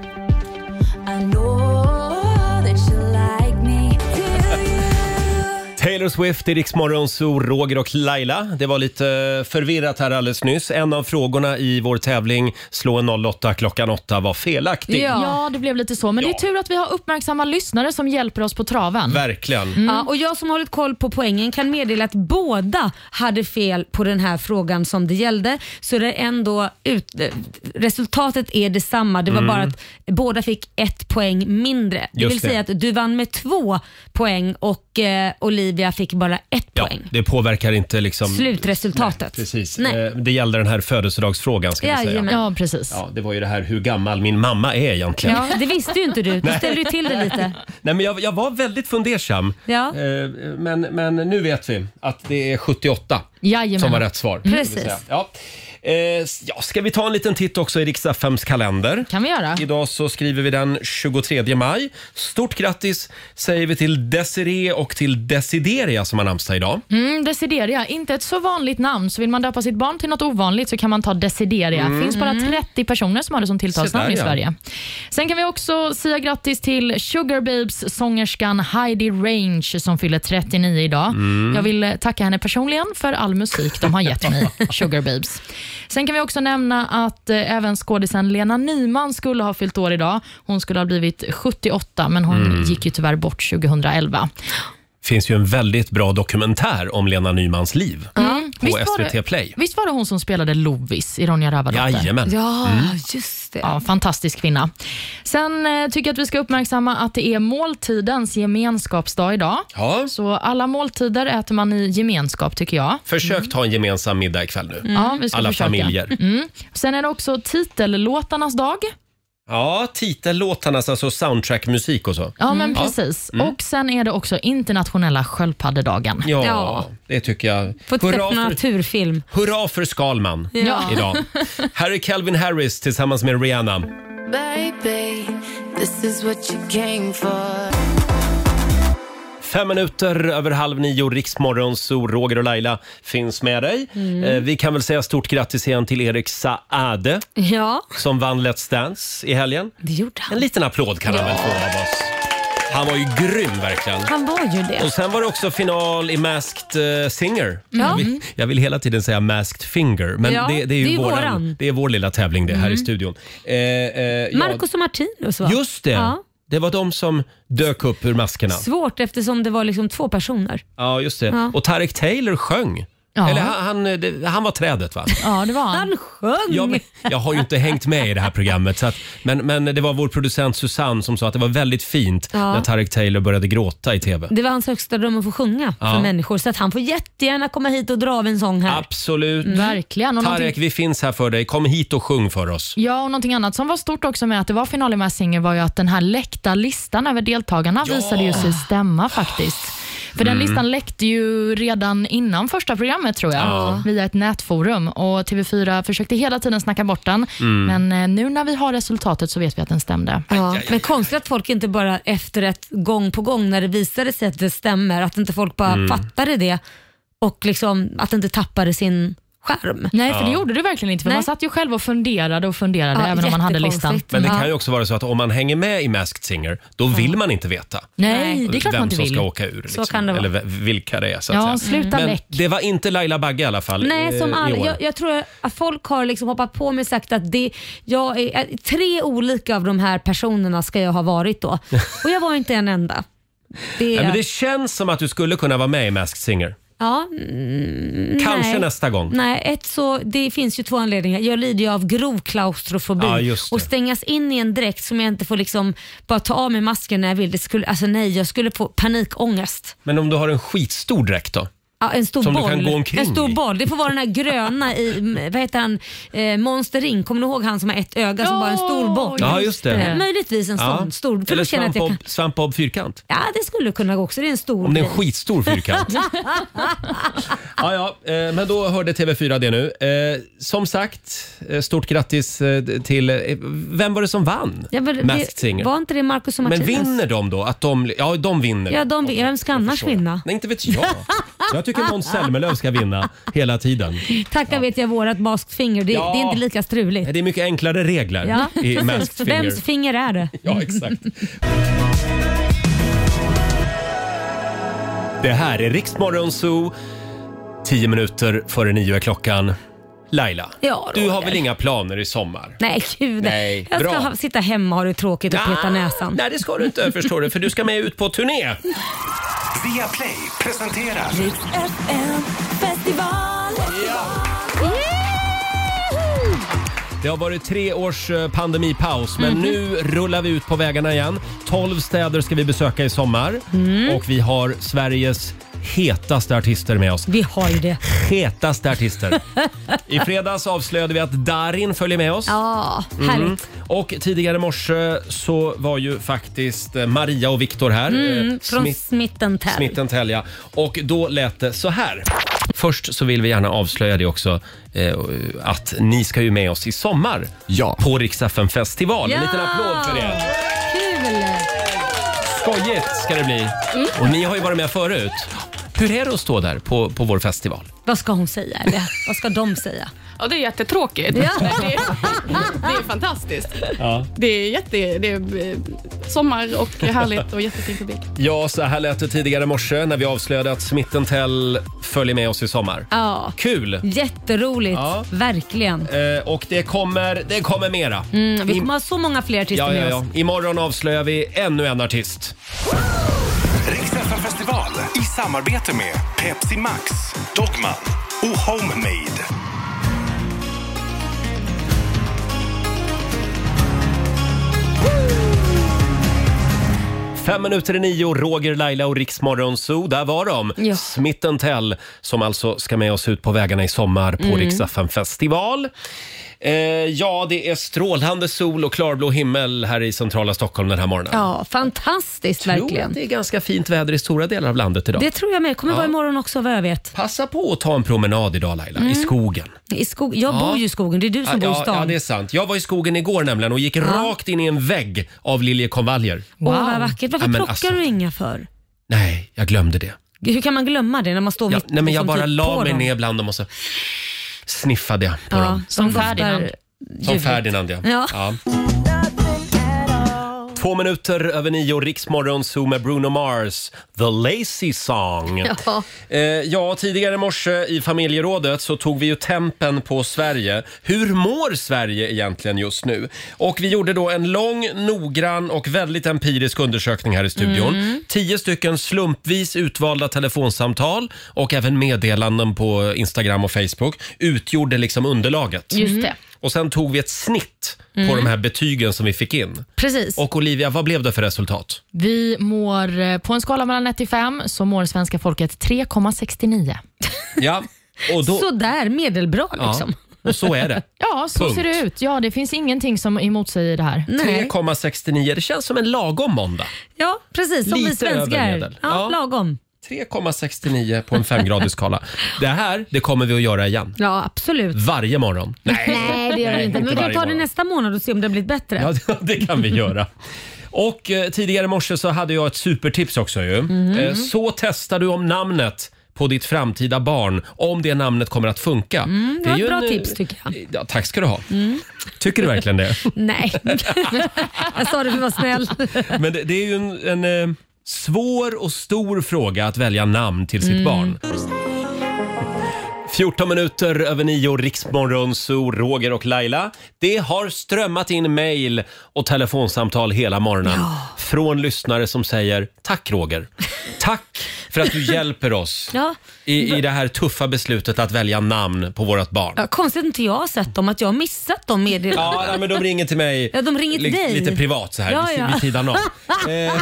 [SPEAKER 1] Taylor Swift i Rix Morgon, Zoo, Roger och Laila. Det var lite eh, förvirrat här alldeles nyss. En av frågorna i vår tävling Slå en 08 klockan 8 var felaktig.
[SPEAKER 3] Ja, det blev lite så. Men det är tur att vi har uppmärksamma lyssnare som hjälper oss på traven.
[SPEAKER 1] Verkligen.
[SPEAKER 2] Ja, och jag som har hållit koll på poängen kan meddela att båda hade fel på den här frågan som det gällde. Så det är ändå ut, eh, resultatet är detsamma. Det var
[SPEAKER 3] Mm.
[SPEAKER 2] bara att båda fick ett poäng mindre. Det
[SPEAKER 1] Just
[SPEAKER 2] vill
[SPEAKER 1] det.
[SPEAKER 2] säga att du vann med två poäng och eh, Olivia fick bara ett
[SPEAKER 1] Ja,
[SPEAKER 2] poäng.
[SPEAKER 1] det påverkar inte liksom...
[SPEAKER 2] Slutresultatet.
[SPEAKER 1] Precis.
[SPEAKER 2] Nej.
[SPEAKER 1] Eh, Det gällde den här födelsedagsfrågan ska vi säga.
[SPEAKER 2] Jajamän.
[SPEAKER 3] Ja, precis.
[SPEAKER 1] Ja, det var ju det här hur gammal min mamma är egentligen.
[SPEAKER 2] Ja, det visste ju inte du. Du
[SPEAKER 1] Nej.
[SPEAKER 2] ställde ju till det lite.
[SPEAKER 1] Nej, men jag, jag var väldigt fundersam.
[SPEAKER 2] Ja.
[SPEAKER 1] Eh, Men, men nu vet vi att det är 78
[SPEAKER 3] Jajamän.
[SPEAKER 1] som var rätt svar.
[SPEAKER 2] Mm.
[SPEAKER 3] Precis.
[SPEAKER 1] Det vill säga. Ja. Eh, s- ja, ska vi ta en liten titt också i riks kalender?
[SPEAKER 3] kan vi göra.
[SPEAKER 1] Idag så skriver vi den 23 maj. Stort grattis säger vi till Desiree och till Desideria som har namnsdag idag.
[SPEAKER 3] Mm, Desideria, inte ett så vanligt namn. Så vill man döpa sitt barn till något ovanligt så kan man ta Desideria.
[SPEAKER 1] Mm.
[SPEAKER 3] finns bara 30 personer som har det som tilltalsnamn
[SPEAKER 1] Så
[SPEAKER 3] i
[SPEAKER 1] där, ja.
[SPEAKER 3] Sverige. Sen kan vi också säga grattis till Sugar Babes sångerskan Heidi Range som fyller 39 idag.
[SPEAKER 5] Mm.
[SPEAKER 3] Jag vill eh, tacka henne personligen för all musik de har gett mig, Sugar Babes. Sen kan vi också nämna att eh, även skådisen Lena Nyman skulle ha fyllt år idag. Hon skulle ha blivit 78, men hon
[SPEAKER 1] Mm.
[SPEAKER 3] gick ju tyvärr bort 2011.
[SPEAKER 1] finns ju en väldigt bra dokumentär om Lena Nymans liv på
[SPEAKER 3] Visst var
[SPEAKER 1] SVT
[SPEAKER 3] det-
[SPEAKER 1] Play.
[SPEAKER 3] Visst var det hon som spelade Lovis i Ronja Rövardotter?
[SPEAKER 1] Jajamän. Ja, Mm.
[SPEAKER 3] just det. Ja, fantastisk kvinna. Sen eh, tycker jag att vi ska uppmärksamma att det är måltidens gemenskapsdag idag.
[SPEAKER 1] Ja.
[SPEAKER 3] Så alla måltider äter man i gemenskap tycker jag.
[SPEAKER 1] Försök ta en gemensam middag ikväll nu.
[SPEAKER 3] Ja, vi Mm. ska
[SPEAKER 1] Alla
[SPEAKER 3] försöka.
[SPEAKER 1] familjer.
[SPEAKER 3] Mm. Sen är det också titellåtarnas dag.
[SPEAKER 1] Ja, titellåtarnas, alltså soundtrackmusik och så.
[SPEAKER 3] Ja, men precis.
[SPEAKER 1] Mm.
[SPEAKER 3] Och sen är det också internationella sköldpaddedagen.
[SPEAKER 1] Ja, det tycker jag. Hurra för,
[SPEAKER 3] naturfilm.
[SPEAKER 1] hurra för Skalman
[SPEAKER 3] Ja.
[SPEAKER 1] idag. Här är Calvin Harris tillsammans med Rihanna.
[SPEAKER 5] Baby, this is what you came for.
[SPEAKER 1] Fem minuter över halv nio, Riksmorgon, så Roger och Laila finns med dig.
[SPEAKER 2] Mm.
[SPEAKER 1] Eh, vi kan väl säga stort grattis igen till Erik Saade
[SPEAKER 2] Ja,
[SPEAKER 1] som vann Let's Dance i helgen.
[SPEAKER 2] det gjorde han.
[SPEAKER 1] En liten applåd kan han väl få av oss. Han var ju grym verkligen.
[SPEAKER 2] Han var ju
[SPEAKER 1] Och
[SPEAKER 2] det.
[SPEAKER 1] sen var det också final i Masked eh, Singer.
[SPEAKER 2] Ja. Mm.
[SPEAKER 1] Jag, vill, jag vill hela tiden säga Masked Finger, men
[SPEAKER 2] Ja,
[SPEAKER 1] det, det är ju
[SPEAKER 2] det är
[SPEAKER 1] våran,
[SPEAKER 2] våran. Mm.
[SPEAKER 1] Det är vår lilla tävling det här i studion. Eh, eh, ja,
[SPEAKER 2] Marcus och Martinus va?
[SPEAKER 1] Just det!
[SPEAKER 2] Ja.
[SPEAKER 1] Det var de som dök upp ur maskerna.
[SPEAKER 2] Svårt eftersom det var liksom två personer.
[SPEAKER 1] Ja, just det.
[SPEAKER 2] Ja.
[SPEAKER 1] Och Tarek Taylor sjöng.
[SPEAKER 2] Ja.
[SPEAKER 1] Eller han, han, eh, det- han var trädet va?
[SPEAKER 3] Ja, det var han.
[SPEAKER 2] Han sjöng!
[SPEAKER 1] Jag, jag har ju inte hängt med i det här programmet, så att, men, men det var vår producent Susanne som sa att det var väldigt fint
[SPEAKER 2] Ja. Mm.
[SPEAKER 1] när Tarek Taylor började gråta i TV.
[SPEAKER 2] Det var hans högsta dröm att få sjunga
[SPEAKER 1] Ja. Ah,
[SPEAKER 2] för människor så att han får jättegärna komma hit och dra av en sång här.
[SPEAKER 1] Absolut.
[SPEAKER 3] Verkligen. Och
[SPEAKER 1] Tarek, vi finns här för dig. Kom hit och sjung för oss.
[SPEAKER 3] Ja, och någonting annat som var stort också med att det var final i Masked Singer var ju att den här läckta listan över deltagarna visade ju sig stämma faktiskt. För den
[SPEAKER 2] Mm.
[SPEAKER 3] listan läckte ju redan innan första programmet tror jag,
[SPEAKER 2] Ja.
[SPEAKER 3] via ett nätforum. Och TV4 försökte hela tiden snacka bort den,
[SPEAKER 2] Mm.
[SPEAKER 3] men eh, nu när vi har resultatet så vet vi att den stämde.
[SPEAKER 2] Ja, men konstigt att folk inte bara efter ett gång på gång när det visade sig att det stämmer, att inte folk bara
[SPEAKER 3] Mm.
[SPEAKER 2] fattade det och liksom att det inte tappade sin skärm.
[SPEAKER 3] Nej, för det gjorde du verkligen inte. För
[SPEAKER 2] Nej.
[SPEAKER 3] man satt ju själv och funderade och funderade
[SPEAKER 2] Ja,
[SPEAKER 3] även om man hade listan.
[SPEAKER 2] jättekonstigt.
[SPEAKER 1] Men det
[SPEAKER 2] Ja.
[SPEAKER 1] kan ju också vara så att om man hänger med i Masked Singer, då vill man inte veta.
[SPEAKER 3] Nej, det är klart
[SPEAKER 1] vem
[SPEAKER 3] man inte
[SPEAKER 1] som
[SPEAKER 3] vill.
[SPEAKER 1] ska åka ur. Liksom.
[SPEAKER 2] Så kan det vara.
[SPEAKER 1] Eller ve- vilka det är. Så att säga.
[SPEAKER 2] Ja, sluta
[SPEAKER 1] Men
[SPEAKER 2] läck.
[SPEAKER 1] det var inte Laila Bagge i alla fall
[SPEAKER 2] Nej,
[SPEAKER 1] eh,
[SPEAKER 2] som
[SPEAKER 1] i
[SPEAKER 2] all,
[SPEAKER 1] år.
[SPEAKER 2] jag, jag tror att folk har liksom hoppat på mig och sagt att det, jag är, att tre olika av de här personerna ska jag ha varit då. Och jag var inte en enda. Det,
[SPEAKER 1] Nej, men det känns som att du skulle kunna vara med i Masked Singer.
[SPEAKER 2] ja, mm,
[SPEAKER 1] Kanske
[SPEAKER 2] nej.
[SPEAKER 1] nästa gång.
[SPEAKER 2] Nej, ett så, det finns ju två anledningar. Jag lider ju av grov klaustrofobi
[SPEAKER 1] Ja, just det.
[SPEAKER 2] och stängas in i en dräkt som jag inte får liksom bara ta av mig masken när jag vill. Det skulle, alltså nej, jag skulle få panikångest.
[SPEAKER 1] Men om du har en skitstor dräkt då?
[SPEAKER 2] Ja, en stor
[SPEAKER 1] Som du
[SPEAKER 2] boll.
[SPEAKER 1] kan gå omkring
[SPEAKER 2] en stor
[SPEAKER 1] i.
[SPEAKER 2] boll. Det får vara den här gröna i, mm, vad heter han, eh, Monster Ring. Kommer du ihåg han som har ett öga som bara är en stor boll?
[SPEAKER 1] Ja, just det.
[SPEAKER 2] Eh, Möjligtvis en sån stor. För
[SPEAKER 1] Mm. Eller
[SPEAKER 2] då känner jag att jag kan,
[SPEAKER 1] Svampbob- Svampbob Fyrkant.
[SPEAKER 2] ja, det skulle kunna gå också. Det är en stor
[SPEAKER 1] Om det är en
[SPEAKER 2] grej.
[SPEAKER 1] skitstor fyrkant. Ja, ja, eh, men då hörde TV4 det nu. Eh, Som sagt, eh, stort grattis eh, till... eh, Vem var det som vann
[SPEAKER 2] ja, men
[SPEAKER 1] Masked
[SPEAKER 2] det,
[SPEAKER 1] Singer?
[SPEAKER 2] var inte det Marcus och
[SPEAKER 1] Men
[SPEAKER 2] Martinus?
[SPEAKER 1] vinner de då? Att de, ja, de vinner.
[SPEAKER 2] Ja, de, vinner. vem ska annars vinna?
[SPEAKER 1] Nej, inte vet jag. Jag tycker Måns Zelmerlöw ska vinna hela tiden.
[SPEAKER 2] Tacka vet jag vårat masked finger. Det,
[SPEAKER 1] Ja.
[SPEAKER 2] det är inte lika struligt.
[SPEAKER 1] Det är mycket enklare regler
[SPEAKER 2] Ja.
[SPEAKER 1] i
[SPEAKER 2] precis.
[SPEAKER 1] Masked Singer.
[SPEAKER 2] Vems finger är det?
[SPEAKER 1] Ja, exakt. Det här är Riksmorgon Zoo. Tio minuter före nio är klockan. Laila,
[SPEAKER 2] Ja,
[SPEAKER 1] du har
[SPEAKER 2] Roger.
[SPEAKER 1] väl inga planer i sommar?
[SPEAKER 2] Nej, gud.
[SPEAKER 1] Nej,
[SPEAKER 2] jag ska
[SPEAKER 1] bra.
[SPEAKER 2] ha, sitta hemma och ha det tråkigt och
[SPEAKER 1] Ja,
[SPEAKER 2] peta näsan.
[SPEAKER 1] Ah, Nej, det ska du inte förstår du, för du ska med ut på turné.
[SPEAKER 9] Via Play presenterar
[SPEAKER 5] Festival!
[SPEAKER 1] Det har varit tre års eh, pandemipaus,
[SPEAKER 2] Mhm.
[SPEAKER 1] men nu rullar vi
[SPEAKER 2] Mm.
[SPEAKER 1] ut på vägarna igen. Tolv städer ska vi besöka i sommar och vi har Sveriges hetaste artister med oss.
[SPEAKER 2] Vi har ju det.
[SPEAKER 1] Hetaste artister. I fredags avslöjade vi att Darin följer med oss.
[SPEAKER 2] Ja,
[SPEAKER 1] Mm.
[SPEAKER 2] Ah, härligt.
[SPEAKER 1] Och tidigare i morse så var ju faktiskt eh, Maria och Viktor här. Eh,
[SPEAKER 2] Mm, från
[SPEAKER 1] Smith-
[SPEAKER 2] smitten Tell.
[SPEAKER 1] Smitten Tälja. Och då lät det så här. Först så vill vi gärna avslöja det också eh, att ni ska ju med oss i sommar ja. på Rix FM festival. En liten applåd för det.
[SPEAKER 2] Kul!
[SPEAKER 1] Skojigt ska det bli.
[SPEAKER 2] Mm.
[SPEAKER 1] Och ni har ju varit med förut. Hur är det att stå där på, på vår festival?
[SPEAKER 2] Vad ska hon säga? Eller? Vad ska de säga?
[SPEAKER 12] Ja, det är jättetråkigt.
[SPEAKER 2] Ja.
[SPEAKER 12] Men det, är, det är fantastiskt.
[SPEAKER 1] Ja.
[SPEAKER 12] Det är, jätte, det är eh, sommar och härligt och jättefin publik.
[SPEAKER 1] ja, så här lät det tidigare i morse när vi avslöjade att Smitten Tell följer med oss i sommar.
[SPEAKER 2] Ja,
[SPEAKER 1] Kul!
[SPEAKER 2] jätteroligt.
[SPEAKER 1] Ja.
[SPEAKER 2] Verkligen.
[SPEAKER 1] Eh, och det kommer, det kommer mera.
[SPEAKER 2] Mm, vi
[SPEAKER 1] I-
[SPEAKER 2] kommer ha så många fler artister
[SPEAKER 1] Ja, ja,
[SPEAKER 2] med
[SPEAKER 1] ja.
[SPEAKER 2] oss.
[SPEAKER 1] Imorgon avslöjar vi ännu en artist.
[SPEAKER 9] Festival i samarbete med Pepsi Max, Dogman och Homemade.
[SPEAKER 1] Fem minuter i nio, Roger, Laila och Riksmorgon Zoo. Där var de.
[SPEAKER 2] Ja.
[SPEAKER 1] Smitten Tell som alltså ska med oss ut på vägarna i sommar på
[SPEAKER 2] Mm.
[SPEAKER 1] mm. festival. Eh, ja, det är strålande sol och klarblå himmel här i centrala Stockholm den här morgonen.
[SPEAKER 2] Ja, fantastiskt
[SPEAKER 1] Jo,
[SPEAKER 2] verkligen.
[SPEAKER 1] det är ganska fint väder i stora delar av landet idag.
[SPEAKER 2] Det tror jag med. kommer
[SPEAKER 1] Ja.
[SPEAKER 2] vara imorgon också vad jag vet.
[SPEAKER 1] Passa på att ta en promenad idag Laila, i
[SPEAKER 2] Mm.
[SPEAKER 1] skogen.
[SPEAKER 2] I skog... Jag
[SPEAKER 1] Ja.
[SPEAKER 2] bor ju i skogen, det är du som bor i
[SPEAKER 1] ja,
[SPEAKER 2] stan.
[SPEAKER 1] ja, det är sant. Jag var i skogen igår nämligen och gick rakt in i en vägg av liljekonvaljer.
[SPEAKER 2] Åh vad vackert. Varför
[SPEAKER 1] Ja, men
[SPEAKER 2] plockar
[SPEAKER 1] alltså,
[SPEAKER 2] du inga för?
[SPEAKER 1] Nej, jag glömde det.
[SPEAKER 2] Hur kan man glömma det när man står
[SPEAKER 1] Ja,
[SPEAKER 2] mitt
[SPEAKER 1] nej, men jag
[SPEAKER 2] liksom,
[SPEAKER 1] bara
[SPEAKER 2] typ
[SPEAKER 1] la
[SPEAKER 2] på
[SPEAKER 1] mig
[SPEAKER 2] dem?
[SPEAKER 1] ner bland dem och så sniffade jag på dem.
[SPEAKER 2] som
[SPEAKER 1] doftar-
[SPEAKER 2] Ferdinand.
[SPEAKER 1] Som
[SPEAKER 2] Ljuvligt.
[SPEAKER 1] Ferdinand ja.
[SPEAKER 2] Ja.
[SPEAKER 1] Två minuter över nio, Riksmorgon Zoo med Bruno Mars, The Lazy Song.
[SPEAKER 2] Ja.
[SPEAKER 1] Eh, ja, tidigare i morse i familjerådet så tog vi ju tempen på Sverige. Hur mår Sverige egentligen just nu? Och vi gjorde då en lång, noggrann och väldigt empirisk undersökning här i studion.
[SPEAKER 2] Mm.
[SPEAKER 1] Tio stycken slumpvis utvalda telefonsamtal och även meddelanden på Instagram och Facebook utgjorde liksom underlaget.
[SPEAKER 2] Just det.
[SPEAKER 1] Och sen tog vi ett snitt
[SPEAKER 3] Mm.
[SPEAKER 1] på de här betygen som vi fick in.
[SPEAKER 3] Precis.
[SPEAKER 1] Och Olivia, vad blev det för resultat?
[SPEAKER 3] Vi mår, eh, på en skala mellan 1 till 5 så mår svenska folket 3,69.
[SPEAKER 1] Ja, och då...
[SPEAKER 3] Sådär, medelbra
[SPEAKER 2] liksom.
[SPEAKER 1] Ja, och så är det.
[SPEAKER 3] liksom. Ja, så
[SPEAKER 1] Punkt.
[SPEAKER 3] ser det ut. Ja, det finns ingenting som emotsäger det här.
[SPEAKER 1] 3,69. Det känns som en lagom måndag.
[SPEAKER 2] Ja, precis. Som vi
[SPEAKER 1] Lite över
[SPEAKER 2] svenskar. Ja,
[SPEAKER 1] medel. Ja.
[SPEAKER 2] lagom.
[SPEAKER 1] 3,69 på en femgradig skala. Det här, det kommer vi att göra igen.
[SPEAKER 2] Ja, absolut.
[SPEAKER 1] Varje morgon. Nej,
[SPEAKER 2] Nej, det gör vi inte. Men vi kan
[SPEAKER 1] varje
[SPEAKER 2] ta det
[SPEAKER 1] morgon.
[SPEAKER 2] nästa månad och se om det har blivit bättre.
[SPEAKER 1] Ja, det- det kan vi göra. Och eh, tidigare i morse så hade jag ett supertips också ju.
[SPEAKER 2] Mhm.
[SPEAKER 1] Eh, så testar du om namnet på ditt framtida barn, om det namnet kommer att funka.
[SPEAKER 2] Mm, det var ett bra
[SPEAKER 1] eh,
[SPEAKER 2] tips tycker jag.
[SPEAKER 1] Ja, tack ska du ha.
[SPEAKER 2] Mm.
[SPEAKER 1] Tycker du verkligen det?
[SPEAKER 2] Nej, jag sa det för att vara snäll.
[SPEAKER 1] Men det, det är ju en, en eh, svår och stor fråga att välja namn till sitt
[SPEAKER 2] Mm.
[SPEAKER 1] barn. 14 minuter över nio, Riksmorgon, så Roger och Laila. Det har strömmat in mejl och telefonsamtal hela morgonen från lyssnare som säger tack Roger. Tack för att du hjälper oss
[SPEAKER 2] Ja.
[SPEAKER 1] i, i det här tuffa beslutet att välja namn på vårt barn.
[SPEAKER 2] Ja, konstigt att inte jag har sett dem, att jag har missat dem
[SPEAKER 1] Ja, nej,
[SPEAKER 2] meddelandena.
[SPEAKER 1] men de ringer till mig
[SPEAKER 2] Ja, de ringer till
[SPEAKER 1] li-
[SPEAKER 2] dig.
[SPEAKER 1] lite privat så här
[SPEAKER 2] Ja,
[SPEAKER 1] vid-
[SPEAKER 2] ja.
[SPEAKER 1] vid sidan av. Eh.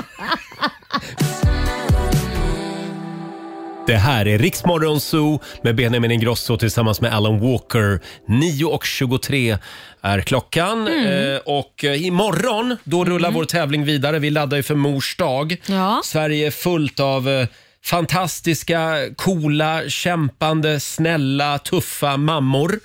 [SPEAKER 1] Det här är Riksmorgon Zoo med Benjamin Ingrosso tillsammans med Alan Walker. 9.23 är klockan
[SPEAKER 2] Mm.
[SPEAKER 1] eh, och eh, imorgon då rullar vår tävling vidare. Vi laddar ju för mors dag.
[SPEAKER 2] Ja.
[SPEAKER 1] Sverige är fullt av eh, fantastiska, coola, kämpande, snälla, tuffa mammor.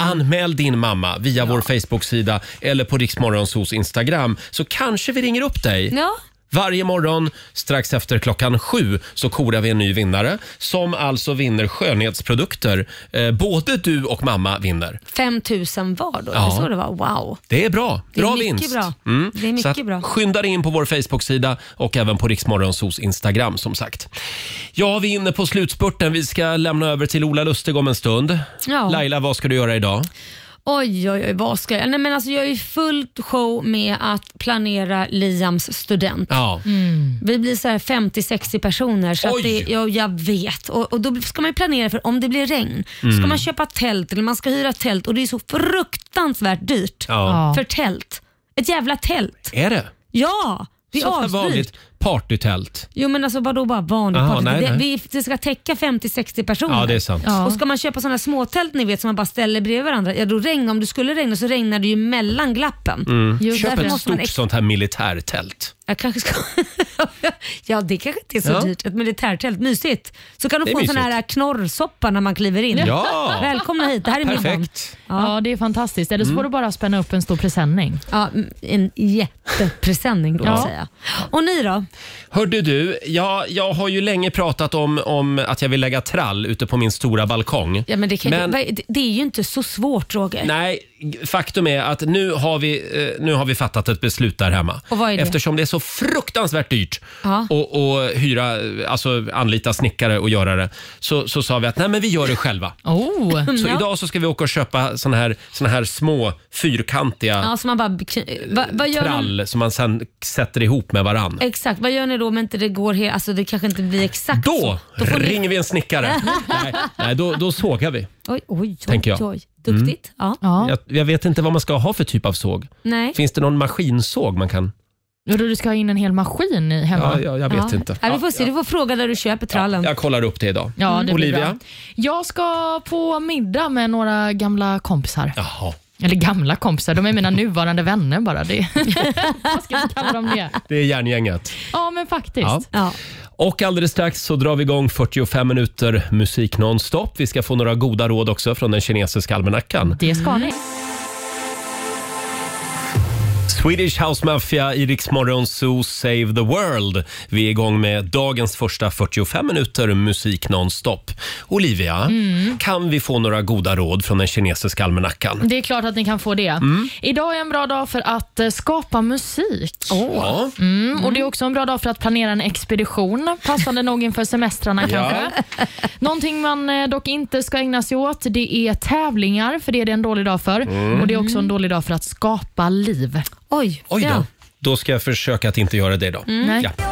[SPEAKER 1] Anmäl din mamma via vår Facebook-sida eller på Riksmorgonsos Instagram så kanske vi ringer upp dig.
[SPEAKER 2] Ja.
[SPEAKER 1] Varje morgon strax efter klockan sju så korar vi en ny vinnare som alltså vinner skönhetsprodukter. Eh, både du och mamma vinner.
[SPEAKER 2] 5 000 var
[SPEAKER 1] Ja.
[SPEAKER 2] då, ja. så det var? Wow.
[SPEAKER 1] Det är bra.
[SPEAKER 2] Det är
[SPEAKER 1] Bra
[SPEAKER 2] mycket
[SPEAKER 1] vinst. Mm.
[SPEAKER 2] bra. Det är
[SPEAKER 1] Så
[SPEAKER 2] mycket
[SPEAKER 1] att
[SPEAKER 2] bra.
[SPEAKER 1] Skynda dig in på vår Facebook-sida och även på Riksmorgonsos Instagram som sagt. Ja, vi är inne på slutspurten. Vi ska lämna över till Ola Lustig om en stund.
[SPEAKER 2] Ja.
[SPEAKER 1] Laila, vad ska du göra idag?
[SPEAKER 2] Oj, oj, oj, vad ska jag... Nej, men alltså, jag är i fullt show med att planera Liams student.
[SPEAKER 1] Ja. Mm.
[SPEAKER 2] Vi blir så här 50-60 personer, så att det, ja, jag vet. Och, och Då ska man ju planera för om det blir regn, så ska
[SPEAKER 5] Mm.
[SPEAKER 2] man köpa tält eller man ska hyra tält och det är så fruktansvärt dyrt
[SPEAKER 1] Ja.
[SPEAKER 2] för tält. Ett jävla tält.
[SPEAKER 1] Är det?
[SPEAKER 2] Ja, det är
[SPEAKER 1] Sånt här
[SPEAKER 2] asdyrt.
[SPEAKER 1] vanligt Partytält.
[SPEAKER 2] Jo men alltså vadå bara vanligt
[SPEAKER 1] Jaha,
[SPEAKER 2] party?
[SPEAKER 1] nej,
[SPEAKER 2] det,
[SPEAKER 1] nej.
[SPEAKER 2] Vi, det ska täcka 50-60 personer.
[SPEAKER 1] Ja, det är sant.
[SPEAKER 2] Ja. Och ska man köpa sådana småtält ni vet som man bara ställer bredvid varandra, ja då regnar, om det skulle regna så regnar det ju mellan glappen.
[SPEAKER 1] Mm.
[SPEAKER 2] Jo,
[SPEAKER 1] Köp
[SPEAKER 2] därför
[SPEAKER 1] ett
[SPEAKER 2] måste man
[SPEAKER 1] stort
[SPEAKER 2] ex-
[SPEAKER 1] sånt här militärtält.
[SPEAKER 2] Jag kanske ska... ja det kanske inte är så
[SPEAKER 1] Ja.
[SPEAKER 2] dyrt, ett militärtält, mysigt. Så kan
[SPEAKER 1] Det
[SPEAKER 2] du
[SPEAKER 1] är
[SPEAKER 2] få en sån
[SPEAKER 1] mysigt.
[SPEAKER 2] här knorrsoppa när man kliver in.
[SPEAKER 1] Ja.
[SPEAKER 2] Välkomna hit, det här är min man.
[SPEAKER 1] Perfekt.
[SPEAKER 3] Ja. det är fantastiskt. Eller så får
[SPEAKER 2] Mm.
[SPEAKER 3] du bara spänna upp en stor presenning.
[SPEAKER 2] Ja, en jättepresenning då
[SPEAKER 1] Ja.
[SPEAKER 2] vill säga. Och ni då?
[SPEAKER 1] Hörde du, jag, jag har ju länge pratat om, om att jag vill lägga trall ute på min stora balkong.
[SPEAKER 2] Ja, men det, kan,
[SPEAKER 1] Men-
[SPEAKER 2] vad- det, det är ju inte så svårt Roger.
[SPEAKER 1] Nej, faktum är att nu har, vi, eh, nu har vi fattat ett beslut där hemma.
[SPEAKER 2] Och vad är det?
[SPEAKER 1] Eftersom det är så fruktansvärt dyrt
[SPEAKER 2] Ja.
[SPEAKER 1] att att hyra, alltså anlita snickare och göra det, så, så sa vi att nej men vi gör det själva.
[SPEAKER 3] Oh.
[SPEAKER 1] Så
[SPEAKER 2] Mm, Ja.
[SPEAKER 1] idag så ska vi åka och köpa såna här, såna här små fyrkantiga
[SPEAKER 2] Ja, så man bara, vad, vad gör ni?
[SPEAKER 1] trall som man sen sätter ihop med varann.
[SPEAKER 2] Exakt, vad gör ni då om inte det går helt, alltså det kanske inte blir exakt
[SPEAKER 1] Då,
[SPEAKER 2] så? Då får ni-
[SPEAKER 1] ringer vi en snickare. nej, nej då, då sågar vi.
[SPEAKER 2] Oj, oj, oj,
[SPEAKER 1] Tänker jag. Mm.
[SPEAKER 2] oj. Duktigt. Ja.
[SPEAKER 1] Jag, jag vet inte vad man ska ha för typ av såg.
[SPEAKER 2] Nej.
[SPEAKER 1] Finns det någon maskinsåg man kan...
[SPEAKER 3] Och då Du ska ha in en hel maskin i hemma.
[SPEAKER 1] Ja, ja, jag vet inte.
[SPEAKER 2] Ja, vi får se, du får fråga där du köper trallen.
[SPEAKER 1] Jag kollar upp det idag.
[SPEAKER 3] Ja, det blir
[SPEAKER 1] Olivia?
[SPEAKER 3] bra. Jag ska på middag med några gamla kompisar.
[SPEAKER 1] Jaha.
[SPEAKER 3] Eller gamla kompisar, de är mina nuvarande vänner bara. Det. Vad ska vi kalla dem det?
[SPEAKER 1] Det är järngänget.
[SPEAKER 3] Ja, men faktiskt.
[SPEAKER 1] Ja. Och alldeles strax så drar vi igång 45 minuter musik nonstop. Vi ska få några goda råd också från den kinesiska almanackan.
[SPEAKER 3] Det ska ni.
[SPEAKER 1] Swedish House Mafia i Rix Morgon Zoo Save the World. Vi är igång med dagens första 45 minuter musik nonstop. Olivia,
[SPEAKER 3] Mm.
[SPEAKER 1] kan vi få några goda råd från den kinesiska almanackan?
[SPEAKER 3] Det är klart att ni kan få det.
[SPEAKER 1] Mm.
[SPEAKER 3] Idag är en bra dag för att eh, skapa musik.
[SPEAKER 1] Ja.
[SPEAKER 3] Mm, och Det är också en bra dag för att planera en expedition, passande nog inför semestrarna
[SPEAKER 5] Ja.
[SPEAKER 3] kanske. Någonting man eh, dock inte ska ägna sig åt det är tävlingar, för det är det en dålig dag för.
[SPEAKER 1] Mm.
[SPEAKER 3] Och Det är också en dålig dag för att skapa liv.
[SPEAKER 2] Oj,
[SPEAKER 1] Oj då. Då ska jag försöka att inte göra det då.
[SPEAKER 3] Mm. Nej.
[SPEAKER 1] Ja.